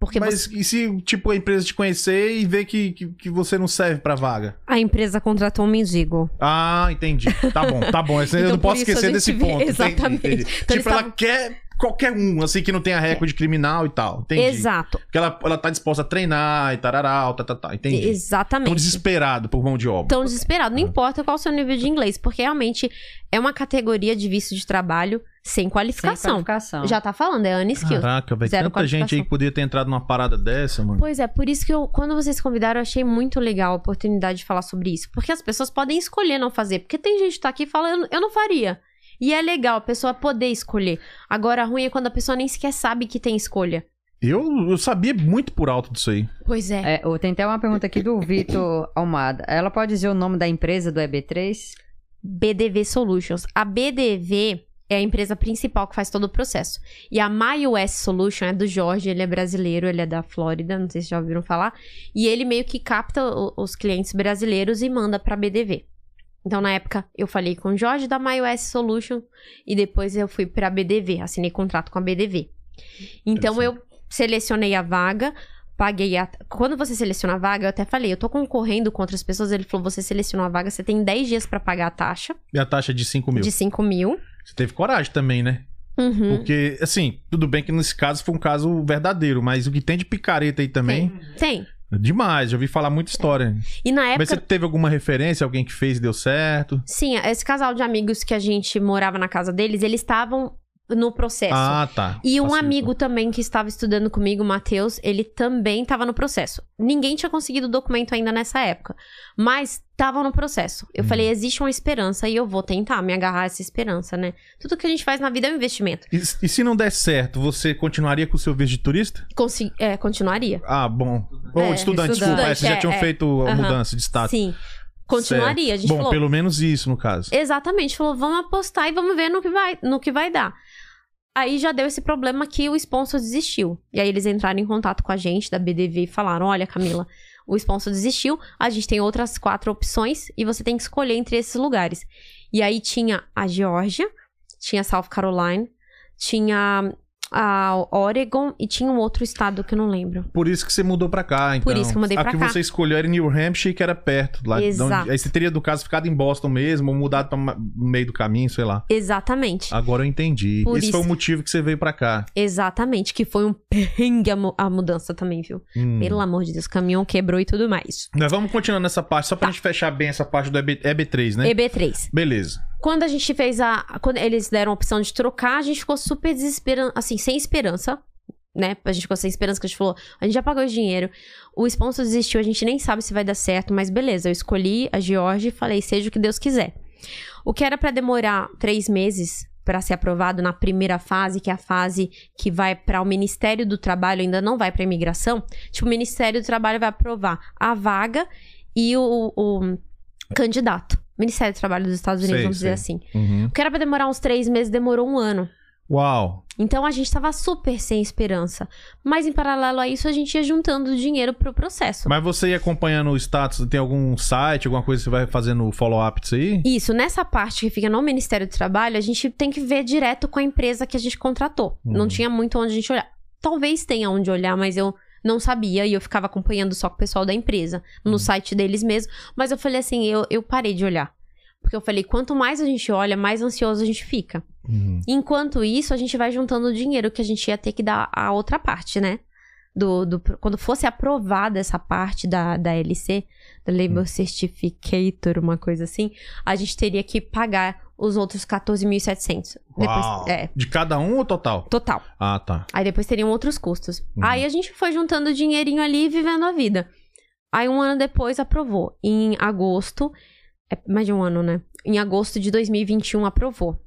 B: Porque
A: Mas
B: você-
A: e se, tipo, a empresa te conhecer e ver que, que, que você não serve pra vaga?
B: a empresa contratou um mendigo.
A: Ah, entendi. Tá bom, tá bom. Esse- Eu
B: Então,
A: não
B: por
A: posso
B: isso a
A: esquecer
B: gente
A: desse
B: vê-
A: ponto. Entendi,
B: Exatamente.
A: entendi.
B: Então, eles
A: tipo,
B: É.
A: ela quer qualquer um, assim, que não tenha recorde criminal e tal. Entendi.
B: Exato.
A: Porque ela, ela tá disposta a treinar e tarará, tá, tá, tá. Entendi.
B: Exatamente. Então,
A: Tão desesperado por mão de obra.
B: Tão desesperado. Não importa qual o seu nível de inglês, porque realmente é uma categoria de visto de trabalho sem qualificação.
C: qualificação.
B: Já tá falando, é unskilled.
A: Caraca, velho.
B: Zero
A: Tanta gente aí que podia ter entrado numa parada dessa, mano.
B: Pois é, por isso que eu, quando vocês convidaram, eu achei muito legal a oportunidade de falar sobre isso. Porque as pessoas podem escolher não fazer. Porque tem gente que tá aqui falando, eu não faria. E é legal a pessoa poder escolher. Agora, ruim é quando a pessoa nem sequer sabe que tem escolha.
A: Eu, eu sabia muito por alto disso aí.
B: Pois é.
C: É, ô, tem até uma pergunta aqui do Vitor Almada. Ela pode dizer o nome da empresa do EB3?
B: BDV Solutions. A BDV é a empresa principal que faz todo o processo. E a MyUS Solution é do Jorge, ele é brasileiro, ele é da Flórida, não sei se já ouviram falar. E ele meio que capta o- os clientes brasileiros e manda pra BDV. Então, na época, eu falei com o Jorge da MyUS Solution e depois eu fui pra BDV, assinei contrato com a BDV. Então, eu selecionei a vaga, paguei a... Quando você seleciona a vaga, eu até falei, eu tô concorrendo contra as pessoas. Ele falou, você selecionou a vaga, você tem 10 dias pra pagar a taxa
A: E a taxa de 5 mil.
B: de 5 mil.
A: Você teve coragem também, né?
B: Uhum.
A: Porque, assim, tudo bem que nesse caso foi um caso verdadeiro, mas o que tem de picareta aí também.
B: Tem.
A: é Demais, já ouvi falar muita história.
B: E na
A: Mas
B: época,
A: você teve alguma referência, alguém que fez e deu certo?
B: sim, esse casal de amigos que a gente morava na casa deles, eles estavam no processo.
A: Ah, tá.
B: E um
A: Facilitou.
B: amigo também que estava estudando comigo, o Matheus, ele também estava no processo. Ninguém tinha conseguido o documento ainda nessa época, mas estava no processo.
A: Uhum.
B: Eu falei, existe uma esperança e eu vou tentar me agarrar a essa esperança, né? Tudo que a gente faz na vida é um investimento.
A: E, e se não der certo, você continuaria com o seu visto de turista?
B: Consi- é, continuaria.
A: Ah, bom. Ou
B: É,
A: estudante, desculpa. É, vocês já
B: é,
A: tinham
B: é.
A: feito a
B: Aham.
A: mudança de status.
B: Sim. Continuaria,
A: Certo.
B: a gente
A: Tá. Bom,
B: falou. É.
A: pelo menos isso, no caso.
B: Exatamente, falou, vamos apostar e vamos ver no que vai, no que vai dar. Aí já deu esse problema que o sponsor desistiu. E aí eles entraram em contato com a gente da BDV e falaram: olha, Camila, o sponsor desistiu, a gente tem outras quatro opções e você tem que escolher entre esses lugares. E aí tinha a Geórgia, tinha South Carolina, tinha a Oregon e tinha um outro estado que eu não lembro.
A: Por isso que você mudou pra cá, então.
B: Por isso que eu mudei
A: a
B: pra
A: que
B: cá.
A: você escolheu era em New Hampshire, que era perto. Lá de
B: Exato.
A: onde- Aí você teria, do caso, ficado em Boston mesmo, ou mudado pra ma- no meio do caminho, sei lá.
B: Exatamente.
A: Agora eu entendi.
B: Por
A: Esse foi o
B: isso-
A: motivo que você veio pra cá.
B: Exatamente, que foi um perrengue a mu- a mudança também, viu?
A: Hum.
B: Pelo amor de Deus, o caminhão quebrou e tudo mais.
A: Nós vamos continuar nessa parte, só pra
B: Tá.
A: gente fechar bem essa parte do EB, EB3, né?
B: EB3.
A: Beleza.
B: Quando a gente fez a. Quando eles deram a opção de trocar, a gente ficou super desesperança. Assim, sem esperança. Né? A gente ficou sem esperança, que a gente falou, a gente já pagou esse dinheiro. O sponsor desistiu, a gente nem sabe se vai dar certo, mas beleza, eu escolhi a George e falei, seja o que Deus quiser. O que era pra demorar três meses pra ser aprovado na primeira fase, que é a fase que vai para o Ministério do Trabalho, ainda não vai pra imigração. Tipo, o Ministério do Trabalho vai aprovar a vaga e o, o candidato. Ministério do Trabalho dos Estados Unidos,
A: Sei,
B: vamos dizer
A: sei.
B: assim.
A: Uhum.
B: O que era pra demorar uns três meses, demorou um ano.
A: Uau.
B: Então a gente tava super sem esperança. Mas em paralelo a isso, a gente ia juntando dinheiro pro processo.
A: Mas você ia acompanhando o status, tem algum site, alguma coisa que você vai fazendo follow-up disso aí?
B: Isso, nessa parte que fica no Ministério do Trabalho, a gente tem que ver direto com a empresa que a gente contratou. Não tinha muito onde a gente olhar. Talvez tenha onde olhar, mas eu não sabia e eu ficava acompanhando só com o pessoal da empresa, no site deles mesmo. Mas eu falei assim, eu, eu parei de olhar. Porque eu falei, quanto mais a gente olha, mais ansioso a gente fica. Uhum. Enquanto isso, a gente vai juntando o dinheiro que a gente ia ter que dar a outra parte, né? Do, do- quando fosse aprovada essa parte da, da LC, da Labor Certificator, uma coisa assim, a gente teria que pagar os outros 14.700.
A: Uau.
B: Depois, é,
A: De cada um ou total?
B: total.
A: Ah, tá.
B: Aí depois teriam outros custos. Aí a gente foi juntando dinheirinho ali e vivendo a vida. Aí um ano depois aprovou. Em agosto, é mais de um ano, né? Em agosto de 2021 aprovou.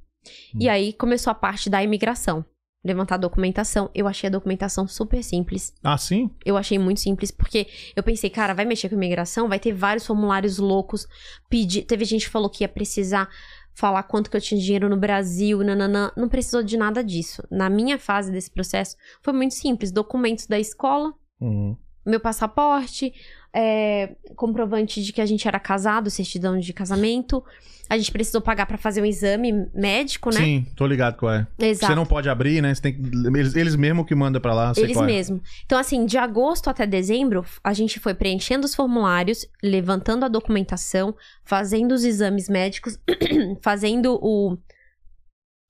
B: E aí começou a parte da imigração. Levantar a documentação. Eu achei a documentação super simples.
A: Ah, sim?
B: Eu achei muito simples, porque eu pensei, cara, vai mexer com imigração, vai ter vários formulários loucos. Pedir. Teve gente que falou que ia precisar falar quanto que eu tinha de dinheiro no Brasil, nananã. Não precisou de nada disso. Na minha fase desse processo, foi muito simples. Documentos da escola,
A: Uhum.
B: meu passaporte, é, comprovante de que a gente era casado, certidão de casamento. A gente precisou pagar pra fazer um exame médico, né?
A: Sim, tô ligado qual é.
B: Exato.
A: Você não pode abrir, né? Você tem que- eles, eles mesmo que mandam pra lá. eu sei
B: Eles
A: qual é.
B: mesmo. Então, assim, de agosto até dezembro, a gente foi preenchendo os formulários, levantando a documentação, fazendo os exames médicos, fazendo o.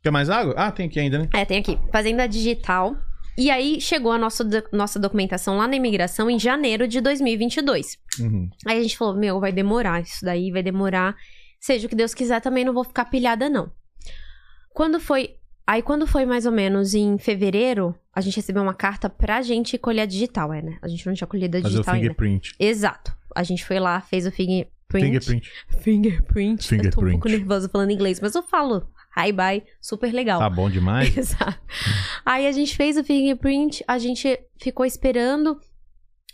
A: Quer mais água? Ah, tem aqui ainda, né?
B: É, tem aqui. Fazendo a digital. E aí chegou a nossa, do- nossa documentação lá na imigração em janeiro de 2022.
A: Uhum.
B: Aí a gente falou: Meu, vai demorar isso daí, vai demorar. Seja o que Deus quiser, também não vou ficar pilhada, não. Quando foi. Aí, quando foi mais ou menos em fevereiro, a gente recebeu uma carta pra gente colher a digital, é, né? A gente não tinha colhido a
A: Fazer o
B: digital ainda.
A: fingerprint.
B: Exato. A gente foi lá, fez o fingerprint.
A: Fingerprint.
B: Fingerprint. Eu tô um pouco
A: Fingerprint.
B: nervosa falando inglês, mas eu falo hi bye, super legal.
A: Tá bom demais.
B: Exato. Aí a gente fez o fingerprint, a gente ficou esperando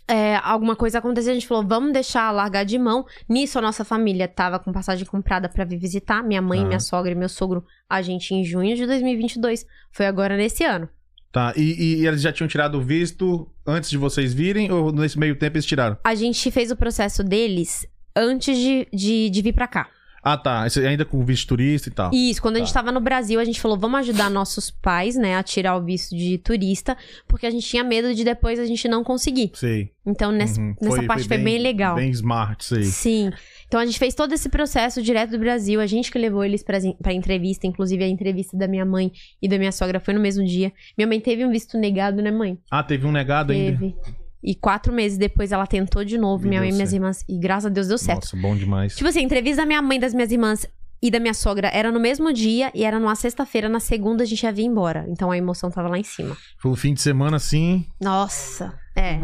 B: é, alguma coisa acontecer. A gente falou, vamos deixar largar de mão. Nisso, a nossa família tava com passagem comprada pra vir visitar. Minha mãe,
A: Aham.
B: minha sogra e meu sogro, a gente em junho de 2022. Foi agora nesse ano.
A: Tá, e, e eles já tinham tirado o visto antes de vocês virem ou nesse meio tempo eles tiraram?
B: A gente fez o processo deles antes de, de, de vir pra cá.
A: Ah, tá. Esse- ainda com visto turista e tal.
B: Isso, quando a gente
A: Tá.
B: tava no Brasil, a gente falou, vamos ajudar nossos pais, né, a tirar o visto de turista, porque a gente tinha medo de depois a gente não conseguir.
A: Sei.
B: Então, nessa,
A: Uhum.
B: nessa parte foi bem, legal.
A: Bem smart, sei.
B: Sim. Então a gente fez todo esse processo direto do Brasil. A gente que levou eles pra, pra entrevista. Inclusive, a entrevista da minha mãe e da minha sogra foi no mesmo dia. Minha mãe teve um visto negado, né, mãe?
A: Ah, teve um negado ainda?
B: Teve. E quatro meses depois ela tentou de novo,
A: E
B: minha
A: deu
B: mãe e minhas
A: certo.
B: irmãs. E graças a Deus deu um certo.
A: Nossa, bom demais.
B: Tipo assim, a entrevista da minha mãe, das minhas irmãs e da minha sogra era no mesmo dia e era numa sexta-feira. Na segunda a gente ia vir embora. Então a emoção tava lá em cima.
A: Foi um fim de semana assim.
B: Nossa, é.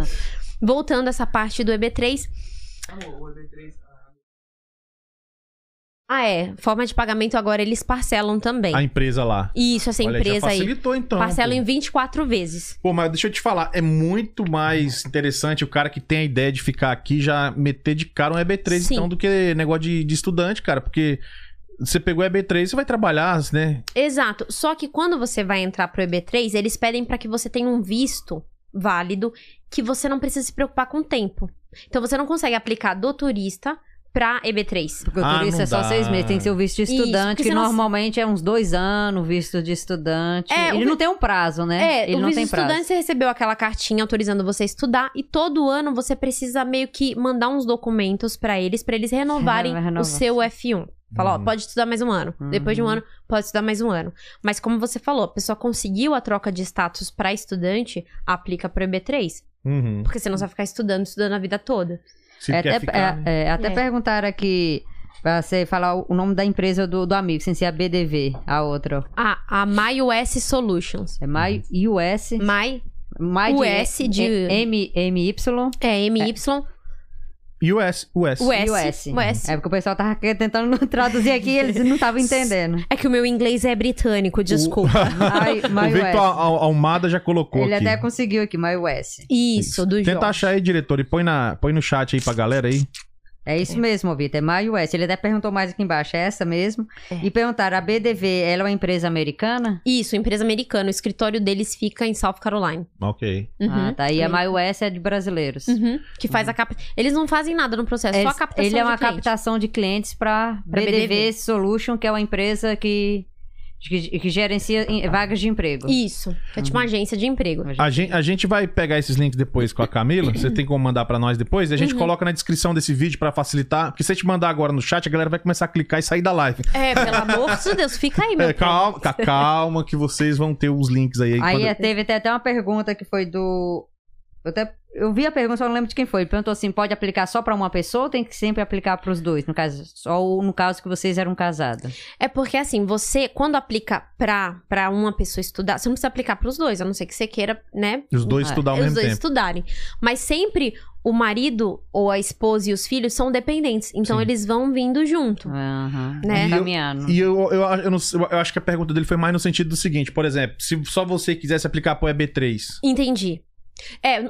B: Voltando essa parte do EB3. Ah, é. Forma de pagamento agora eles parcelam também.
A: A empresa lá.
B: Isso, essa
A: Olha, já
B: empresa aí.
A: facilitou, então,
B: Parcela
A: pô.
B: em 24 vezes.
A: Pô, mas deixa eu te falar, é muito mais interessante o cara que tem a ideia de ficar aqui já meter de cara um EB3,
B: Sim.
A: então, do que negócio de, de estudante, cara, porque você pegou o EB3, você vai trabalhar, né?
B: Exato. Só que quando você vai entrar pro EB3, eles pedem pra que você tenha um visto válido que você não precisa se preocupar com o tempo. Então você não consegue aplicar do turista pra EB3.
C: Porque o
A: Ah,
C: turista é só seis meses, tem que ser o visto de
B: Isso,
C: estudante,
B: porque
C: que
B: senão-
C: normalmente é uns dois anos, visto de estudante.
B: É, o vi-
C: ele não tem um prazo, né?
B: É,
C: ele
B: o
C: não
B: visto
C: tem prazo.
B: estudante você recebeu aquela cartinha autorizando você a estudar e todo ano você precisa meio que mandar uns documentos pra eles pra eles renovarem
C: Renova, renova.
B: o seu F1. Fala,
A: Uhum.
B: ó, pode estudar mais um ano. Depois
C: Uhum.
B: de um ano, pode estudar mais um ano. Mas como você falou, a pessoa conseguiu a troca de status pra estudante, aplica pro EB3.
A: Uhum.
B: Porque senão você vai ficar estudando, estudando a vida toda.
C: É até, é, é, até perguntaram aqui pra você falar o nome da empresa do, do amigo, sem ser a BDV, a outra.
B: Ah, a MyUS Solutions.
C: É
A: Uhum.
C: My US.
B: My.
C: My
B: US de-
C: M, MY.
B: É, MY.
A: E o S, o S.
C: US. É porque o pessoal tava que- tentando traduzir aqui e eles não estavam entendendo.
B: É que o meu inglês é britânico, desculpa.
C: My,
A: o
C: my
A: Victor
C: US.
A: Al- Almada já colocou
C: Ele
A: aqui.
C: até conseguiu aqui, My US.
B: Isso, do
A: Tenta
B: jogo.
A: achar aí, diretor, e põe, na, põe no chat aí pra galera aí.
C: É isso mesmo, Vitor. É My US. Ele até perguntou mais aqui embaixo, é essa mesmo? E perguntaram, a BDV, ela é uma empresa americana?
B: Isso, empresa americana. O escritório deles fica em South Carolina.
A: Ok.
B: Uhum.
C: Ah, tá. E a My US é de brasileiros.
B: Uhum, que faz a capta. Eles não fazem nada no processo, só a
C: Eles-
B: captação
C: ele é uma
B: de cliente.
C: captação de clientes para
B: Pra
C: BDV, Solution, que é uma empresa que, que, que gerencia em- vagas de emprego.
B: Isso. Que é tipo uma
A: Uhum.
B: agência de emprego.
A: A gente, a gente vai pegar esses links depois com a Camila. Você tem como mandar pra nós depois. E a gente
B: Uhum.
A: coloca na descrição desse vídeo pra facilitar. Porque se você te mandar agora no chat, a galera vai começar a clicar e sair da live.
B: É, pelo amor de Deus, fica aí, meu.
A: É, calma, ca- calma, que vocês vão ter os links aí.
C: Aí
A: quando-
C: é, teve até até uma pergunta que foi do. Eu até Eu vi a pergunta, só não lembro de quem foi. Ele perguntou assim: pode aplicar só pra uma pessoa ou tem que sempre aplicar pros dois? No caso, só o- no caso que vocês eram casados.
B: É porque assim, você, quando aplica pra, pra uma pessoa estudar, você não precisa aplicar pros dois, a não ser que você queira, né?
A: Os dois
B: Ah,
A: estudar Tá ao
B: Os
A: mesmo
B: dois
A: tempo.
B: estudarem. Mas sempre o marido ou a esposa e os filhos são dependentes. Então eles vão vindo junto. Né?
A: E eu- E eu, eu, eu não sei- eu acho que a pergunta dele foi mais no sentido do seguinte, por exemplo, se só você quisesse aplicar pro EB3,
B: Entendi. É,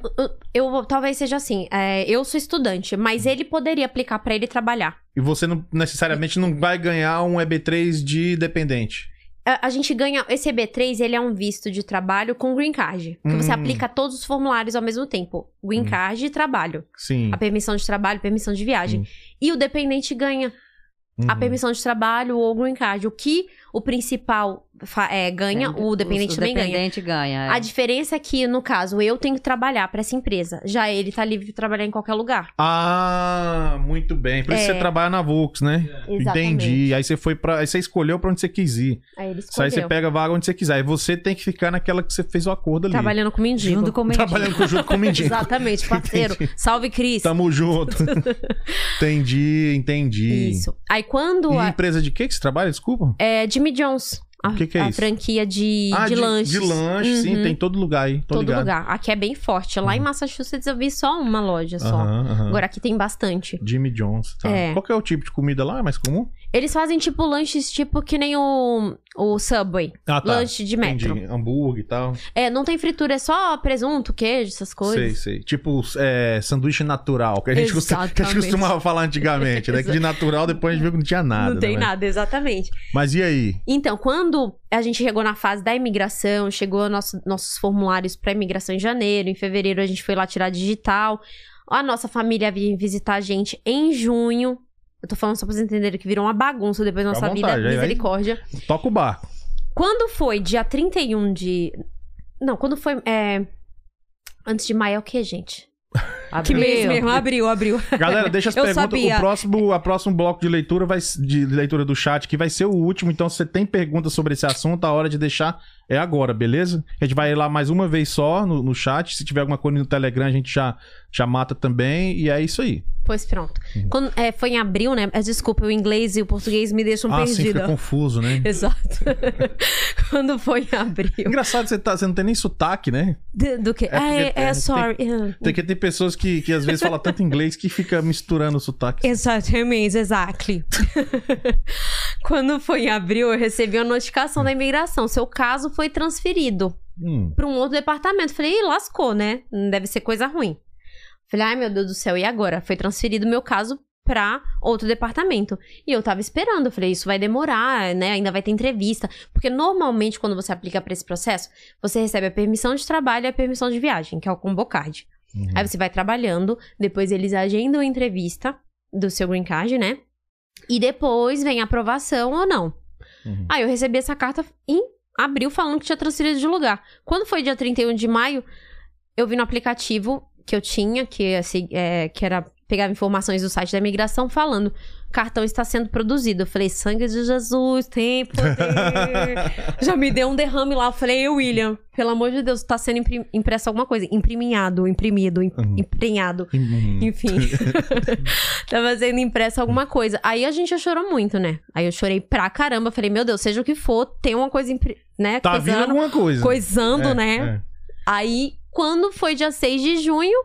B: eu, eu- talvez seja assim. é, eu sou estudante, mas ele poderia aplicar pra ele trabalhar.
A: e você não necessariamente não vai ganhar um EB3 de dependente.
B: A, a gente ganha. Esse EB3, ele é um visto de trabalho com green card. Que você
A: Hum.
B: aplica todos os formulários ao mesmo tempo: green card e trabalho.
A: Sim.
B: A permissão de trabalho, permissão de viagem. E o dependente ganha a
A: Uhum.
B: permissão de trabalho ou green card. O que o principal fa- é, ganha, o dependente também
C: O dependente ganha.
B: ganha.
C: é.
B: A diferença é que, no caso, eu tenho que trabalhar pra essa empresa. Já ele tá livre de trabalhar em qualquer lugar.
A: Ah, muito bem. Por isso
B: É.
A: você trabalha na Vux, né?
B: É.
A: Entendi. Aí você foi para, aí você escolheu pra onde você quis ir.
B: Aí ele
A: Isso aí você
B: escolheu.
A: pega a vaga onde você quiser. Aí você tem que ficar naquela que você fez o acordo ali.
B: Trabalhando com mendigo.
A: Junto com mendigo. Trabalhando com- junto com mendigo.
B: Exatamente, parceiro.
A: Entendi.
B: Salve, Cris.
A: Tamo junto. entendi, entendi.
B: Isso. Aí quando.
A: E
B: a-
A: empresa de que que você trabalha? Desculpa.
B: é Jimmy John's. A,
A: que que é
B: a
A: isso?
B: franquia de,
A: ah,
B: de, lanches.
A: De lanche, sim.
B: Uhum.
A: Tem em todo lugar aí. Tô
B: Todo
A: ligado. Uhum.
B: lugar. Aqui é bem forte. Lá em Massachusetts eu vi só uma loja só.
A: Aham, aham.
B: Agora aqui tem bastante.
A: Jimmy Jones. Tá.
B: É.
A: Qual que é o tipo de comida lá? É mais comum?
B: Eles fazem tipo lanches tipo que nem o, o Subway. Lanche de metro.
A: Ah, tá. Entendi. Hambúrguer e tal.
B: É, não tem fritura, é só presunto, queijo, essas
A: Sei,
B: coisas.
A: sei. Tipo é, sanduíche natural, que a, gente costuma, que a gente
B: Exatamente.
A: costumava falar antigamente, né? Que de natural depois a gente viu que não tinha nada.
B: não tem
A: né?
B: nada, exatamente.
A: Mas e aí?
B: Então, quando a gente chegou na fase da imigração, chegou o nosso- nossos formulários para imigração em janeiro, em fevereiro a gente foi lá tirar digital. A nossa família vinha visitar a gente em junho. Eu tô falando só pra vocês entenderem que virou uma bagunça depois da
A: Fica à
B: nossa vida,
A: vontade, aí- aí-
B: misericórdia.
A: Toca o barco.
B: Quando foi dia 31 de. Não, quando foi. é, Antes de maio é o que, gente? Que mês mesmo? Abriu, abriu.
A: Galera, deixa as
B: Eu
A: perguntas.
B: sabia.
A: O próximo, a próximo bloco de leitura vai s- de leitura do chat, que vai ser o último. Então, se você tem perguntas sobre esse assunto, a hora de deixar é agora, beleza? A gente vai lá mais uma vez só no, no chat. Se tiver alguma coisa no Telegram, a gente já, já mata também. E é isso aí.
B: Pois pronto.
A: Uhum.
B: Quando, é, foi em abril, né? É, Desculpa, o inglês e o português me deixam
A: ah, sim,
B: perdida.
A: fica confuso, né?
B: Exato. Quando foi em abril.
A: Engraçado que você, tá, você não tem nem sotaque, né?
B: Do, do que?
A: É porque-
B: É, é,
A: é,
B: sorry. é.
A: Tem que ter pessoas que, que às vezes falam tanto inglês que fica misturando o sotaque.
B: Exatamente, é exactly. Quando foi em abril, eu recebi uma notificação da imigração. Seu caso foi transferido
A: Hum.
B: para um outro departamento. Falei, Ih, lascou, né? Não deve ser coisa ruim. Falei, ai meu Deus do céu, e agora? Foi transferido meu caso pra outro departamento. E eu tava esperando, falei, isso vai demorar, né? Ainda vai ter entrevista. Porque normalmente, quando você aplica pra esse processo, você recebe a permissão de trabalho e a permissão de viagem, que é o combo card.
A: hum,
B: Aí você vai trabalhando, depois eles agendam a entrevista do seu green card, né? E depois vem a aprovação ou não. Aí eu recebi essa carta em abril falando que tinha transferido de lugar. Quando foi dia 31 de maio, eu vi no aplicativo que eu tinha, que, assim, é, que era pegar informações do site da imigração, falando: cartão está sendo produzido. Eu falei: sangue de Jesus, tem poder. Já me deu um derrame lá. Eu falei: "Ei, William, pelo amor de Deus, está sendo imprim- impresso alguma coisa. Impriminhado, imprimido, im-
A: Hum.
B: emprenhado. Enfim. Tava sendo impressa alguma coisa. Aí a gente já chorou muito, né? Aí eu chorei pra caramba. Falei, meu Deus, seja o que for, tem uma coisa, impre- né?
A: Tá vindo alguma coisa.
B: Coisando,
A: É,
B: né? Aí, quando foi dia 6 de junho,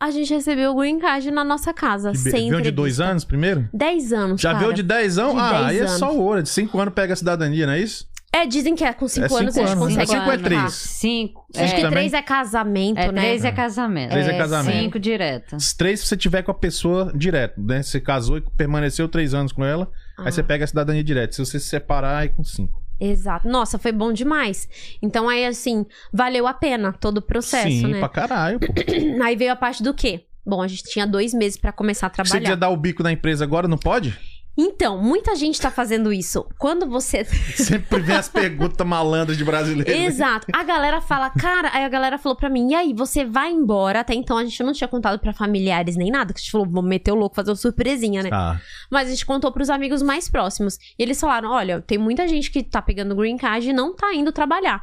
B: a gente recebeu o green card na nossa casa.
A: Que be-
B: Sem
A: Veio de
B: entrevista.
A: dois anos primeiro?
B: 10 anos,
A: Já
B: cara.
A: veio de 10 anos?
B: De
A: Ah,
B: 10
A: aí é
B: anos.
A: só o ouro. De 5 anos pega a cidadania, não é isso?
B: É, dizem que é com
A: É
B: 5 anos
A: cinco
B: a gente
A: anos, né?
B: consegue.
A: Cinco é três.
B: arrancar.
C: Cinco.
B: Acho
A: é.
B: que
A: Também?
B: 3 é casamento,
C: É,
B: né?
C: três é casamento.
A: Três é
C: É,
A: casamento.
C: Cinco direto.
A: Os Três se você tiver com a pessoa direto, né? Você casou e permaneceu três anos com ela,
B: Ah.
A: aí você pega a cidadania direto. Se você se separar, é com cinco.
B: Exato. Nossa, foi bom demais. Então aí, assim, valeu a pena todo o processo,
A: Sim,
B: né?
A: pra caralho, pô.
B: Aí veio a parte do quê? Bom, a gente tinha dois meses pra começar a
A: Você
B: trabalhar.
A: quer dar o bico na empresa agora, não pode?
B: Então, muita gente tá fazendo isso. Quando você.
A: Sempre vem as perguntas malandras de brasileiro. né?
B: Exato. A galera fala, cara, aí a galera falou pra mim, e aí, você vai embora? Até então a gente não tinha contado pra familiares nem nada, que a gente falou, vamos meter o louco, fazer uma surpresinha, né?
A: Tá.
B: Mas a gente contou pros amigos mais próximos. E eles falaram, olha, tem muita gente que tá pegando green card e não tá indo trabalhar.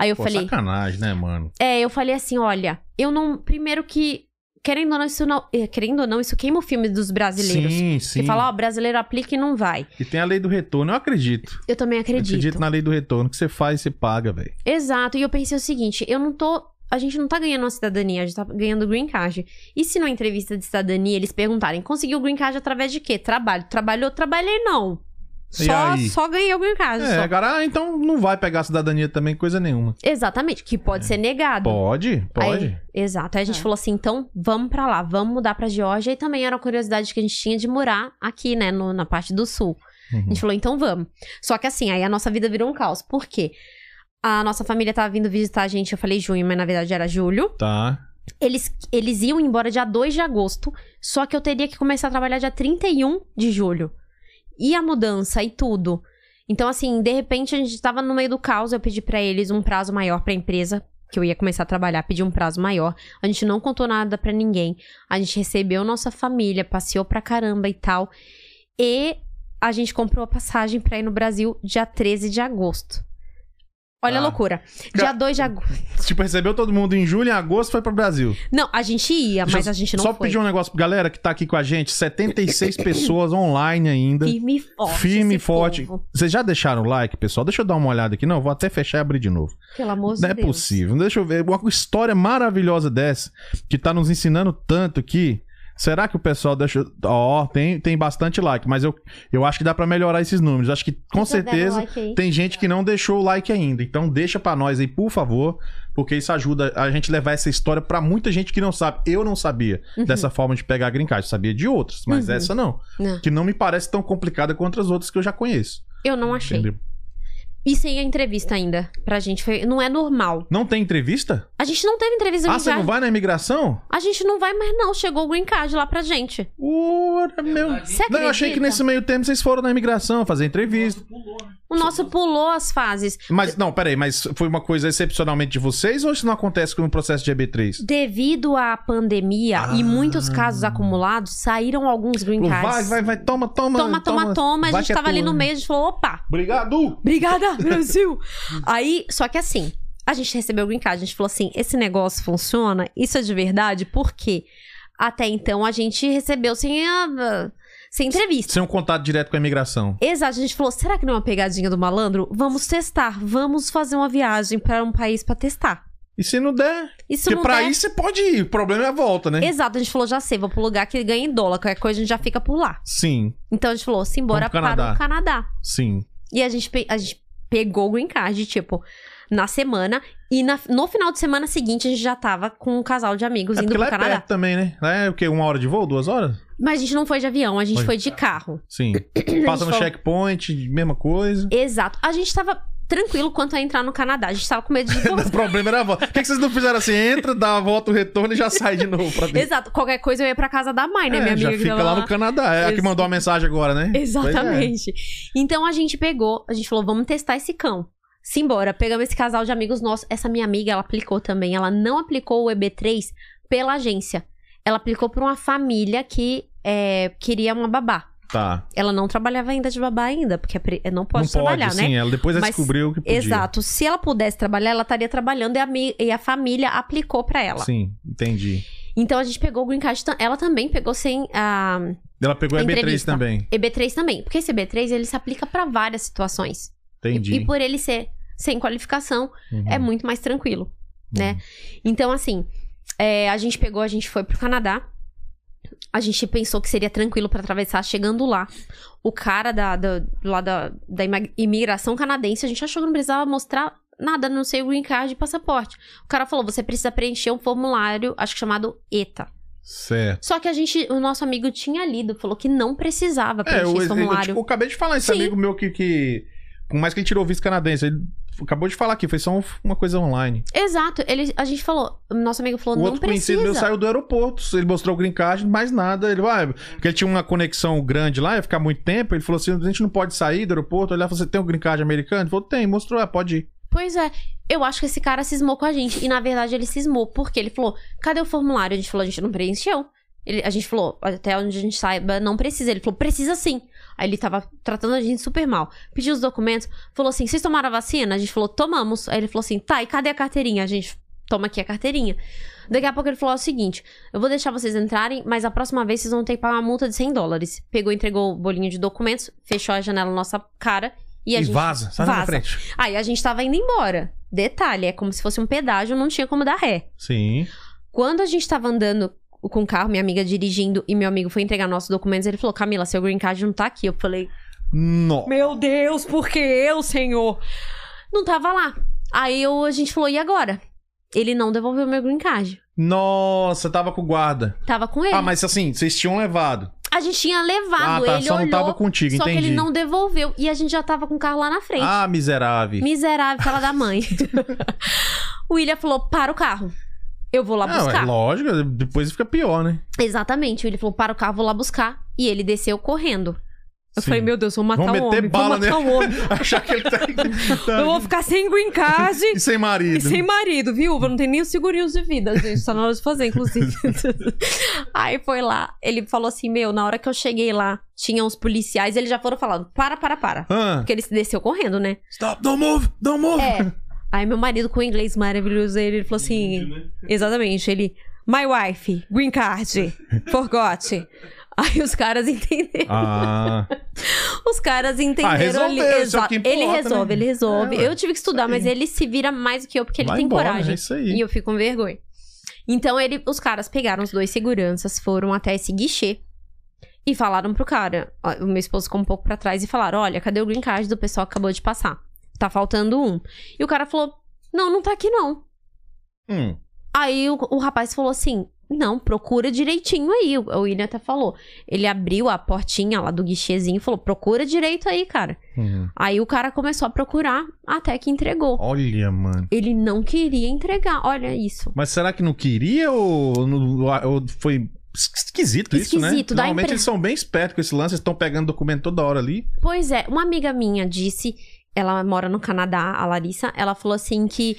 B: Aí eu
A: Pô,
B: falei.
A: sacanagem, né, mano?
B: É, eu falei assim, olha, eu não. Primeiro que. Querendo ou não, isso não. eh, Querendo ou não, isso queima o filme dos brasileiros.
A: Sim, sim.
B: Que fala, ó, brasileiro aplica e não vai.
A: E tem a lei do retorno, eu acredito.
B: Eu também acredito.
A: Acredito na lei do retorno. O que você faz, você paga, velho.
B: Exato, e eu pensei o seguinte, eu não tô. A gente não tá ganhando uma cidadania, a gente tá ganhando green card. E se numa entrevista de cidadania eles perguntarem, conseguiu o green card através de quê? Trabalho. Trabalhou? Trabalhei não.
A: E
B: Só,
A: aí?
B: só ganhei o green card.
A: É,
B: só.
A: cara, ah, então não vai pegar cidadania também, coisa nenhuma.
B: Exatamente, que pode ser negado.
A: É. Pode, pode.
B: Aí- exato. Aí a gente falou assim, então vamos pra lá, vamos mudar pra Geórgia. E também era uma curiosidade que a gente tinha de morar aqui, né, no- na parte do sul.
A: Uhum.
B: A
A: Hum.
B: gente falou, então vamos. Só que assim, aí a nossa vida virou um caos. Por quê? A nossa família tava vindo visitar a gente, eu falei junho, mas na verdade era julho.
A: Tá.
B: Eles, eles iam embora dia 2 de agosto, só que eu teria que começar a trabalhar dia 31 de julho. E a mudança e tudo. Então, assim, de repente a gente tava no meio do caos, eu pedi pra eles um prazo maior pra empresa, que eu ia começar a trabalhar, pedi um prazo maior. A gente não contou nada pra ninguém. A gente recebeu nossa família, passeou pra caramba e tal. E a gente comprou a passagem pra ir no Brasil dia 13 de agosto. Olha
A: Ah.
B: a loucura. Dia 2 de agosto.
A: Tipo, recebeu todo mundo em julho, em agosto foi pro Brasil.
B: Não, a gente ia, mas
A: Deixa eu
B: a gente não
A: Só
B: foi.
A: pedir um negócio pra galera que tá aqui com a gente. 76 pessoas online ainda.
B: Firme e forte
A: Né? Firme e
B: esse
A: forte.
B: povo.
A: Vocês já deixaram o like, pessoal? Deixa eu dar uma olhada aqui. Não, vou até fechar e abrir de novo.
B: Pelo amor de
A: Não é
B: Deus.
A: possível. Deixa eu ver. Uma história maravilhosa dessa, que tá nos ensinando tanto que. Será que o pessoal deixa. Ó, tem, tem bastante like, mas eu, eu acho que dá pra melhorar esses números. Acho que com
B: Deixa eu dar
A: certeza
B: um like aí.
A: tem gente que não deixou o like ainda. Então deixa pra nós aí, por favor, porque isso ajuda a gente levar essa história pra muita gente que não sabe. Eu não sabia
B: Uhum.
A: dessa forma de pegar a green card. Sabia de outras, mas
B: Uhum.
A: essa não.
B: Não.
A: Que não me parece tão complicada quanto as outras que eu já conheço.
B: Eu não achei.
A: Entendeu?
B: E sem a entrevista ainda pra gente. Foi, não é normal.
A: Não tem entrevista?
B: A gente não teve entrevista
A: Ah,
B: Green
A: você
B: Card.
A: não vai na imigração?
B: A gente não vai mais, não. Chegou o Green Card lá pra gente.
A: Ora, meu.
B: Você
A: Não, eu achei que
B: acredita?
A: nesse meio tempo vocês foram na imigração fazer entrevista.
B: O nosso pulou as fases.
A: Mas, não, peraí, mas foi uma coisa excepcionalmente de vocês ou isso não acontece com o processo de EB3?
B: Devido à pandemia e muitos casos acumulados, saíram alguns Green
A: Vai,
B: Cards.
A: Ah. vai, vai, toma, toma.
B: Toma, toma, toma. A
A: Vai
B: gente
A: que é
B: tava ali
A: tua,
B: no
A: né?
B: meio, a gente falou, opa.
A: Obrigado!
B: Obrigada, Brasil! Aí, só que assim, a gente recebeu o green card, a gente falou assim, esse negócio funciona? Isso é de verdade? Por quê? Até então, a gente recebeu sem, a- sem entrevista.
A: Sem um contato direto com a imigração.
B: Exato, a gente falou, será que não é uma pegadinha do malandro? Vamos testar, vamos fazer uma viagem pra um país pra testar.
A: E se não der?
B: E se
A: Porque
B: não
A: pra
B: der?
A: aí você pode ir, o problema é a volta, né?
B: Exato, a gente falou, já sei, vou pro lugar que ganha em dólar, qualquer coisa a gente já fica por lá.
A: Sim,
B: Então a gente falou, simbora
A: Vamos pro
B: para
A: Canadá.
B: o Canadá.
A: sim.
B: E a gente, pe- a gente pegou o green card, tipo, na semana. E na- no final de semana seguinte, a gente já tava com um casal de amigos
A: É
B: indo
A: porque
B: pro
A: lá é
B: Canadá.
A: perto também, né? Lá é o quê? Uma hora de voo? Duas horas?
B: Mas a gente não foi de avião, a gente
A: Foi.
B: foi de carro.
A: Sim.
B: gente
A: Passa no
B: falou-
A: checkpoint, mesma coisa.
B: Exato. A gente tava tranquilo quanto a entrar no Canadá. A gente tava com medo de...
A: O problema era a volta. Por que, que vocês não fizeram assim? Entra, dá a volta, o retorno e já sai de novo pra dentro.
B: Exato. Qualquer coisa eu ia pra casa da mãe, né,
A: É,
B: minha amiga?
A: já
B: que
A: fica
B: tava
A: lá no Canadá. É a que
B: Ex-
A: mandou a mensagem agora, né?
B: Exatamente. Então a gente pegou, a gente falou, vamos testar esse cão. Simbora, pegamos esse casal de amigos nossos. Essa minha amiga, ela aplicou também. Ela não aplicou o EB3 pela agência. Ela aplicou por uma família que é, queria uma babá.
A: Pois é. Tá.
B: Ela não trabalhava ainda de babá ainda, porque a pre- não pode
A: não
B: trabalhar,
A: pode,
B: né?
A: sim. Ela depois ela
B: Mas-
A: descobriu que podia.
B: Exato. Se ela pudesse trabalhar, ela estaria trabalhando e a, mi- e a família aplicou pra ela.
A: Sim, entendi.
B: Então a gente pegou o green card. tam- Ela também pegou sem a
A: Ela pegou a EB3
B: Entrevista.
A: também.
B: EB3 também, porque esse EB3 ele se aplica pra várias situações.
A: Entendi.
B: E por ele ser sem qualificação,
A: Uhum.
B: é muito mais tranquilo, né? Então, assim, é, a gente pegou, a gente foi pro Canadá. A gente pensou que seria tranquilo pra atravessar. Chegando lá, o cara da, da, lá da, da ima- imigração canadense, a gente achou que não precisava mostrar nada, a não sei o green card e passaporte. O cara falou, você precisa preencher um formulário, acho que chamado ETA.
A: Certo.
B: Só que a gente, o nosso amigo tinha lido, falou que não precisava
A: É,
B: preencher
A: eu,
B: esse
A: eu, eu,
B: formulário.
A: tipo, eu acabei de falar, esse amigo meu que, que. Com mais que ele tirou o visto canadense. Ele acabou de falar aqui, foi só um- uma coisa online.
B: Exato, ele, a gente falou, o nosso amigo
A: o
B: falou, não
A: outro
B: precisa.
A: conhecido meu saiu do aeroporto, ele mostrou o green card, mais nada. Ele vai, porque ele tinha uma conexão grande lá, ia ficar muito tempo. Ele falou assim: a gente não pode sair do aeroporto. Olhar, você tem um green card americano? Ele falou: tem, mostrou, ah, pode ir.
B: Pois é, eu acho que esse cara cismou com a gente. E na verdade ele cismou, porque ele falou: cadê o formulário? A gente falou: a gente não preencheu. Ele- a gente falou, até onde a gente saiba, não precisa. Ele falou, precisa sim. Aí ele tava tratando a gente super mal. Pediu os documentos, falou assim: vocês tomaram a vacina? A gente falou, tomamos. Aí ele falou assim: tá, e cadê a carteirinha? A gente toma aqui a carteirinha. Daqui a pouco ele falou o seguinte: eu vou deixar vocês entrarem, mas a próxima vez vocês vão ter que pagar uma multa de 100 dólares. Pegou, entregou o bolinho de documentos, fechou a janela na nossa cara e a
A: E
B: gente.
A: vaza, sai da minha frente.
B: Aí a gente tava indo embora. Detalhe, é como se fosse um pedágio, não tinha como dar ré.
A: Sim.
B: Quando a gente tava andando com o carro, minha amiga dirigindo e meu amigo foi entregar nossos documentos, ele falou: Camila, seu green card não tá aqui. Eu falei:
A: Não.
B: Meu Deus, por que eu, Senhor? Não tava lá. Aí eu- a gente falou: E agora? Ele não devolveu meu green card.
A: Nossa, tava com o guarda.
B: Tava com ele.
A: Ah, mas assim, vocês tinham levado.
B: A gente tinha
A: Ah,
B: levado
A: tá,
B: ele,
A: só não
B: olhou,
A: tava contigo,
B: só que ele
A: entendi.
B: não devolveu. E a gente já tava com o carro lá na frente.
A: Ah, miserável.
B: Miserável, fala da mãe. o William falou: para o carro. Eu vou lá
A: Ah,
B: buscar.
A: mas lógico, depois fica pior, né?
B: Exatamente. Ele falou: para o carro, vou lá buscar. E ele desceu correndo. Eu
A: Sim.
B: falei, meu Deus, vou matar
A: Vão
B: o
A: meter
B: homem.
A: bala
B: vou matar
A: nele.
B: o homem.
A: Achar que ele tá.
B: Eu vou ficar sem green card.
A: E sem marido.
B: E sem marido, viúva. Não tem nem os segurinhos de vida, gente. Tá na hora de fazer, inclusive. Aí foi lá. Ele falou assim, meu, na hora que eu cheguei lá, tinha uns policiais. Eles já foram falando, para, para, para.
A: Ah.
B: Porque ele se desceu correndo, né?
A: Stop, don't move, don't move.
B: É. Aí meu marido com inglês maravilhoso, ele falou assim...
A: né?
B: Exatamente, ele... My wife, green card, forgot. Aí os caras entenderam.
A: Ah.
B: Os caras entenderam
A: Ah, resolveu,
B: ali.
A: isso é o que
B: ele
A: importa,
B: resolve,
A: né?
B: ele resolve.
A: É, ué,
B: eu tive que estudar,
A: isso aí.
B: mas ele se vira mais do que eu, porque ele
A: Vai
B: tem
A: embora,
B: coragem.
A: é isso aí.
B: E eu fico com vergonha. Então ele, os caras pegaram os dois seguranças, foram até esse guichê e falaram pro cara. ó, O meu esposo ficou um pouco pra trás e falaram: Olha, cadê o green card do pessoal que acabou de passar? Tá faltando um. E o cara falou: Não, não tá aqui não.
A: Hum.
B: Aí o, o rapaz falou assim: não, procura direitinho aí. O o William até falou. Ele abriu a portinha lá do guichezinho e falou: procura direito aí, cara.
A: Hum.
B: Aí o cara começou a procurar até que entregou.
A: Olha, mano.
B: Ele não queria entregar, olha isso.
A: Mas será que não queria ou, ou foi es- esquisito isso, né?
B: Esquisito, dá a
A: Normalmente
B: impre-
A: eles são bem espertos com esse lance, eles estão pegando documento toda hora ali.
B: Pois é, uma amiga minha disse, ela mora no Canadá, a Larissa, ela falou assim que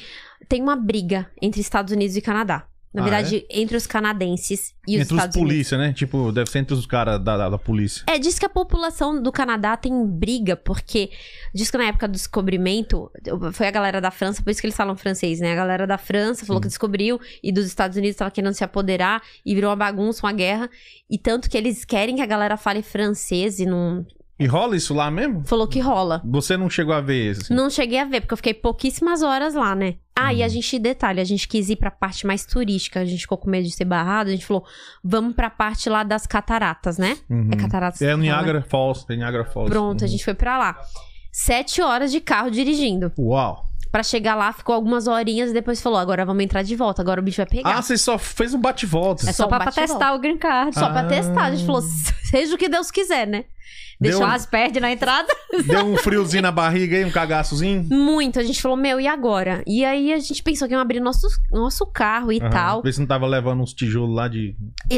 B: tem uma briga entre Estados Unidos e Canadá. Na
A: Ah,
B: verdade, entre os canadenses e
A: entre
B: os
A: os
B: Estados Unidos.
A: polícia, né? Tipo, deve ser entre os caras da, da- da polícia.
B: É, diz que a população do Canadá tem briga, porque diz que na época do descobrimento, foi a galera da França, por isso que eles falam francês, né? A galera da França falou que descobriu, e dos Estados Unidos tava querendo se apoderar, e virou uma bagunça, uma guerra. E tanto que eles querem que a galera fale francês e não.
A: E rola isso lá mesmo?
B: Falou que rola.
A: Você não chegou a ver isso? assim?
B: Não cheguei a ver, porque eu fiquei pouquíssimas horas lá, né? Ah,
A: Uhum.
B: e a gente, detalhe, a gente quis ir pra parte mais turística, a gente ficou com medo de ser barrado, a gente falou, vamos pra parte lá das cataratas, né?
A: Uhum.
B: É cataratas. que
A: É
B: fala, né?
A: Niagara Falls, tem Niagara Falls. Uhum.
B: Pronto, a gente foi pra lá. Sete horas de carro dirigindo.
A: Uau.
B: Pra chegar lá, ficou algumas horinhas e depois falou: agora vamos entrar de volta, agora o bicho vai pegar.
A: Ah, você só fez um bate-volta.
B: É só pra- pra testar o
C: green card.
B: Só pra
A: Ah.
B: testar. A gente falou: seja o que Deus quiser, né?
A: Deu- um-
B: Deixou as pernas na entrada.
A: Deu um friozinho na barriga aí, um cagaçozinho.
B: Muito. A gente falou: meu, e agora? E aí a gente pensou que iam abrir nosso, nosso carro e
A: Aham.
B: tal.
A: Vê se não tava levando uns tijolos lá de.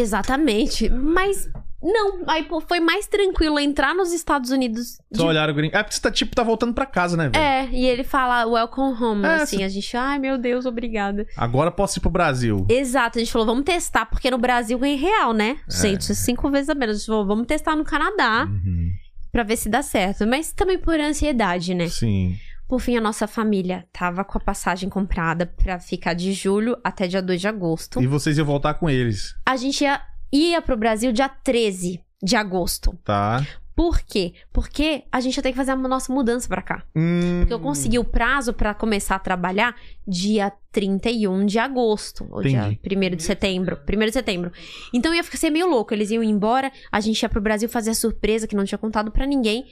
B: Exatamente. Mas não. Aí pô, foi mais tranquilo entrar nos Estados Unidos. de-
A: Só olharam o gringo. É porque você tá, tipo, tá voltando pra casa, né, velho?
B: É, e ele fala welcome home.
A: É,
B: assim, a gente, ai meu Deus, obrigada.
A: Agora posso ir pro Brasil.
B: Exato, a gente falou, vamos testar, porque no Brasil ganha em real, né?
A: É. Hum.
B: Gente, cinco vezes a menos. A gente falou, vamos testar no Canadá
A: Uhum,
B: pra ver se dá certo. Mas também por ansiedade, né?
A: Sim.
B: Por fim, a nossa família tava com a passagem comprada pra ficar de julho até dia 2 de agosto.
A: E vocês iam voltar com eles,
B: A gente ia, ia pro Brasil dia 13 de agosto.
A: tá?
B: Por quê? Porque a gente ia ter que fazer a nossa mudança pra cá.
A: Hum,
B: Porque eu consegui o prazo pra começar a trabalhar dia 31 de agosto, ou
A: Entendi.
B: dia 1 de setembro. 1 de setembro. Então ia ficar ser meio louco. Eles iam embora, a gente ia pro Brasil fazer a surpresa que não tinha contado pra ninguém.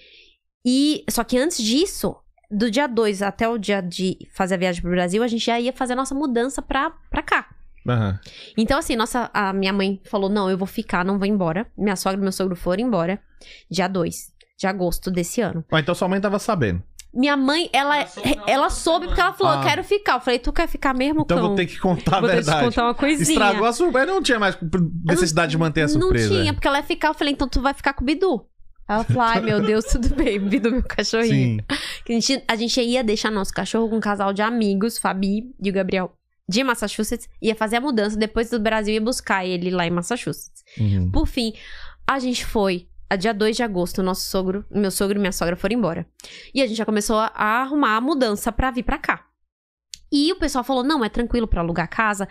B: E só que antes disso, do dia 2 até o dia de fazer a viagem pro Brasil, a gente já ia fazer a nossa mudança pra, pra cá.
A: aham.
B: Então, assim, nossa, a minha mãe falou: não, eu vou ficar, não vou embora. Minha sogra e meu sogro foram embora dia 2 de agosto desse ano.
A: Ó, então sua mãe tava sabendo.
B: Minha mãe, ela, ela soube porque ela falou,
A: Ah.
B: eu quero ficar. Eu falei, tu quer ficar mesmo,
A: Então eu
B: cão?
A: vou ter que contar a
B: Vou ter que te
A: verdade.
B: contar uma coisinha.
A: Estragou a surpresa. Não tinha mais necessidade de manter a surpresa.
B: Não tinha, porque ela ia ficar. Eu falei, então tu vai ficar com o Bidu. Ela falou, ai meu Deus, tudo bem, Bidu, meu cachorrinho. Que A, gente, a gente ia deixar nosso cachorro com um casal de amigos, Fabi e o Gabriel de Massachusetts, ia fazer a mudança, depois do Brasil ia buscar ele lá em Massachusetts.
L: Uhum.
B: Por fim, a gente foi. A dia 2 de agosto, nosso sogro, meu sogro e minha sogra foram embora. E a gente já começou a, a arrumar a mudança pra vir pra cá. E o pessoal falou: não, é tranquilo pra alugar casa.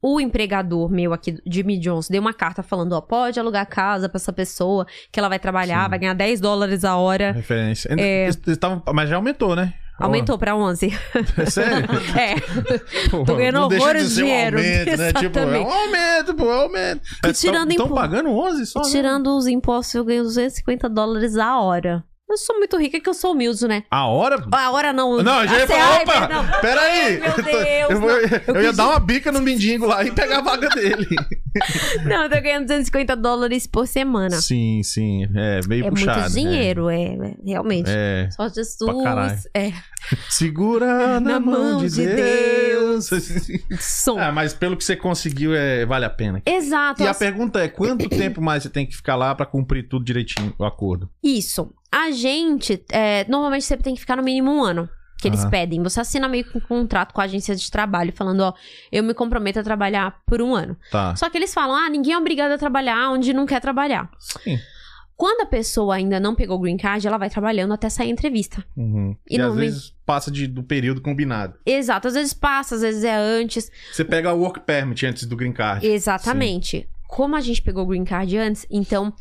B: O empregador meu aqui, Jimmy Johnson, deu uma carta falando: ó, pode alugar casa pra essa pessoa, que ela vai trabalhar, vai ganhar 10 dólares a hora.
A: Referência. Ainda-
B: É.
A: eles- eles tavam- mas já aumentou, né?
B: Aumentou pra 11.
A: É sério?
B: É.
A: Pô,
B: Tô ganhando
A: não deixa de
B: horrores de
A: ser um
B: dinheiro.
A: aumento, né? Tipo, é um
B: Exatamente.
A: aumento, pô, é um aumento. É,
B: E tirando
A: tão- tão
B: impo-
A: pagando 11 só,
B: E
A: né?
B: Tirando os impostos, eu ganho 250 dólares a hora. Eu sou muito rica que eu sou humilde, né?
A: A hora?
B: A hora não.
A: Não, eu já ia
B: A
A: falar,
B: CA,
A: opa,
B: Assim, perdão.
A: peraí.
B: Oh, Meu Deus,
A: eu, vou-
B: não.
A: eu
B: Eu
A: ia
B: quis-
A: dar uma bica no mendigo lá e pegar a vaga dele.
B: Não, eu tô ganhando 250 dólares por semana.
A: Sim, sim. É, meio
B: é
A: puxado.
B: muito
A: né?
B: dinheiro, é, é, realmente.
A: É.
B: Só
A: Pra caralho.
B: Jesus. É.
A: Segura na, mão de, Deus. Ah, mas pelo que você conseguiu, é, vale a pena.
B: Exato.
A: E a
B: as-
A: pergunta é: quanto tempo mais você tem que ficar lá pra cumprir tudo direitinho, o acordo?
B: Isso. A gente, é, normalmente você tem que ficar no mínimo um ano que eles
A: Aham.
B: pedem. Você assina meio que um contrato com a agência de trabalho, falando, ó, eu me comprometo a trabalhar por um ano.
A: Tá.
B: Só que eles falam, ah, ninguém é obrigado a trabalhar onde não quer trabalhar.
A: Sim.
B: Quando a pessoa ainda não pegou o green card, ela vai trabalhando até sair a entrevista.
A: Uhum.
B: E
A: E, às
B: normalmente-
A: vezes passa de- do período combinado.
B: Exato, às vezes passa, às vezes é antes.
A: Você pega o work permit antes do green card.
B: Exatamente. Como a gente pegou o green card antes, então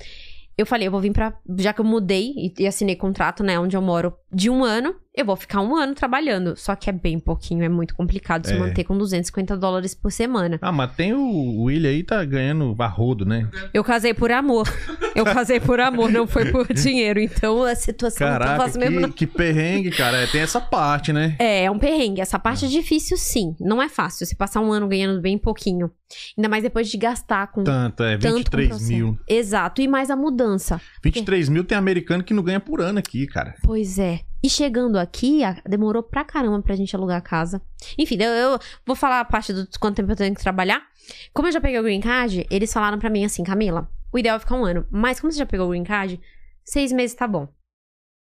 B: eu falei, eu vou vir pra. Já que eu mudei e, e assinei contrato, né, onde eu moro, de um ano, eu vou ficar um ano trabalhando. Só que é bem pouquinho, é muito complicado se
A: É.
B: manter com 250 dólares por semana.
A: Ah, mas tem o William aí tá ganhando barrodo, né?
B: Eu casei por amor. Eu casei por amor, não foi por dinheiro. Então a situação não tá
A: Caraca,
B: fácil mesmo,
A: que,
B: não.
A: que perrengue, cara. É, tem essa parte, né?
B: É, é um perrengue. Essa parte é difícil, sim. Não é fácil. Você passar um ano ganhando bem pouquinho. Ainda mais depois de gastar com.
A: Tanto, é
B: tanto com
A: 23
B: processo.
A: mil.
B: Exato. E mais a mudança.
A: 23 mil tem americano que não ganha por ano aqui, cara.
B: Pois é. E chegando aqui, a- demorou pra caramba pra gente alugar a casa. Enfim, eu, eu vou falar a parte do quanto tempo eu tenho que trabalhar. Como eu já peguei o green card, eles falaram pra mim assim, Camila, o ideal é ficar um ano. Mas como você já pegou o green card, seis meses tá bom.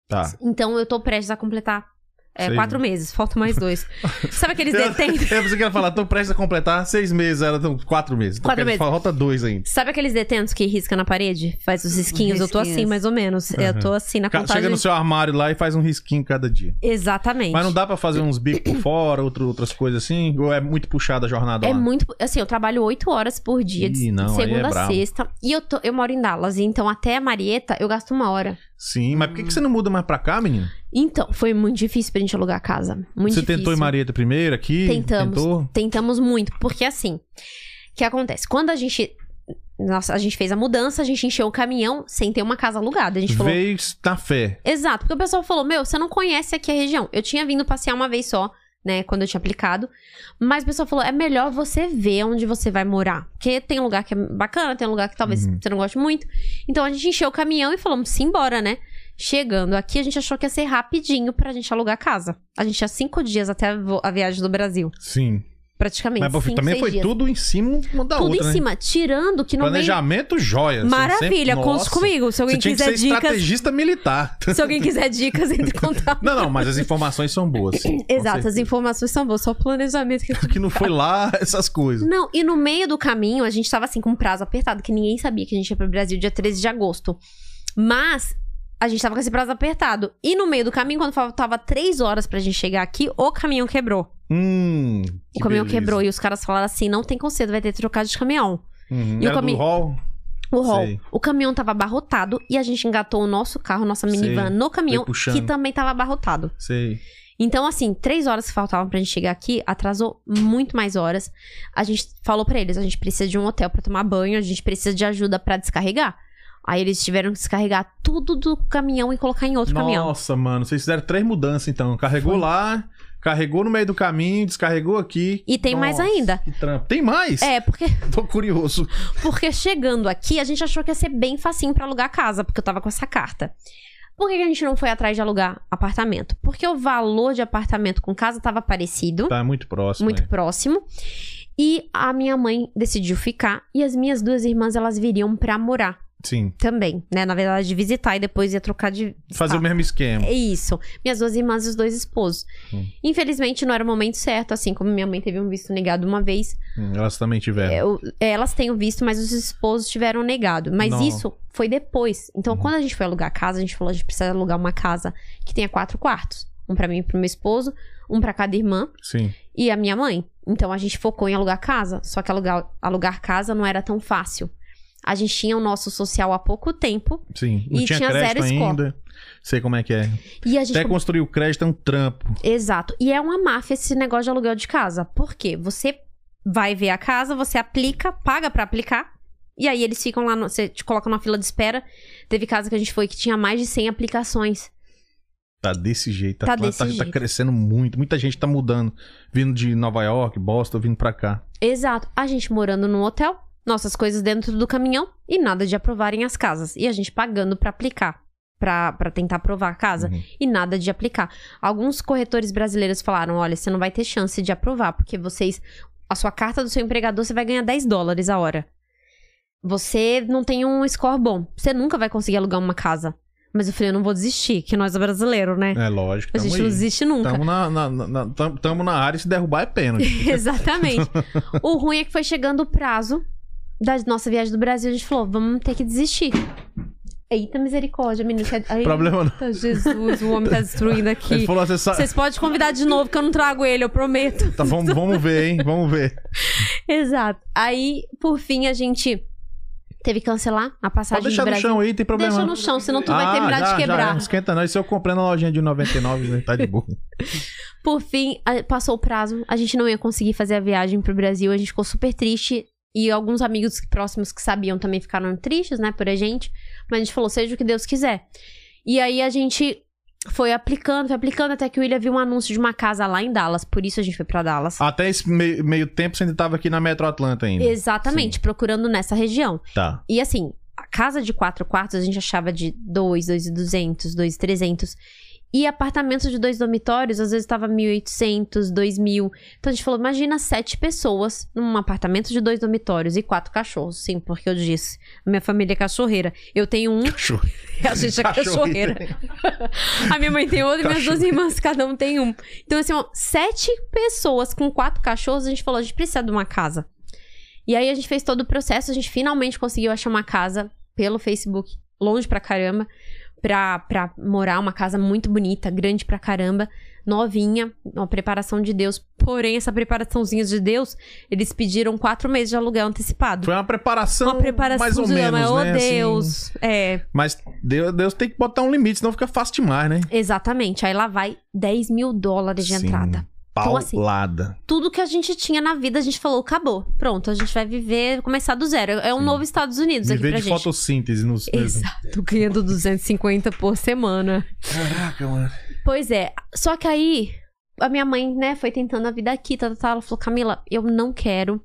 A: Tá.
B: Então eu tô prestes a completar é,
A: Seis
B: quatro meses, falta mais dois. Sabe aqueles
A: Eu
B: detentos?
A: pensei que ela É, falar, tô prestes a completar seis meses, ela tá quatro meses. Então,
B: Quatro
A: quer dizer,
B: meses.
A: Falta dois ainda.
B: Sabe aqueles detentos que risca na parede? Faz os risquinhos? Eu tô assim,
A: Risquinhos.
B: mais ou menos. Eu tô assim na
A: Ca-
B: contagem.
A: Chega no seu armário lá e faz um risquinho cada dia.
B: Exatamente.
A: Mas não dá pra fazer uns bicos por fora, outro- outras coisas assim? Ou é muito puxada a jornada
B: É
A: lá?
B: muito. Assim, eu trabalho oito horas por dia, de
A: Ih, não, aí é
B: segunda a
A: brabo.
B: sexta. E eu, tô- eu moro em Dallas, então até Marieta eu gasto uma hora.
A: Sim, mas por que, que você não muda mais pra cá, menino?
B: Então, foi muito difícil pra gente alugar a casa. Muito
A: você
B: difícil.
A: tentou em Marieta primeiro aqui?
B: Tentamos.
A: Tentou?
B: Tentamos muito. Porque assim, o que acontece? Quando a gente. Nossa, a gente fez a mudança, a gente encheu o caminhão sem ter uma casa alugada. A gente falou.
A: Vez na fé.
B: Exato, porque o pessoal falou: Meu, você não conhece aqui a região. Eu tinha vindo passear uma vez só, né, quando eu tinha aplicado. Mas o pessoal falou: É melhor você ver onde você vai morar. Porque tem lugar que é bacana, tem lugar que talvez
A: Uhum.
B: você não goste muito. Então a gente encheu o caminhão e falamos: Simbora, né? Chegando aqui, a gente achou que ia ser rapidinho pra gente alugar a casa. A gente tinha cinco dias até a vo- a viagem do Brasil.
A: Sim.
B: Praticamente.
A: Mas pô,
B: cinco,
A: também
B: seis
A: foi
B: dias.
A: tudo em cima uma da
B: Tudo
A: outra,
B: em
A: né?
B: cima, tirando que no meio.
A: Planejamento joia. assim,
B: Maravilha,
A: sempre-
B: conte
A: Nossa.
B: comigo, se alguém
A: Você tinha
B: quiser
A: que ser
B: dicas-
A: estrategista militar.
B: Se alguém quiser dicas, entre em contato.
A: Não, não, mas as informações são boas. sim, com
B: Exato, as
A: certeza.
B: informações são boas, só o planejamento que
A: Que não foi lá essas coisas.
B: Não, e no meio do caminho, a gente tava assim com um prazo apertado, que ninguém sabia que a gente ia pro Brasil dia 13 de agosto. Mas a gente tava com esse prazo apertado. E no meio do caminho, quando faltava três horas pra gente chegar aqui, o caminhão quebrou.
A: Hum.
B: O caminhão quebrou e os caras falaram assim: não tem conceito, vai ter que trocar de caminhão.
A: Uhum.
B: E o
A: Era
B: caminho-
A: do hall?
B: O hall.
A: Sei.
B: O caminhão tava abarrotado e a gente engatou o nosso carro, nossa minivan,
A: Sei.
B: no caminhão,
A: Foi puxando.
B: que também tava abarrotado.
A: Sei.
B: Então, assim, três horas que faltavam pra gente chegar aqui, atrasou muito mais horas. A gente falou pra eles, a gente precisa de um hotel pra tomar banho, a gente precisa de ajuda pra descarregar. Aí eles tiveram que descarregar tudo do caminhão e colocar em outro caminhão.
A: Nossa, mano, vocês fizeram três mudanças então. Carregou lá, carregou no meio do caminho, descarregou aqui.
B: E tem mais
A: Nossa,
B: ainda.
A: Que trampo. Tem mais?
B: É, porque,
A: Tô curioso.
B: porque chegando aqui, a gente achou que ia ser bem facinho pra alugar casa, porque eu tava com essa carta. Por que que a gente não foi atrás de alugar apartamento? Porque o valor de apartamento com casa tava parecido.
A: Tá muito próximo.
B: muito
A: é.
B: próximo. E a minha mãe decidiu ficar e as minhas duas irmãs elas viriam pra morar.
A: Sim.
B: Também, né? Na verdade, de visitar e depois ia trocar de.
A: Fazer o
B: estado.
A: mesmo esquema.
B: É isso. Minhas duas irmãs e os dois esposos.
A: Hum.
B: Infelizmente, não era o momento certo, assim como minha mãe teve um visto negado uma vez.
A: Hum, Elas também tiveram.
B: É, o- é, elas têm o visto, mas os esposos tiveram negado. Mas
A: Não. Uhum.
B: isso foi depois. Então, quando a gente foi alugar a casa, a gente falou: a gente precisa alugar uma casa que tenha quatro quartos. Um pra mim e pro meu esposo, um pra cada irmã
A: Sim.
B: e a minha mãe. Então a gente focou em alugar casa, só que alugar, alugar casa não era tão fácil. A gente tinha o nosso social há pouco tempo.
A: Sim. Não
B: E
A: tinha,
B: tinha
A: crédito
B: zero escola.
A: ainda. Sei como é que é.
B: E a gente
A: Até
B: come-
A: construir o crédito é um trampo.
B: Exato. E é uma máfia esse negócio de aluguel de casa. Por quê? Você vai ver a casa, você aplica, paga pra aplicar. E aí eles ficam lá, no- você te coloca numa fila de espera. Teve casa que a gente foi que tinha mais de 100 aplicações.
A: Tá desse jeito.
B: Tá
A: Atlanta
B: desse
A: tá,
B: jeito.
A: crescendo muito. Muita gente tá mudando. Vindo de Nova York, Boston, vindo pra cá.
B: Exato. A gente morando num hotel, nossas coisas dentro do caminhão e nada de aprovarem as casas. E a gente pagando pra aplicar, pra pra tentar aprovar a casa
A: Uhum.
B: e nada de aplicar. Alguns corretores brasileiros falaram: olha, você não vai ter chance de aprovar, porque vocês. A sua carta do seu empregador você vai ganhar 10 dólares a hora. Você não tem um score bom. Você nunca vai conseguir alugar uma casa. Mas eu falei, eu não vou desistir, que nós é brasileiro, né?
A: É lógico.
B: A
A: tamo
B: gente
A: aí.
B: não desiste nunca.
A: Tamo na, na, na- na- tam- tamo na área e se derrubar é pênalti.
B: Exatamente. O ruim é que foi chegando o prazo da nossa viagem do Brasil. A gente falou, vamos ter que desistir. Eita misericórdia, menino. Que... Eita,
A: Problema É
B: não. Jesus, o homem tá destruindo aqui.
A: Ele falou, "Você sabe-"
B: Vocês podem convidar de novo que eu não trago ele, eu prometo.
A: Tá, vamos, vamos ver, hein? Vamos ver.
B: Exato. Aí, por fim, a gente teve que cancelar a passagem
A: Pode deixar
B: do
A: no
B: Brasil.
A: chão aí, tem problema.
B: Deixa
A: não.
B: no chão, senão tu vai
A: Ah,
B: terminar
A: já,
B: de
A: já,
B: quebrar.
A: não esquenta não. E se eu comprar na lojinha de 99, né? tá de boa.
B: Por fim, a- passou o prazo, a gente não ia conseguir fazer a viagem pro Brasil, a gente ficou super triste. E alguns amigos próximos que sabiam também ficaram tristes, né, por a gente. Mas a gente falou, seja o que Deus quiser. E aí a gente foi aplicando, foi aplicando, até que o William viu um anúncio de uma casa lá em Dallas, por isso a gente foi pra Dallas.
A: Até esse meio, meio tempo você ainda tava aqui na Metro Atlanta Ah, ainda.
B: Exatamente, procurando nessa região.
A: Tá.
B: E assim, a casa de quatro quartos a gente achava de dois, dois e duzentos, dois e trezentos. E apartamento de dois dormitórios, às vezes tava 1.800, 2.000. Então a gente falou, imagina sete pessoas num apartamento de dois dormitórios e quatro cachorros. Sim, porque eu disse, a minha família é cachorreira. Eu tenho um,
A: Show.
B: a gente é cachorreira. A minha mãe tem
A: Tá
B: outro e minhas duas
I: Cachorro.
B: irmãs, cada um tem um. Então, assim, ó, sete pessoas com quatro cachorros, a gente falou, a gente precisa de uma casa. E aí a gente fez todo o processo, a gente finalmente conseguiu achar uma casa pelo Facebook, longe pra caramba, pra, pra morar, uma casa muito bonita, grande pra caramba, novinha, uma preparação de Deus. Porém, essa preparaçãozinha de Deus, eles pediram quatro meses de aluguel antecipado.
A: Foi uma preparação,
B: uma preparação
A: Então, mais ou
B: de-
A: menos,
B: oh,
A: né, assim.
B: Deus, é...
A: Mas Deus, Deus tem que botar um limite, senão fica fácil demais, né?
B: Exatamente. Aí lá vai 10 mil dólares de
A: Sim.
B: entrada. Então, assim,
A: Paulada.
B: tudo que a gente tinha na vida, a gente falou, acabou. Pronto, a gente vai viver, começar do zero. É um novo Estados Unidos aqui
A: Viver
B: pra
A: de
B: gente.
A: fotossíntese nos.
B: Exato, ganhando 250 por semana.
A: Caraca, mano.
B: Pois é, só que aí a minha mãe, né, foi tentando a vida aqui, tá, tá, tá. Ela falou, Camila, eu não quero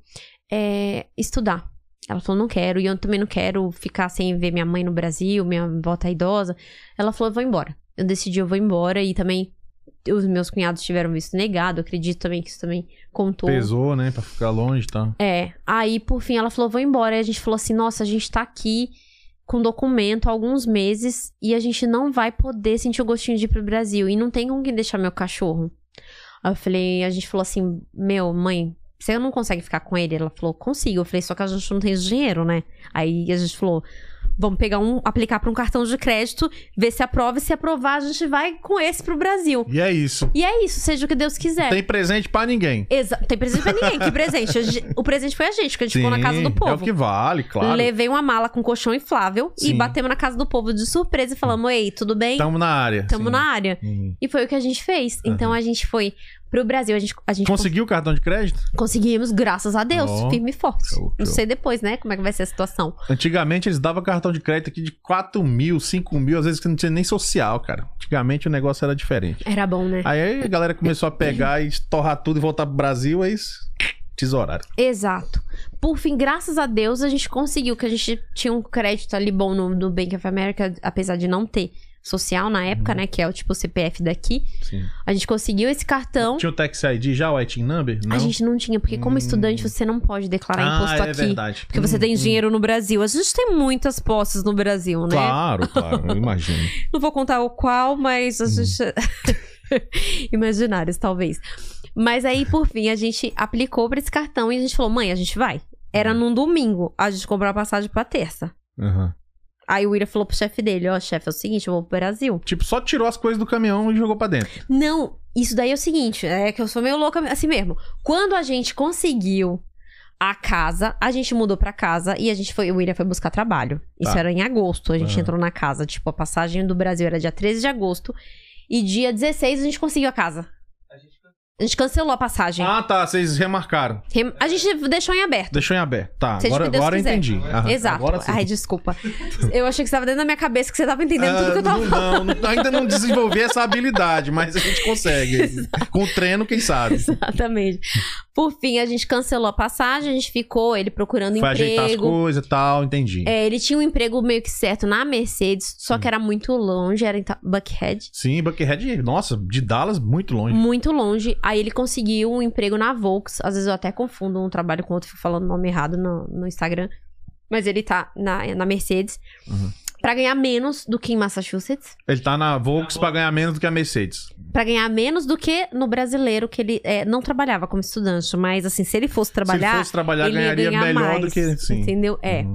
B: é, estudar. Ela falou, não quero, e eu também não quero ficar sem ver minha mãe no Brasil, minha avó tá idosa. Ela falou, eu vou embora. Eu decidi, eu vou embora, e também os meus cunhados tiveram visto negado, eu acredito também que isso também contou.
A: Pesou, né? Pra ficar longe e tal.
B: É, aí por fim ela falou, vou embora. Aí a gente falou assim, nossa, a gente tá aqui com documento há alguns meses e a gente não vai poder sentir o gostinho de ir pro Brasil. E não tem com quem deixar meu cachorro. Aí eu falei, a gente falou assim, meu, mãe, você não consegue ficar com ele? Ela falou, consigo. Eu falei, só que a gente não tem dinheiro, né? Aí a gente falou, vamos pegar um, aplicar pra um cartão de crédito, ver se aprova, e se aprovar a gente vai com esse pro Brasil.
A: E é isso.
B: E é isso, seja o que Deus quiser.
A: Tem presente pra ninguém.
B: Exa tem presente pra ninguém. Que presente? A gen- O presente foi a gente, que a gente ficou na casa do
A: É
B: povo.
A: o que vale, claro.
B: Levei uma mala com colchão inflável e
A: Sim.
B: batemos na casa do povo de surpresa e falamos: Ei, tudo bem?
A: Tamo assim. na área.
B: Tamo
A: sim.
B: na área. E foi o que a gente fez. Então a gente foi pro Brasil. A gente, a gente
A: Conseguiu o cartão de crédito?
B: Conseguimos, graças a Deus,
A: Ó.
B: firme e forte.
A: Show,
B: Não
A: show.
B: sei depois, né? Como é que vai ser a situação.
A: Antigamente eles davam cartão de crédito aqui de 4 mil, 5 mil, às vezes que não tinha nem social, cara. Antigamente o negócio era diferente.
B: Era bom, né?
A: Aí a galera começou a pegar e estorrar tudo e voltar pro Brasil, aí eles tesouraram.
B: Exato. Por fim, graças a Deus, a gente conseguiu, que a gente tinha um crédito ali bom no, no Bank of America, apesar de não ter social na época,
A: Uhum.
B: né? Que é o tipo CPF daqui. A gente conseguiu esse cartão.
A: Tinha o Tax ID já, o ITIN Number? Não.
B: Então
A: Hum.
B: A gente não tinha, porque como estudante você não pode declarar
A: Ah,
B: imposto
A: é
B: aqui.
A: verdade.
B: Porque você
A: Hum,
B: tem
A: hum.
B: dinheiro no Brasil. A gente tem muitas posses no Brasil, né?
A: Claro, claro, eu imagino.
B: Não vou contar o qual, mas a
A: Hum.
B: gente... imaginários, talvez. Mas aí, por fim, a gente aplicou pra esse cartão e a gente falou: mãe, a gente vai. Era
A: Hum.
B: num domingo, a gente comprou a passagem pra terça.
A: Aham.
B: Aí o Ira falou pro chefe dele: ó, chefe, é o seguinte, eu vou pro Brasil.
A: Tipo, só tirou as coisas do caminhão e jogou pra dentro.
B: Não, isso daí é o seguinte, é que eu sou meio louca assim mesmo. Quando a gente conseguiu a casa, a gente mudou pra casa e a gente foi, o William foi buscar trabalho. Isso
L: Tá.
B: era em agosto, a gente
L: Aham.
B: entrou na casa, tipo, a passagem do Brasil era dia 13 de agosto e dia 16 a gente conseguiu a casa. A gente cancelou a passagem.
A: Ah, tá, vocês remarcaram.
B: Rem- A gente deixou em aberto.
A: Deixou em aberto. Tá,
B: Seja o
A: agora,
B: que Deus
A: agora eu
B: quiser.
A: entendi. Aham,
B: Exato.
A: Ah, Agora sim.
B: Ai, desculpa. Eu achei que estava dentro da minha cabeça que você estava entendendo tudo
A: Ah,
B: que eu tava
A: não,
B: falando.
A: não, não, ainda não desenvolvi essa habilidade, mas a gente consegue. Com o treino, quem sabe.
B: Exatamente. Por fim, a gente cancelou a passagem, a gente ficou ele procurando
A: Foi ajeitar as
B: emprego.
A: coisas e tal, entendi.
B: É, ele tinha um emprego meio que certo na Mercedes, só que era muito longe, era em Ta- Buckhead.
A: Hum. Sim, Buckhead, nossa, de Dallas, muito longe.
B: Muito longe. Aí ele conseguiu um emprego na Volks. Às vezes eu até confundo um trabalho com outro, fico falando o nome errado no, no Instagram. Mas ele tá na, na Mercedes.
A: Uhum.
B: Pra ganhar menos do que em Massachusetts.
A: Ele tá na Volks pra ganhar menos do que a Mercedes.
B: Pra ganhar menos do que no brasileiro, que ele é, não trabalhava como estudante, mas assim, se ele fosse trabalhar.
A: fosse trabalhar,
B: ele ia
A: ganharia
B: ganhar
A: melhor
B: mais,
A: do que- sim. Uhum.
B: Entendeu? É.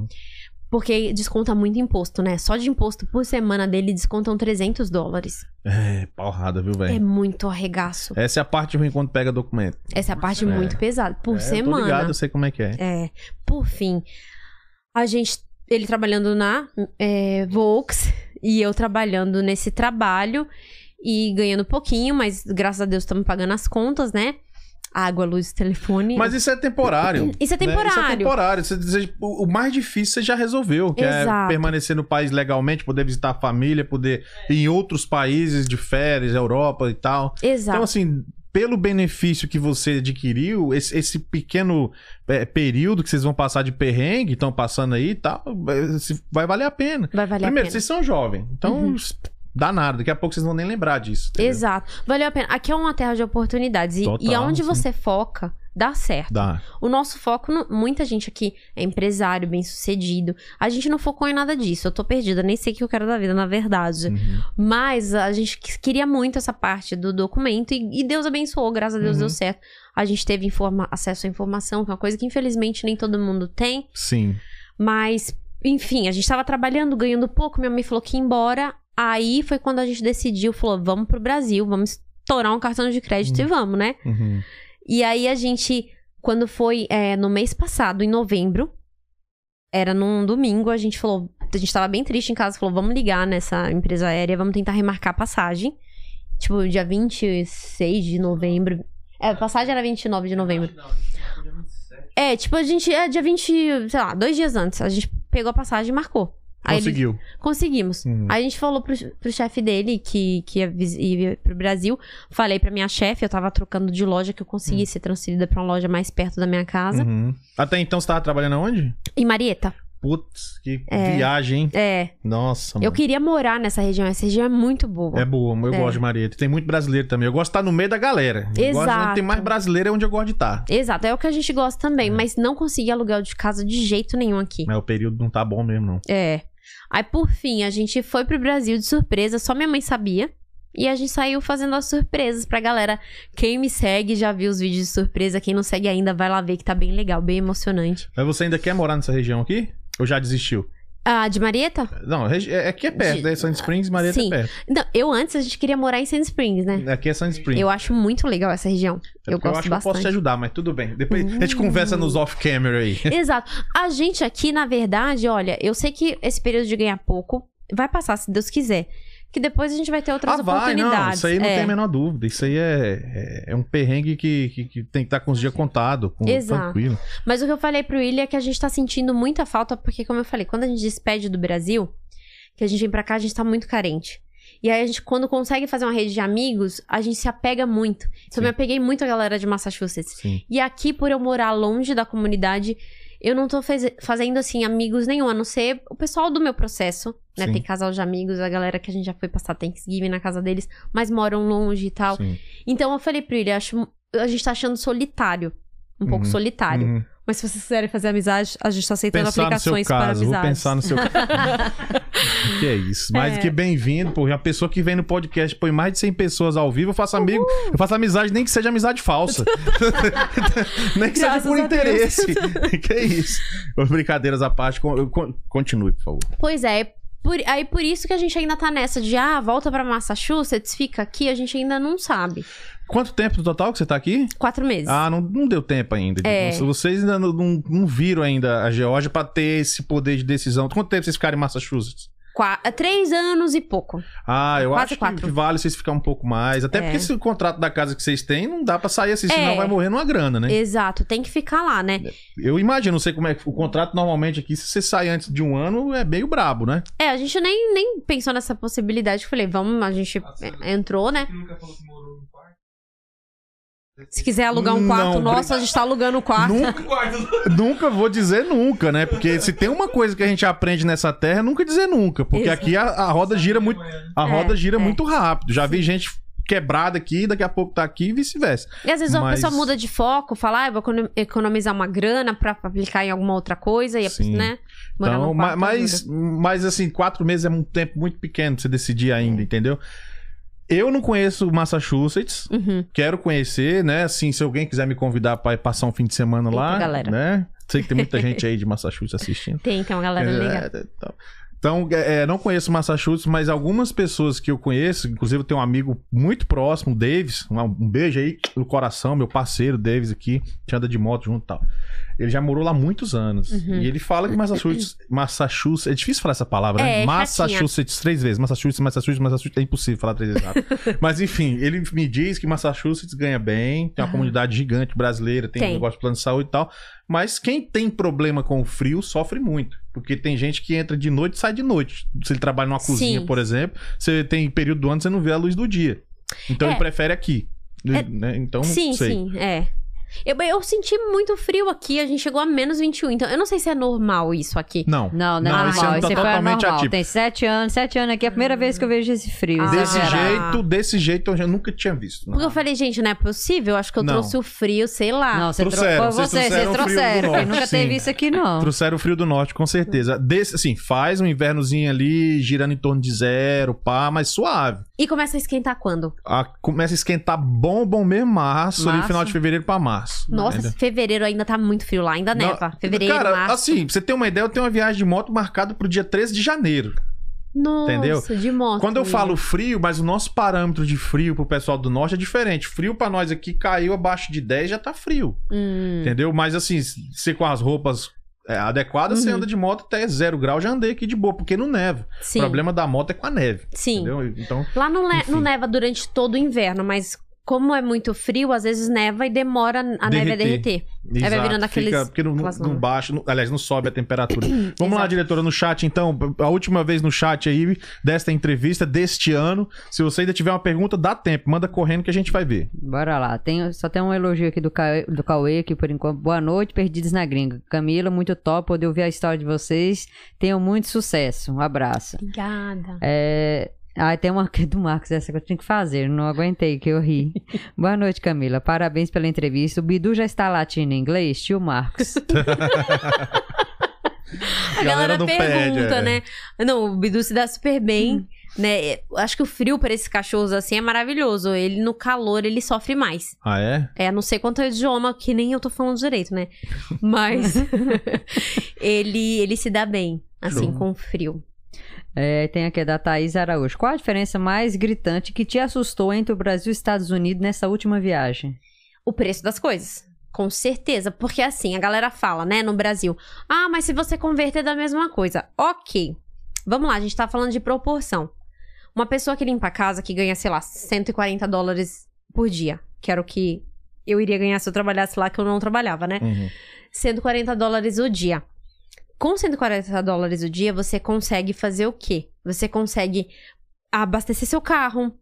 B: Porque desconta muito imposto, né? Só de imposto por semana dele descontam 300 dólares.
A: É, porrada, viu,
B: É
A: velho?
B: muito arregaço.
A: Essa é a parte ruim quando pega documento.
B: Essa parte
A: É.
B: muito pesada. Por
A: É, Eu
B: semana.
A: tô ligado, eu sei como é que é.
B: É. Por fim, a gente. Ele trabalhando na é, Volks e eu trabalhando nesse trabalho e ganhando pouquinho, mas graças a Deus estamos pagando as contas, né? Água, luz, telefone.
A: Mas isso é temporário.
B: Isso é
A: né? Isso é
B: temporário.
A: temporário. Você deseja- o o mais difícil você já resolveu, que é
B: Exato.
A: permanecer no país legalmente, poder visitar a família, poder ir em outros países de férias, Europa e tal.
B: Exato.
A: Então, assim, pelo benefício que você adquiriu, esse, esse pequeno eh, período que vocês vão passar de perrengue, estão passando aí e tal, eh, se- vai valer a pena.
B: Vai valer a
A: assim, Primeiro,
B: pena.
A: vocês são jovens, então
B: Uhum.
A: dá nada. Daqui a pouco vocês não vão nem lembrar disso. entendeu?
B: Exato. Valeu a pena. Aqui é uma terra de oportunidades. E,
A: Total,
B: e aonde
A: sim.
B: você foca, dá certo.
A: Dá.
B: O nosso foco, no- muita gente aqui é empresário, bem sucedido. A gente não focou em nada disso. Eu tô perdida, nem sei o que eu quero da vida, na verdade.
A: Uhum.
B: Mas a gente qu- queria muito essa parte do documento e, e Deus abençoou, graças a Deus
A: Uhum.
B: deu certo. A gente teve informa- acesso à informação, que é uma coisa que infelizmente nem todo mundo tem.
A: Sim.
B: Mas, enfim, a gente tava trabalhando, ganhando pouco. Minha mãe falou que ia embora. Aí foi quando a gente decidiu, falou, vamos pro Brasil, vamos estourar um cartão de crédito e vamos, né?
A: Uhum.
B: E aí a gente, quando foi é, no mês passado, em novembro, era num domingo, a gente falou, a gente tava bem triste em casa, falou, vamos ligar nessa empresa aérea, vamos tentar remarcar a passagem. Tipo, dia 26 de novembro. É, a passagem era 29 de novembro. É, tipo, a gente, é dia 20, sei lá, dois dias antes, a gente pegou a passagem e marcou. Aí eles-
A: Conseguiu.
B: Conseguimos.
A: Uhum.
B: Aí a gente falou pro, pro chefe dele que, que ia, vis- ia pro Brasil. Falei pra minha chefe, eu tava trocando de loja, que eu consegui ser transferida pra uma loja mais perto da minha casa.
A: Uhum. Até então você tava trabalhando aonde?
B: Em Marieta.
A: Putz, que
B: É.
A: viagem, hein?
B: É.
A: Nossa,
B: Eu
A: mano.
B: queria morar nessa região. Essa região é muito boa.
A: É boa, eu
B: É.
A: gosto de Marieta. Tem muito brasileiro também. Eu gosto de estar no meio da galera. Eu gosto de onde
B: Exato.
A: tem mais brasileiro é onde eu gosto de estar.
B: Exato, é o que a gente gosta também, mas não consegui aluguel de casa de jeito nenhum aqui.
A: Uhum. Mas o período não tá bom mesmo, não.
B: É. Aí, por fim, a gente foi pro Brasil de surpresa, só minha mãe sabia. E a gente saiu fazendo as surpresas pra galera. Quem me segue já viu os vídeos de surpresa. Quem não segue ainda, vai lá ver que tá bem legal, bem emocionante.
A: Mas você ainda quer morar nessa região aqui? Ou já desistiu?
B: Ah, de Marieta?
A: Não, regi- é aqui é perto,
B: De-
A: né? Sand Springs, Marieta
B: Sim.
A: é perto.
B: Não, eu antes a gente queria morar em Sand Springs, né?
A: Aqui é Sand Springs.
B: Eu acho muito legal essa região.
A: É
B: eu
A: porque
B: gosto
A: acho que eu
B: bastante. Uh.
A: posso te ajudar, mas tudo bem. Depois a gente conversa nos off-camera aí.
B: Exato. A gente aqui, na verdade, olha, eu sei que esse período de ganhar pouco vai passar, se Deus quiser. Que depois a gente vai ter outras
A: Ah, vai,
B: oportunidades.
A: não. Isso aí não
B: É.
A: tem a menor dúvida. Isso aí é, é, é um perrengue que, que, que tem que estar com os dias contados, com
B: Exato.
A: tranquilo.
B: Mas o que eu falei pro William é que a gente tá sentindo muita falta, porque, como eu falei, quando a gente despede do Brasil, que a gente vem pra cá, a gente tá muito carente. E aí, a gente, quando consegue fazer uma rede de amigos, a gente se apega muito. Então, eu me apeguei muito à galera de Massachusetts.
A: Sim.
B: E aqui, por eu morar longe da comunidade, Eu não tô fez- fazendo, assim, amigos nenhum, a não ser o pessoal do meu processo, né?
L: Sim.
B: Tem casal de amigos, a galera que a gente já foi passar Thanksgiving na casa deles, mas moram longe e tal.
L: Sim.
B: Então eu falei pro Yuri, acho, a gente tá achando solitário. Um pouco
A: Uhum,
B: solitário.
A: uhum.
B: Mas se vocês quiserem fazer amizade, a gente tá aceitando
A: Pensar no seu
B: aplicações para
A: caso,
B: amizade.
A: vou pensar no seu Que é isso. Mais
B: É.
A: do que bem-vindo, pô. A pessoa que vem no podcast põe mais de 100 pessoas ao vivo, eu faço amigo, eu faço amizade, nem que seja amizade falsa. nem que seja
B: Graças
A: por
B: a Deus.
A: interesse. que é isso. Brincadeiras à parte, con- con- continue, por favor.
B: Pois é, é por, aí por isso que a gente ainda tá nessa de, ah, volta pra Massachusetts, fica aqui, a gente ainda não sabe.
A: Quanto tempo no total que você tá aqui?
B: Quatro meses.
A: Ah, não, não deu tempo ainda.
B: É.
A: Então, se Vocês ainda não, não- não viram ainda a Geórgia pra ter esse poder de decisão. Quanto tempo vocês ficaram em Massachusetts?
B: Qua- três anos e pouco.
A: Ah, eu
B: Quase
A: acho que-
B: quatro.
A: que vale vocês ficar um pouco mais. Até
B: É.
A: porque esse contrato da casa que vocês têm não dá pra sair assim, senão
B: É.
A: vai morrer numa grana, né?
B: Exato, tem que ficar lá, né?
A: Eu imagino, não sei como é que o contrato normalmente aqui, se você sai antes de um ano, é meio brabo, né?
B: É, a gente nem, nem pensou nessa possibilidade. Eu Falei, vamos, a gente é, entrou, né? Se quiser alugar um
A: Não,
B: quarto
A: brin-
B: nosso, a gente tá alugando o quarto.
A: nunca vou dizer nunca, né? Porque se tem uma coisa que a gente aprende nessa terra, é nunca dizer nunca. Porque
B: Exato.
A: aqui a, a roda gira muito. A
B: É,
A: roda gira
B: é.
A: muito rápido. Já vi gente quebrada aqui, daqui a pouco tá aqui e vice-versa.
B: E às vezes uma
A: Mas-
B: pessoa muda de foco, fala, ah, eu vou econo- economizar uma grana pra aplicar em alguma outra coisa, e a pessoa,
A: Sim.
B: né? Morar
A: Então,
B: num
A: ma-
B: quarto
A: mas,
B: ajuda.
A: mas assim, quatro meses é um tempo muito pequeno pra você decidir ainda, entendeu? Eu não conheço Massachusetts,
B: Uhum.
A: quero conhecer, né? Assim, se alguém quiser me convidar pra ir passar um fim de semana lá,
B: galera.
A: né? Sei que tem muita gente aí de Massachusetts assistindo.
B: Tem, tem uma galera
A: É,
B: legal.
A: é, então- Então, é, é, não conheço Massachusetts, mas algumas pessoas que eu conheço, inclusive eu tenho um amigo muito próximo, o Davis, um, um beijo aí no coração, meu parceiro Davis aqui, que anda de moto junto e tal. Ele já morou lá muitos anos.
B: Uhum.
A: E ele fala que Massachusetts, Massachusetts, é difícil falar essa palavra,
B: É,
A: né?
B: é
A: Massachusetts três vezes, Massachusetts, Massachusetts, Massachusetts, é impossível falar três vezes rápido. mas enfim, ele me diz que Massachusetts ganha bem, tem uma
B: Aham.
A: comunidade gigante brasileira, tem,
B: Tem.
A: um negócio de plano de saúde e tal. Mas quem tem problema com o frio sofre muito. Porque tem gente que entra de noite e sai de noite. Se ele trabalha numa
B: Sim.
A: cozinha, por exemplo, você tem período do ano que você não vê a luz do dia. Então
B: É.
A: ele prefere aqui.
B: É.
A: Né? Então,
B: sim,
A: não sei.
B: sim, é. Eu, eu senti muito frio aqui, a gente chegou a menos 21, então eu não sei se é normal isso aqui.
A: Não.
C: Não,
B: é
C: não,
A: Não,
C: não,
A: esse
C: não.
A: ano tá
C: Isso foi
A: totalmente
C: anormal.
A: atípico.
C: Tem sete anos, sete anos aqui. É a primeira vez que eu vejo esse frio.
B: Ah,
A: Desse
C: exagerado.
A: jeito, desse jeito eu já nunca tinha visto.
B: Porque eu falei, gente, não é possível, acho que eu
A: Não.
B: trouxe o frio, sei lá.
C: Não, você
A: Trouxeram,
C: trouxe.
A: vocês
C: Foi você, vocês
A: trouxeram frio do
C: trouxeram.
A: norte,
C: Eu nunca
A: sim.
C: teve isso aqui, não.
A: Trouxeram o frio do norte, com certeza. Desse, assim, faz um invernozinho ali, girando em torno de zero, pá, mas suave.
B: E começa a esquentar quando?
A: Ah, começa a esquentar bom, bom mesmo, março, ali
B: Março.
A: final de fevereiro pra março.
B: Nossa,
A: Entendeu?
B: fevereiro ainda tá muito frio lá, ainda
A: Não,
B: neva. Fevereiro,
A: Cara,
B: março.
A: assim, pra você ter uma ideia, eu tenho uma viagem de moto marcada pro dia 13 de janeiro.
B: Nossa,
A: entendeu?
B: de moto.
A: Quando eu falo frio, mas o nosso parâmetro de frio pro pessoal do norte é diferente. Frio pra nós aqui caiu abaixo de 10 já tá frio.
B: Hum.
A: Entendeu? Mas assim, você com as roupas é, adequadas, você
B: Uhum.
A: anda de moto até zero grau, já andei aqui de boa, porque não neva.
B: Sim.
A: O problema da moto é com a neve.
B: Sim.
A: Entendeu? Então.
B: Lá não, le-
A: Enfim.
B: não neva durante todo o inverno, mas como é muito frio, às vezes neva e demora a neve a derreter. Aí vai
A: Exato,
B: virando aqueles.
A: Fica, porque não,
B: aquelas
A: não
B: lonas.
A: baixa, não- aliás, não sobe a temperatura. Vamos lá, diretora, no chat, então. A última vez no chat aí desta entrevista, deste ano. Se você ainda tiver uma pergunta, dá tempo. Manda correndo que a gente vai ver.
C: Bora lá. Tem, só tem um elogio aqui do, Cauê, do Cauê aqui por enquanto. Boa noite, Perdidos na Gringa. Camila, muito top poder ouvir a história de vocês. Tenham muito sucesso. Um abraço.
B: Obrigada.
C: É... Ah, tem uma aqui do Marcos, essa que eu tinha que fazer, não aguentei, que eu ri. Boa noite, Camila. Parabéns pela entrevista. O Bidu já está latindo em inglês, tio Marcos.
B: A galera,
C: Galera não pede,
B: pergunta,
C: é.
B: né? Não, o Bidu se dá super bem,
A: Hum.
B: né? Eu Acho que o frio para esses cachorros assim é maravilhoso. Ele no calor ele sofre mais.
A: Ah, é?
B: É, não sei quanto é o idioma, que nem eu tô falando direito, né? Mas ele, ele se dá bem, assim,
C: Show.
B: com frio.
C: É, tem aqui a da Thaís Araújo. Qual a diferença mais gritante que te assustou entre o Brasil e os Estados Unidos nessa última viagem?
B: O preço das coisas. Com certeza, porque assim, a galera fala, né, no Brasil, ah, mas se você converter é da mesma coisa. Ok. Vamos lá, a gente tá falando de proporção. Uma pessoa que limpa a casa, que ganha, sei lá, 140 dólares por dia, que era o que eu iria ganhar se eu trabalhasse lá, que eu não trabalhava, né?
A: Uhum.
B: 140 dólares o dia. Com 140 dólares o dia, você consegue fazer o quê? Você consegue abastecer seu carro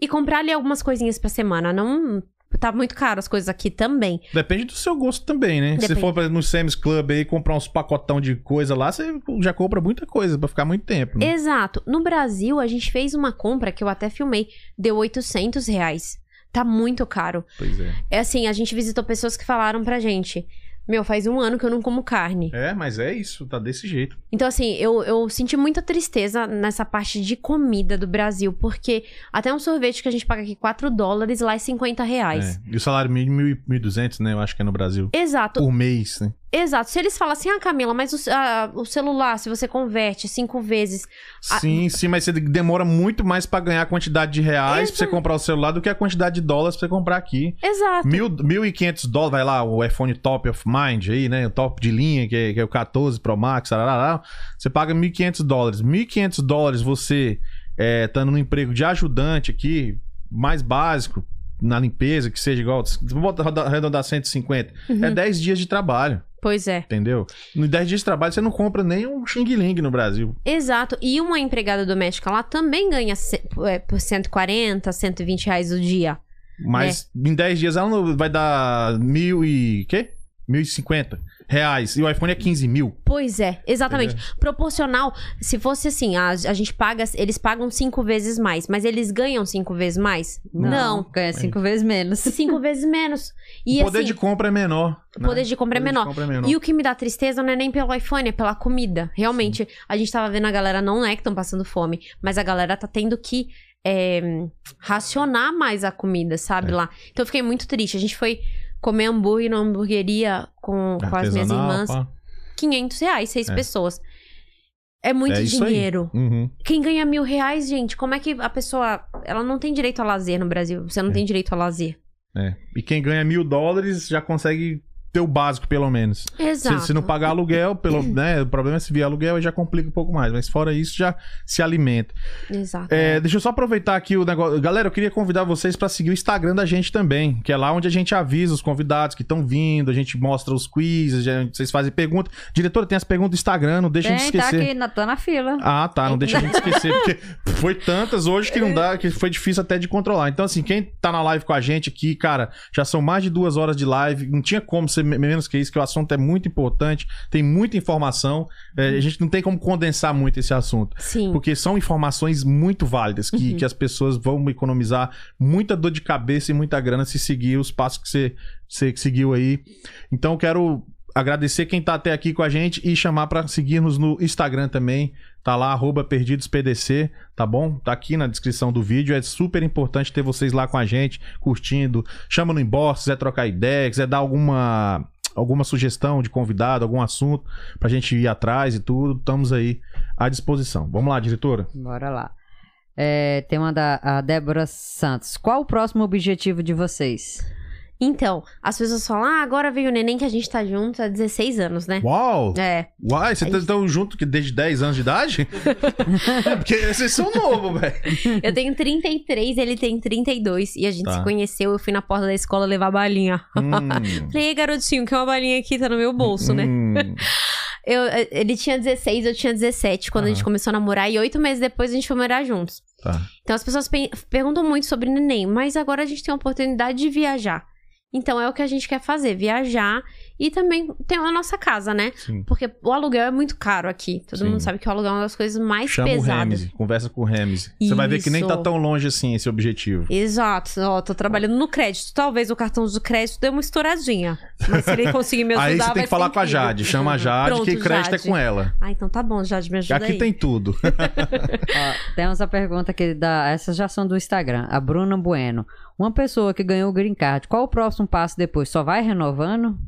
B: e comprar ali algumas coisinhas pra semana. Não tá muito caro as coisas aqui também.
A: Depende do seu gosto também, né? Se
B: Depende.
A: você for pra- no Sam's Club aí comprar uns pacotão de coisa lá, você já compra muita coisa pra ficar muito tempo.
B: É.
A: né?
B: Exato. No Brasil, a gente fez uma compra que eu até filmei, deu 800 reais. Tá muito caro.
A: Pois é.
B: É assim, a gente visitou pessoas que falaram pra gente: Meu, faz um ano que eu não como carne.
A: É, mas é isso, tá desse jeito.
B: Então, assim, eu, eu senti muita tristeza nessa parte de comida do Brasil, porque até um sorvete que a gente paga aqui 4 dólares, lá é 50 reais.
A: É. E o salário mínimo 1.200, né? Eu acho que é no Brasil.
B: Exato.
A: Por mês, né?
B: Exato. Se eles falam assim, ah, Camila, mas o, c- ah, o celular, se você converte cinco vezes. a-
A: Sim, sim, mas você demora muito mais pra ganhar a quantidade de reais pra você comprar o celular do que a quantidade de dólares pra você comprar aqui.
B: Exato.
A: Mil, 1.500 dólares, vai lá, o iPhone top of mind aí, né? O top de linha, que é, que é o 14 Pro Max, tarará, você paga 1.500 dólares. 1.500 dólares você é, estando no emprego de ajudante aqui, mais básico, na limpeza, que seja igual. Vou arredondar 150.
B: Uhum.
A: É 10 dias de trabalho,
B: Pois é.
A: entendeu? Em 10 dias de trabalho você não compra nem um xing-ling no Brasil.
B: Exato. E uma empregada doméstica lá também ganha ce- é, por 140, 120 reais o dia.
A: Mas
B: É.
A: em 10 dias ela não vai dar mil e. quê? 1.050 reais. E o iPhone é 15 mil.
B: Pois é, exatamente.
A: Entendeu?
B: Proporcional, se fosse assim, a, a gente paga, eles pagam cinco vezes mais, mas eles ganham cinco vezes mais? Não.
C: Ganha é cinco
A: É.
C: vezes menos.
B: Cinco vezes menos. E
A: o poder
B: assim,
A: de compra é menor.
B: o poder de compra é menor. E o que me dá tristeza não é nem pelo iPhone, é pela comida. Realmente, a gente tava vendo a galera, não é que estão passando fome, mas a galera tá tendo que é, racionar mais a comida, sabe?
A: É.
B: Lá. Então eu fiquei muito triste. A gente foi comer hambúrguer numa hamburgueria com, com as minhas
A: É, Artesanal,
B: irmãs.
A: pá.
B: 500 reais, seis
A: É.
B: pessoas. É muito
A: É isso aí.
B: dinheiro.
A: Uhum.
B: Quem ganha mil reais, gente, como é que a pessoa. Ela não tem direito a lazer no Brasil. Você não tem direito a lazer.
A: É. E quem ganha mil dólares já consegue ter o básico, pelo menos.
B: Exato.
A: Se, se não pagar aluguel, pelo, né, o problema é se vier aluguel, aí já complica um pouco mais. Mas fora isso, já se alimenta.
B: Exato.
A: É, deixa eu só aproveitar aqui o negócio. Galera, eu queria convidar vocês pra seguir o Instagram da gente também, que é lá onde a gente avisa os convidados que estão vindo, a gente mostra os quizzes, a gente- vocês fazem perguntas. Diretora, tem as perguntas do Instagram, não deixa a gente
C: Tem, tá
A: esquecer.
C: aqui, na, tá na fila.
A: Ah, tá. Não deixa a gente esquecer, porque foi tantas hoje que não dá, que foi difícil até de controlar. Então, assim, quem tá na live com a gente aqui, cara, já são mais de duas horas de live. Não tinha como ser me- menos que isso, que o assunto é muito importante, tem muita informação. É, a gente não tem como condensar muito esse assunto.
B: Sim.
A: Porque são informações muito válidas, que, que as pessoas vão economizar muita dor de cabeça e muita grana se seguir os passos que você, você seguiu aí. Então, eu quero agradecer quem tá até aqui com a gente e chamar pra seguir-nos no Instagram também. Tá lá, arroba perdidospdc, tá bom? Tá aqui na descrição do vídeo. É super importante ter vocês lá com a gente, curtindo. Chama no inbox, quiser trocar ideia, quiser dar alguma, alguma sugestão de convidado, algum assunto pra gente ir atrás e tudo. Estamos aí à disposição. Vamos lá, diretora?
C: Bora lá. É, tem uma da a Débora Santos. Qual o próximo objetivo de vocês?
B: Então, as pessoas falam, ah, agora veio o neném que a gente tá junto há 16 anos, né?
A: Uau!
B: É.
A: Uai, vocês estão junto que desde 10 anos de idade? É, Porque vocês são novos, velho.
B: Eu tenho 33, ele tem 32. E a gente
A: Tá.
B: se conheceu, eu fui na porta da escola levar a balinha.
A: Hum.
B: Falei, "Ei, garotinho, que uma balinha aqui tá no meu bolso, né?
A: Hum.
B: Eu, eh, ele tinha 16, eu tinha 17 quando a gente
A: Aham.
B: começou a namorar. E oito meses depois a gente foi morar juntos.
A: Tá.
B: Então as pessoas pe- perguntam muito sobre neném, mas agora a gente tem a oportunidade de viajar. Então é o que a gente quer fazer, viajar e também ter a nossa casa, né?
A: Sim.
B: Porque o aluguel é muito caro aqui. Todo
A: Sim.
B: mundo sabe que o aluguel é uma das coisas mais
A: Chama o
B: pesadas.
A: Ramsey, conversa com o Ramsey. Você vai ver que nem
B: Isso.
A: tá tão longe assim esse objetivo.
B: Exato, ó, tô trabalhando no crédito. Talvez o cartão do crédito dê uma estouradinha. Mas se ele conseguir me ajudar,
A: Aí você tem
B: vai
A: que falar
B: ser
A: com a
B: incrível.
A: Jade. Chama a Jade,
B: Pronto,
A: que crédito
B: Jade.
A: é com ela.
B: Ah, então tá bom, Jade, me ajuda
A: Aqui
B: aí.
A: tem tudo.
C: Ó, temos a pergunta que da. Essas já são do Instagram. A Bruna Bueno. Uma pessoa que ganhou o green card, qual o próximo passo depois? Só vai renovando?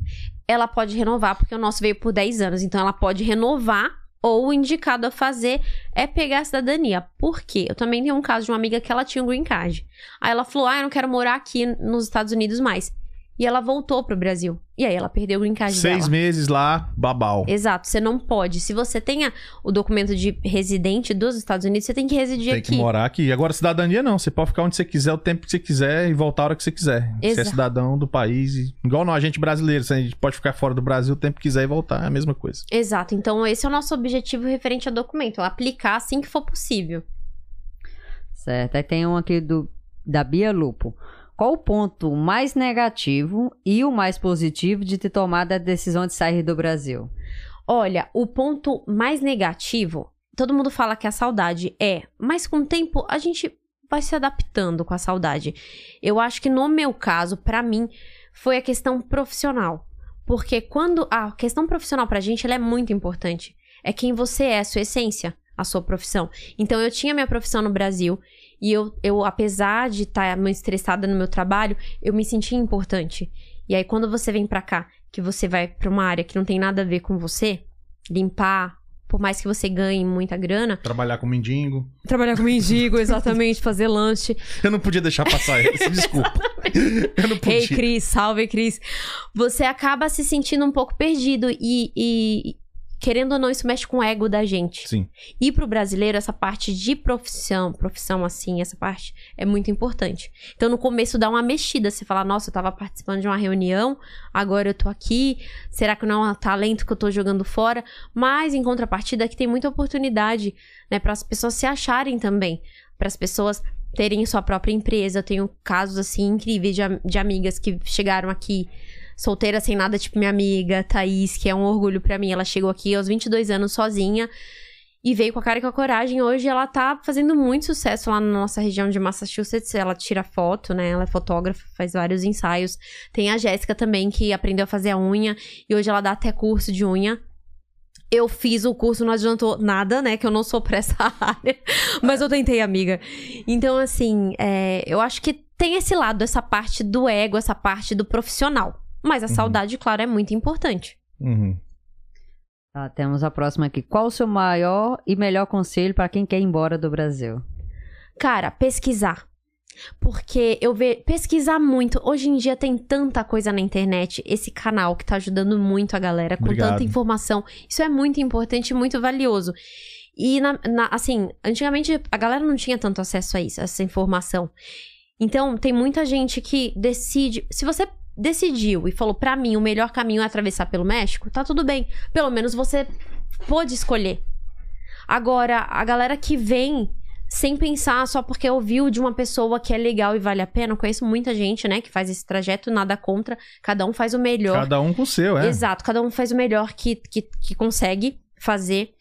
B: Ela pode renovar, porque o nosso veio por 10 anos. Então ela pode renovar ou o indicado a fazer é pegar a cidadania. Por quê? Eu também tenho um caso de uma amiga que ela tinha um green card. Aí ela falou, ah, eu não quero morar aqui nos Estados Unidos mais. E ela voltou pro Brasil. E aí ela perdeu o green card dela.
A: Seis meses lá, babau.
B: Exato, você não pode. Se você tenha o documento de residente dos Estados Unidos, você tem que residir
A: Tem
B: aqui.
A: que morar aqui. Agora, cidadania não. Você pode ficar onde você quiser, o tempo que você quiser e voltar a hora que você quiser. Você é
B: Exato.
A: cidadão do país. e- Igual nós, a gente brasileiro. Você a gente pode ficar fora do Brasil o tempo que quiser e voltar. É a mesma coisa.
B: Exato, então esse é o nosso objetivo referente ao documento, aplicar assim que for possível.
C: Certo. Aí tem um aqui do, da Bia Lupo. Qual o ponto mais negativo e o mais positivo de ter tomado a decisão de sair do Brasil?
B: Olha, o ponto mais negativo, todo mundo fala que a saudade é, mas com o tempo a gente vai se adaptando com a saudade. Eu acho que no meu caso, pra mim, foi a questão profissional. Porque quando a questão profissional pra gente, ela é muito importante. É quem você é, a sua essência, a sua profissão. Então eu tinha minha profissão no Brasil e eu, eu apesar de estar muito estressada no meu trabalho, eu me sentia importante. E aí quando você vem pra cá, que você vai pra uma área que não tem nada a ver com você, limpar, por mais que você ganhe muita grana,
A: Trabalhar com mendigo.
B: trabalhar com mendigo, exatamente, fazer lanche,
A: Eu não podia deixar passar isso, desculpa. Eu não podia.
B: Ei, Cris, salve, Cris. Você acaba se sentindo um pouco perdido e, e, querendo ou não, isso mexe com o ego da gente.
A: Sim.
B: E pro brasileiro, essa parte de profissão, profissão assim, essa parte é muito importante. Então, no começo dá uma mexida. Você fala, nossa, eu tava participando de uma reunião, agora eu tô aqui. Será que não é um talento que eu tô jogando fora? Mas, em contrapartida, aqui tem muita oportunidade, né, para as pessoas se acharem também. Para as pessoas terem sua própria empresa. Eu tenho casos, assim, incríveis de, am- de amigas que chegaram aqui solteira sem nada, tipo minha amiga Thaís, que é um orgulho pra mim. Ela chegou aqui aos 22 anos sozinha e veio com a cara e com a coragem. Hoje ela tá fazendo muito sucesso lá na nossa região de Massachusetts. Ela tira foto, né? Ela é fotógrafa, faz vários ensaios. Tem a Jéssica também, que aprendeu a fazer a unha e hoje ela dá até curso de unha. Eu fiz o curso, não adiantou nada, né? Que eu não sou pra essa área. Mas eu tentei, amiga. Então, assim, é, eu acho que tem esse lado, essa parte do ego, essa parte do profissional. Mas a saudade, claro, é muito importante.
A: Uhum.
C: Tá, temos a próxima aqui. Qual o seu maior e melhor conselho para quem quer ir embora do Brasil?
B: Cara, pesquisar. Porque eu vejo. Pesquisar muito. Hoje em dia tem tanta coisa na internet. Esse canal que tá ajudando muito a galera com
I: Obrigado.
B: tanta informação. Isso é muito importante e muito valioso. E, na- na- assim, antigamente a galera não tinha tanto acesso a isso, a essa informação. Então, tem muita gente que decide. Se você decidiu e falou, pra mim, o melhor caminho é atravessar pelo México, tá tudo bem. Pelo menos você pôde escolher. Agora, a galera que vem sem pensar, só porque ouviu de uma pessoa que é legal e vale a pena. Eu conheço muita gente, né, que faz esse trajeto, nada contra. Cada um faz o melhor.
A: Cada um com o seu, é.
B: Exato, cada um faz o melhor que, que, que consegue fazer.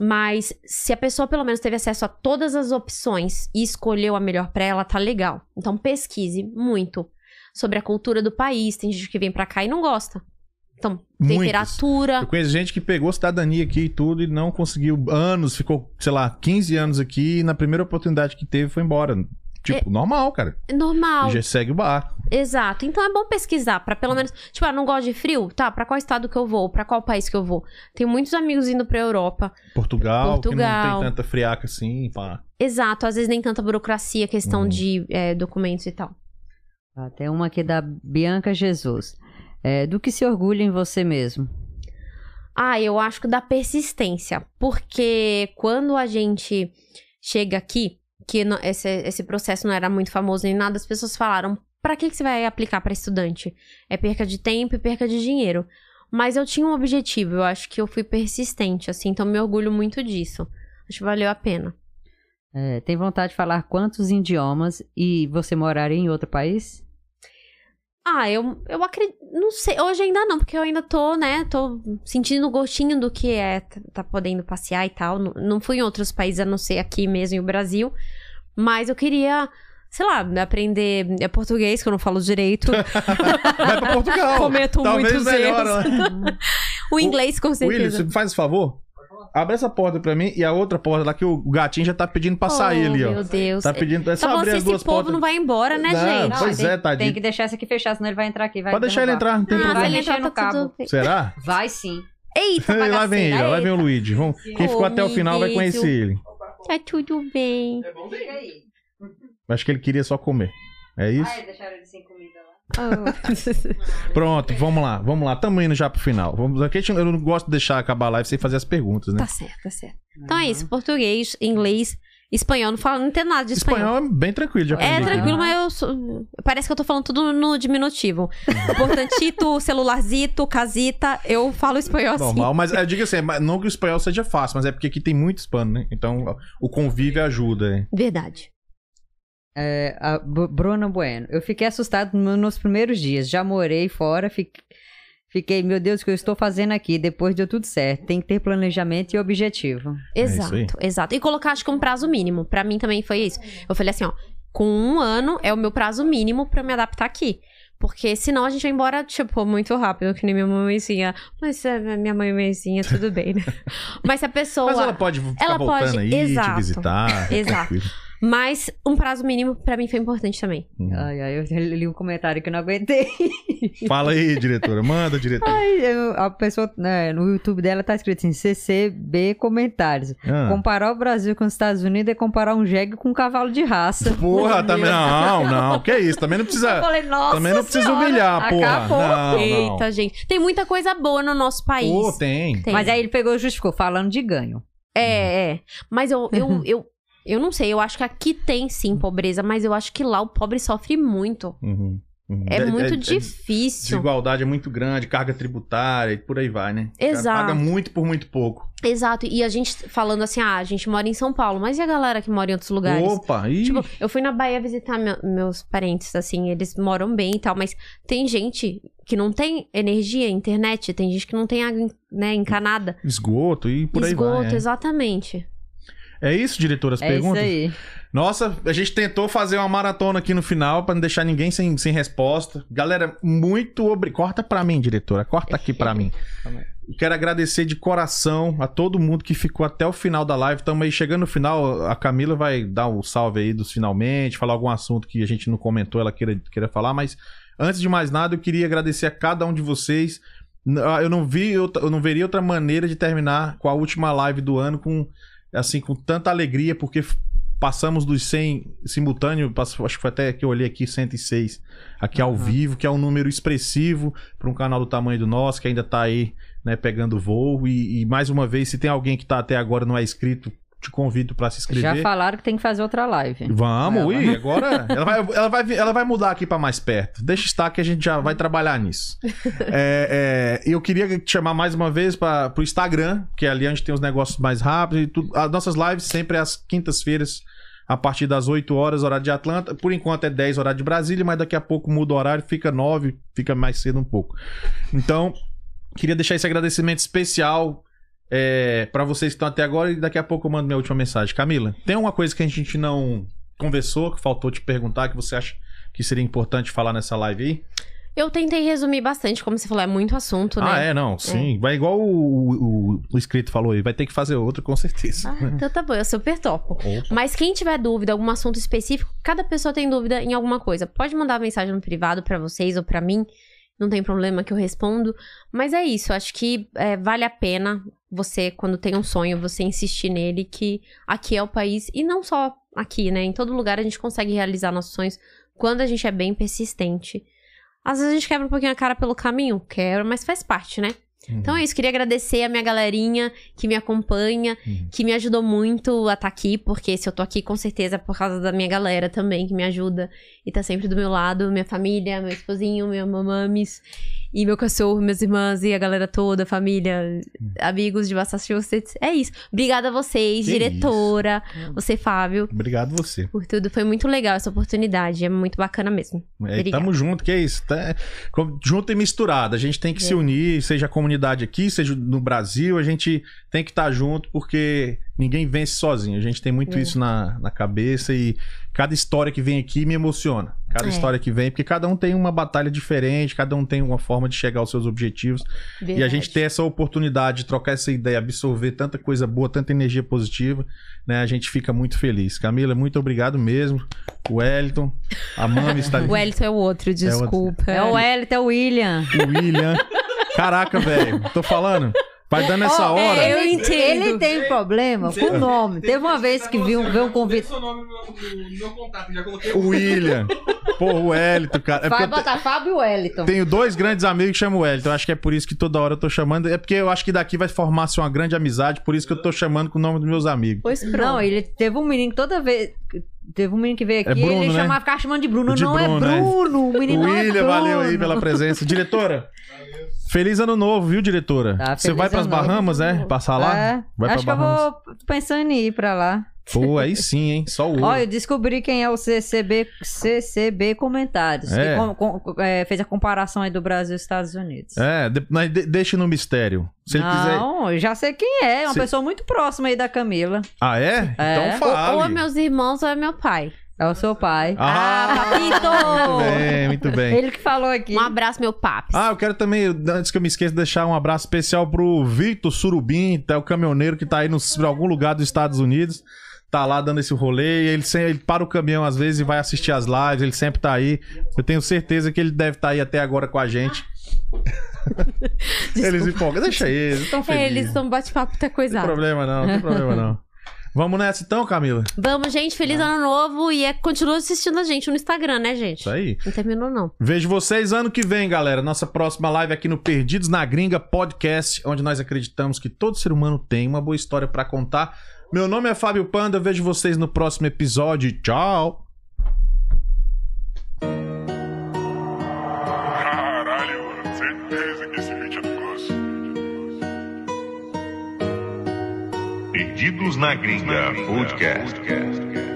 B: Mas se a pessoa pelo menos teve acesso a todas as opções e escolheu a melhor pra ela, tá legal. Então pesquise muito sobre a cultura do país. Tem gente que vem pra cá e não gosta. Então,
A: Muitos.
B: temperatura.
A: Eu conheço gente que pegou cidadania aqui e tudo e não conseguiu anos, ficou, sei lá, 15 anos aqui e na primeira oportunidade que teve foi embora. Tipo, normal, cara.
B: É Normal.
A: Já segue o bar.
B: Exato. Então é bom pesquisar pra pelo menos, tipo, ah, não gosto de frio, tá? Pra qual estado que eu vou? Pra qual país que eu vou? Tenho muitos amigos indo pra Europa.
A: Portugal, que não
B: Portugal.
A: tem tanta friaca assim, pá.
B: Exato, às vezes nem tanta burocracia, questão de é, documentos e tal.
C: Tá, tem uma aqui da Bianca Jesus. É, do que se orgulha em você mesmo?
B: Ah, eu acho que da persistência. Porque quando a gente chega aqui, que no- esse, esse processo não era muito famoso nem nada, as pessoas falaram: pra que, que você vai aplicar pra estudante? É perca de tempo e perca de dinheiro. Mas eu tinha um objetivo, eu acho que eu fui persistente, assim, então me orgulho muito disso. Acho que valeu a pena.
C: É, tem vontade de falar quantos idiomas e você moraria em outro país?
B: Ah, eu, eu acredito. Não sei. Hoje ainda não, porque eu ainda tô, né? Tô sentindo o gostinho do que é tá, tá podendo passear e tal. Não, não fui em outros países, a não ser aqui mesmo, e o Brasil. Mas eu queria, sei lá, aprender é português, que eu não falo direito.
A: Vai pra Portugal.
B: Cometo
A: Talvez né?
B: muitos
A: melhora,
B: erros. o inglês, com
A: William,
B: certeza.
A: você faz o favor? Abre essa porta pra mim e a outra porta lá que o gatinho já tá pedindo pra sair
B: Oh,
A: ali, ó.
B: Meu Deus.
A: Tá pedindo. É
B: Tá
A: só
B: falando
A: abrir
B: assim,
A: as
B: esse
A: duas
B: povo
A: portas.
B: não vai embora, né,
A: Não,
B: gente?
A: pois
C: tem,
A: é, tadinho.
C: Tem que deixar essa aqui fechada, senão ele vai entrar aqui. Vai
A: Pode deixar ele entrar,
C: derrubar.
A: não
B: Ah,
A: tem
C: Não,
A: problema.
C: vai mexer no cabo.
A: Será?
C: Vai sim.
B: Eita,
A: Ei, lá vem ele, ó, lá
B: bagaceira.
A: vem o Luigi. Vamos- Quem ficou até o final vai
B: Amiguinho.
A: conhecer ele.
B: Tá tudo bem.
A: Acho que ele queria só comer. É isso?
C: deixaram ele sem comida lá.
A: Pronto, vamos lá, vamos lá. Tamo indo já pro final. Vamos aqui. Eu não gosto de deixar acabar a live sem fazer as perguntas, né?
B: Tá certo, tá certo. Então é isso, português, inglês, espanhol, não falo, não tem nada de espanhol.
A: Espanhol é bem tranquilo de aprender.
B: É
A: aqui, né?
B: tranquilo, mas eu sou- parece que eu tô falando tudo no diminutivo. Importantito, celularzito, casita, eu falo espanhol assim.
A: Normal, mas eu digo assim, mas não que o espanhol seja fácil, mas é porque aqui tem muito hispano, né? Então o convívio ajuda, hein?
B: Verdade.
C: É, a Bu- Bruna Bueno. Eu fiquei assustado no- nos primeiros dias. Já morei fora, fi- fiquei, meu Deus, o que eu estou fazendo aqui? Depois deu tudo certo. Tem que ter planejamento e objetivo.
A: É
B: Exato, exato. E colocar, acho que um prazo mínimo. Pra mim também foi isso. Eu falei assim, ó, com um ano é o meu prazo mínimo pra eu me adaptar aqui. Porque senão a gente vai embora, tipo, muito rápido, que nem minha mamãezinha. Mas é, minha mãe mãezinha, tudo bem, né? Mas se a pessoa.
A: Mas ela pode ficar
B: ela
A: voltando
B: pode-
A: aí,
B: exato,
A: te visitar. fica
B: Exato.
A: tranquilo.
B: Mas um prazo mínimo pra mim foi importante também.
A: Hum.
C: Ai, ai, eu li um comentário que eu não aguentei.
A: Fala aí, diretora. Manda, diretora.
C: Ai, eu- a pessoa, né, no YouTube dela tá escrito assim, CCB comentários.
A: Ah.
C: Comparar o Brasil com os Estados Unidos é comparar um jegue com um cavalo de raça.
A: Porra, também. Não, não. Que isso? Também não precisa.
B: Eu falei, nossa
A: Também não precisa
B: senhora,
A: humilhar, porra.
C: acabou.
A: Não, não.
B: Eita, gente. Tem muita coisa boa no nosso país.
A: Pô, tem.
C: Mas aí ele pegou e justificou, falando de ganho.
B: É, é. Mas eu, eu, eu, eu não sei, eu acho que aqui tem sim pobreza, mas eu acho que lá o pobre sofre muito.
A: Uhum, uhum.
B: É muito difícil.
A: Desigualdade é muito grande, carga tributária e por aí vai, né? O cara
B: Exato.
A: Paga muito por muito pouco.
B: Exato, e a gente falando assim, ah, a gente mora em São Paulo, mas e a galera que mora em outros lugares?
A: Opa, ih.
B: Tipo, eu fui na Bahia visitar meu- meus parentes, assim, eles moram bem e tal, mas tem gente que não tem energia, internet, tem gente que não tem água, né, encanada.
A: Esgoto e por
B: Esgoto,
A: aí vai. é.
B: exatamente.
A: É isso, diretora, as
B: É isso
A: perguntas?
B: aí.
A: Nossa, a gente tentou fazer uma maratona aqui no final pra não deixar ninguém sem, sem resposta. Galera, muito obrigado. Corta pra mim, diretora. Corta aqui pra mim. E Quero agradecer de coração a todo mundo que ficou até o final da live. Estamos aí chegando no final. A Camila vai dar um salve aí dos finalmente, falar algum assunto que a gente não comentou, ela queira, queira falar. Mas antes de mais nada, eu queria agradecer a cada um de vocês. N- ah, Eu não vi, outra- eu não veria outra maneira de terminar com a última live do ano com assim com tanta alegria, porque f- passamos dos 100 simultâneo, pass- acho que foi até que eu olhei aqui 106 aqui ao vivo, que é um número expressivo para um canal do tamanho do nosso, que ainda tá aí, né, pegando voo. E, e mais uma vez, se tem alguém que tá até agora e não é inscrito, te convido para se inscrever.
C: Já falaram que tem que fazer outra
A: Hum.
C: live.
A: Vamos,
C: Ela.
A: ui, agora ela vai, ela, vai, vir- ela vai mudar aqui pra mais perto. Deixa estar que a gente já vai trabalhar nisso. É, é, eu queria te chamar mais uma vez para pro Instagram, que ali a gente tem os negócios mais rápidos e tudo. As nossas lives sempre é às quintas-feiras, a partir das 8 horas, horário de Atlanta. Por enquanto é 10 horário de Brasília, mas daqui a pouco muda o horário, fica 9, fica mais cedo um pouco. Então, queria deixar esse agradecimento especial é, para vocês que estão até agora e daqui a pouco eu mando minha última mensagem. Camila, tem uma coisa que a gente não conversou, que faltou te perguntar, que você acha que seria importante falar nessa live aí?
B: Eu tentei resumir bastante, como você falou, é muito assunto, né?
A: ah, é, não, sim. Vai igual o, o, o inscrito falou aí, vai ter que fazer outro com certeza.
B: Então tá bom, eu super topo.
A: Opa.
B: Mas quem tiver dúvida, algum assunto específico, cada pessoa tem dúvida em alguma coisa. Pode mandar mensagem no privado pra vocês ou pra mim. Não tem problema que eu respondo. Mas é isso, acho que é, vale a pena você, quando tem um sonho, você insistir nele, que aqui é o país, e não só aqui, né? Em todo lugar a gente consegue realizar nossos sonhos quando a gente é bem persistente. Às vezes a gente quebra um pouquinho a cara pelo caminho, quebra, mas faz parte, né? Então é isso, queria agradecer a minha galerinha que me acompanha,
A: Uhum.
B: que me ajudou muito a estar aqui, porque se eu tô aqui, com certeza é por causa da minha galera também, que me ajuda e tá sempre do meu lado, minha família, meu esposinho, minha mamames, e meu cachorro, minhas irmãs, e a galera toda, a família, amigos de Massachusetts. É isso. Obrigada a vocês,
A: Uhum. Que
B: diretora, você, Fábio,
A: Obrigado você.
B: por tudo. Foi muito legal essa oportunidade, é muito bacana mesmo.
A: É, tamo junto, que é isso. Tá, com- junto e misturado. A gente tem que se
L: É.
A: unir, seja a comunidade aqui, seja no Brasil, a gente tem que estar junto, porque ninguém vence sozinho. A gente tem muito
L: É.
A: isso na, na cabeça e cada história que vem aqui me emociona. Cada
L: É.
A: história que vem, porque cada um tem uma batalha diferente, cada um tem uma forma de chegar aos seus objetivos. E a
L: Verdade.
A: gente ter essa oportunidade de trocar essa ideia, absorver tanta coisa boa, tanta energia positiva, né? A gente fica muito feliz. Camila, muito obrigado mesmo. O Wellington, a Mami está
B: O Wellington é o outro,
A: outro.
B: desculpa.
A: É o
C: Wellington, é o William.
A: O William. Caraca, velho. Tô falando. Vai dando essa
C: Ó, é
A: hora.
C: Ele, ele tem problema com o nome. Teve uma vez que viu, viu um convite.
A: O William. Pô, o Wellington, cara. É porque
C: Vai
A: eu te-
C: botar Fábio Wellington.
A: tenho dois grandes amigos que chamam o Wellington. Acho que é por isso que toda hora eu tô chamando. É porque eu acho que daqui vai formar-se uma grande amizade. Por isso que eu tô chamando com o nome dos meus amigos.
B: Pois
C: Não, ele teve um menino que toda vez. Teve um menino que veio
A: É
C: aqui,
A: Bruno,
C: ele
A: né?
C: chamava, ficava chamando de Bruno.
A: De
C: não é
A: Bruno, né?
C: Bruno, o menino não é
A: William,
C: Bruno.
A: valeu aí pela presença. Diretora, Feliz ano novo, viu, diretora?
C: Tá,
A: Você
C: feliz
A: vai pras
C: ano novo.
A: Bahamas, é? Passar lá?
C: É,
A: Vai
C: acho que
A: pra Bahamas.
C: eu vou pensando em ir pra lá.
A: Pô, aí sim, hein? Só o ouro.
C: Olha, eu descobri quem é o CCB, CCB Comentários, que
A: É.
C: com- com- é, fez a comparação aí do Brasil e Estados Unidos.
A: É, de, mas de- deixa no mistério. Se ele quiser.
C: não, eu já sei quem é, é uma
A: Se-
C: pessoa muito próxima aí da Camila.
A: Ah, é? Então fale.
B: Ou, ou é meus irmãos ou é meu pai.
C: É o seu pai.
A: Ah,
B: papito!
A: muito bem, muito bem.
C: Ele que falou aqui.
B: Um abraço, meu papo.
A: Ah, eu quero também, antes que eu me esqueça, deixar um abraço especial pro Vitor Surubim, que é o caminhoneiro que tá aí no, em algum lugar dos Estados Unidos. Tá lá dando esse rolê. Ele, sem- ele para o caminhão às vezes e vai assistir as lives. Ele sempre tá aí. Eu tenho certeza que ele deve estar aí até agora com a gente. eles empolgam. Deixa eles, tão
B: É,
A: felizes.
B: eles estão bate-papo tá
A: Não
B: coisado.
A: tem problema não, não tem problema não. Vamos nessa então, Camila?
B: Vamos, gente, feliz ano novo e é, continua assistindo a gente no Instagram, né, gente?
A: Isso aí.
B: Não terminou, não.
A: Vejo vocês ano que vem, galera. Nossa próxima live aqui no Perdidos na Gringa Podcast, onde nós acreditamos que todo ser humano tem uma boa história pra contar. Meu nome é Fábio Panda, eu vejo vocês no próximo episódio. Tchau!
L: Caralho, mano. Certeza que esse vídeo é do grosso. Perdidos na Gringa Podcast.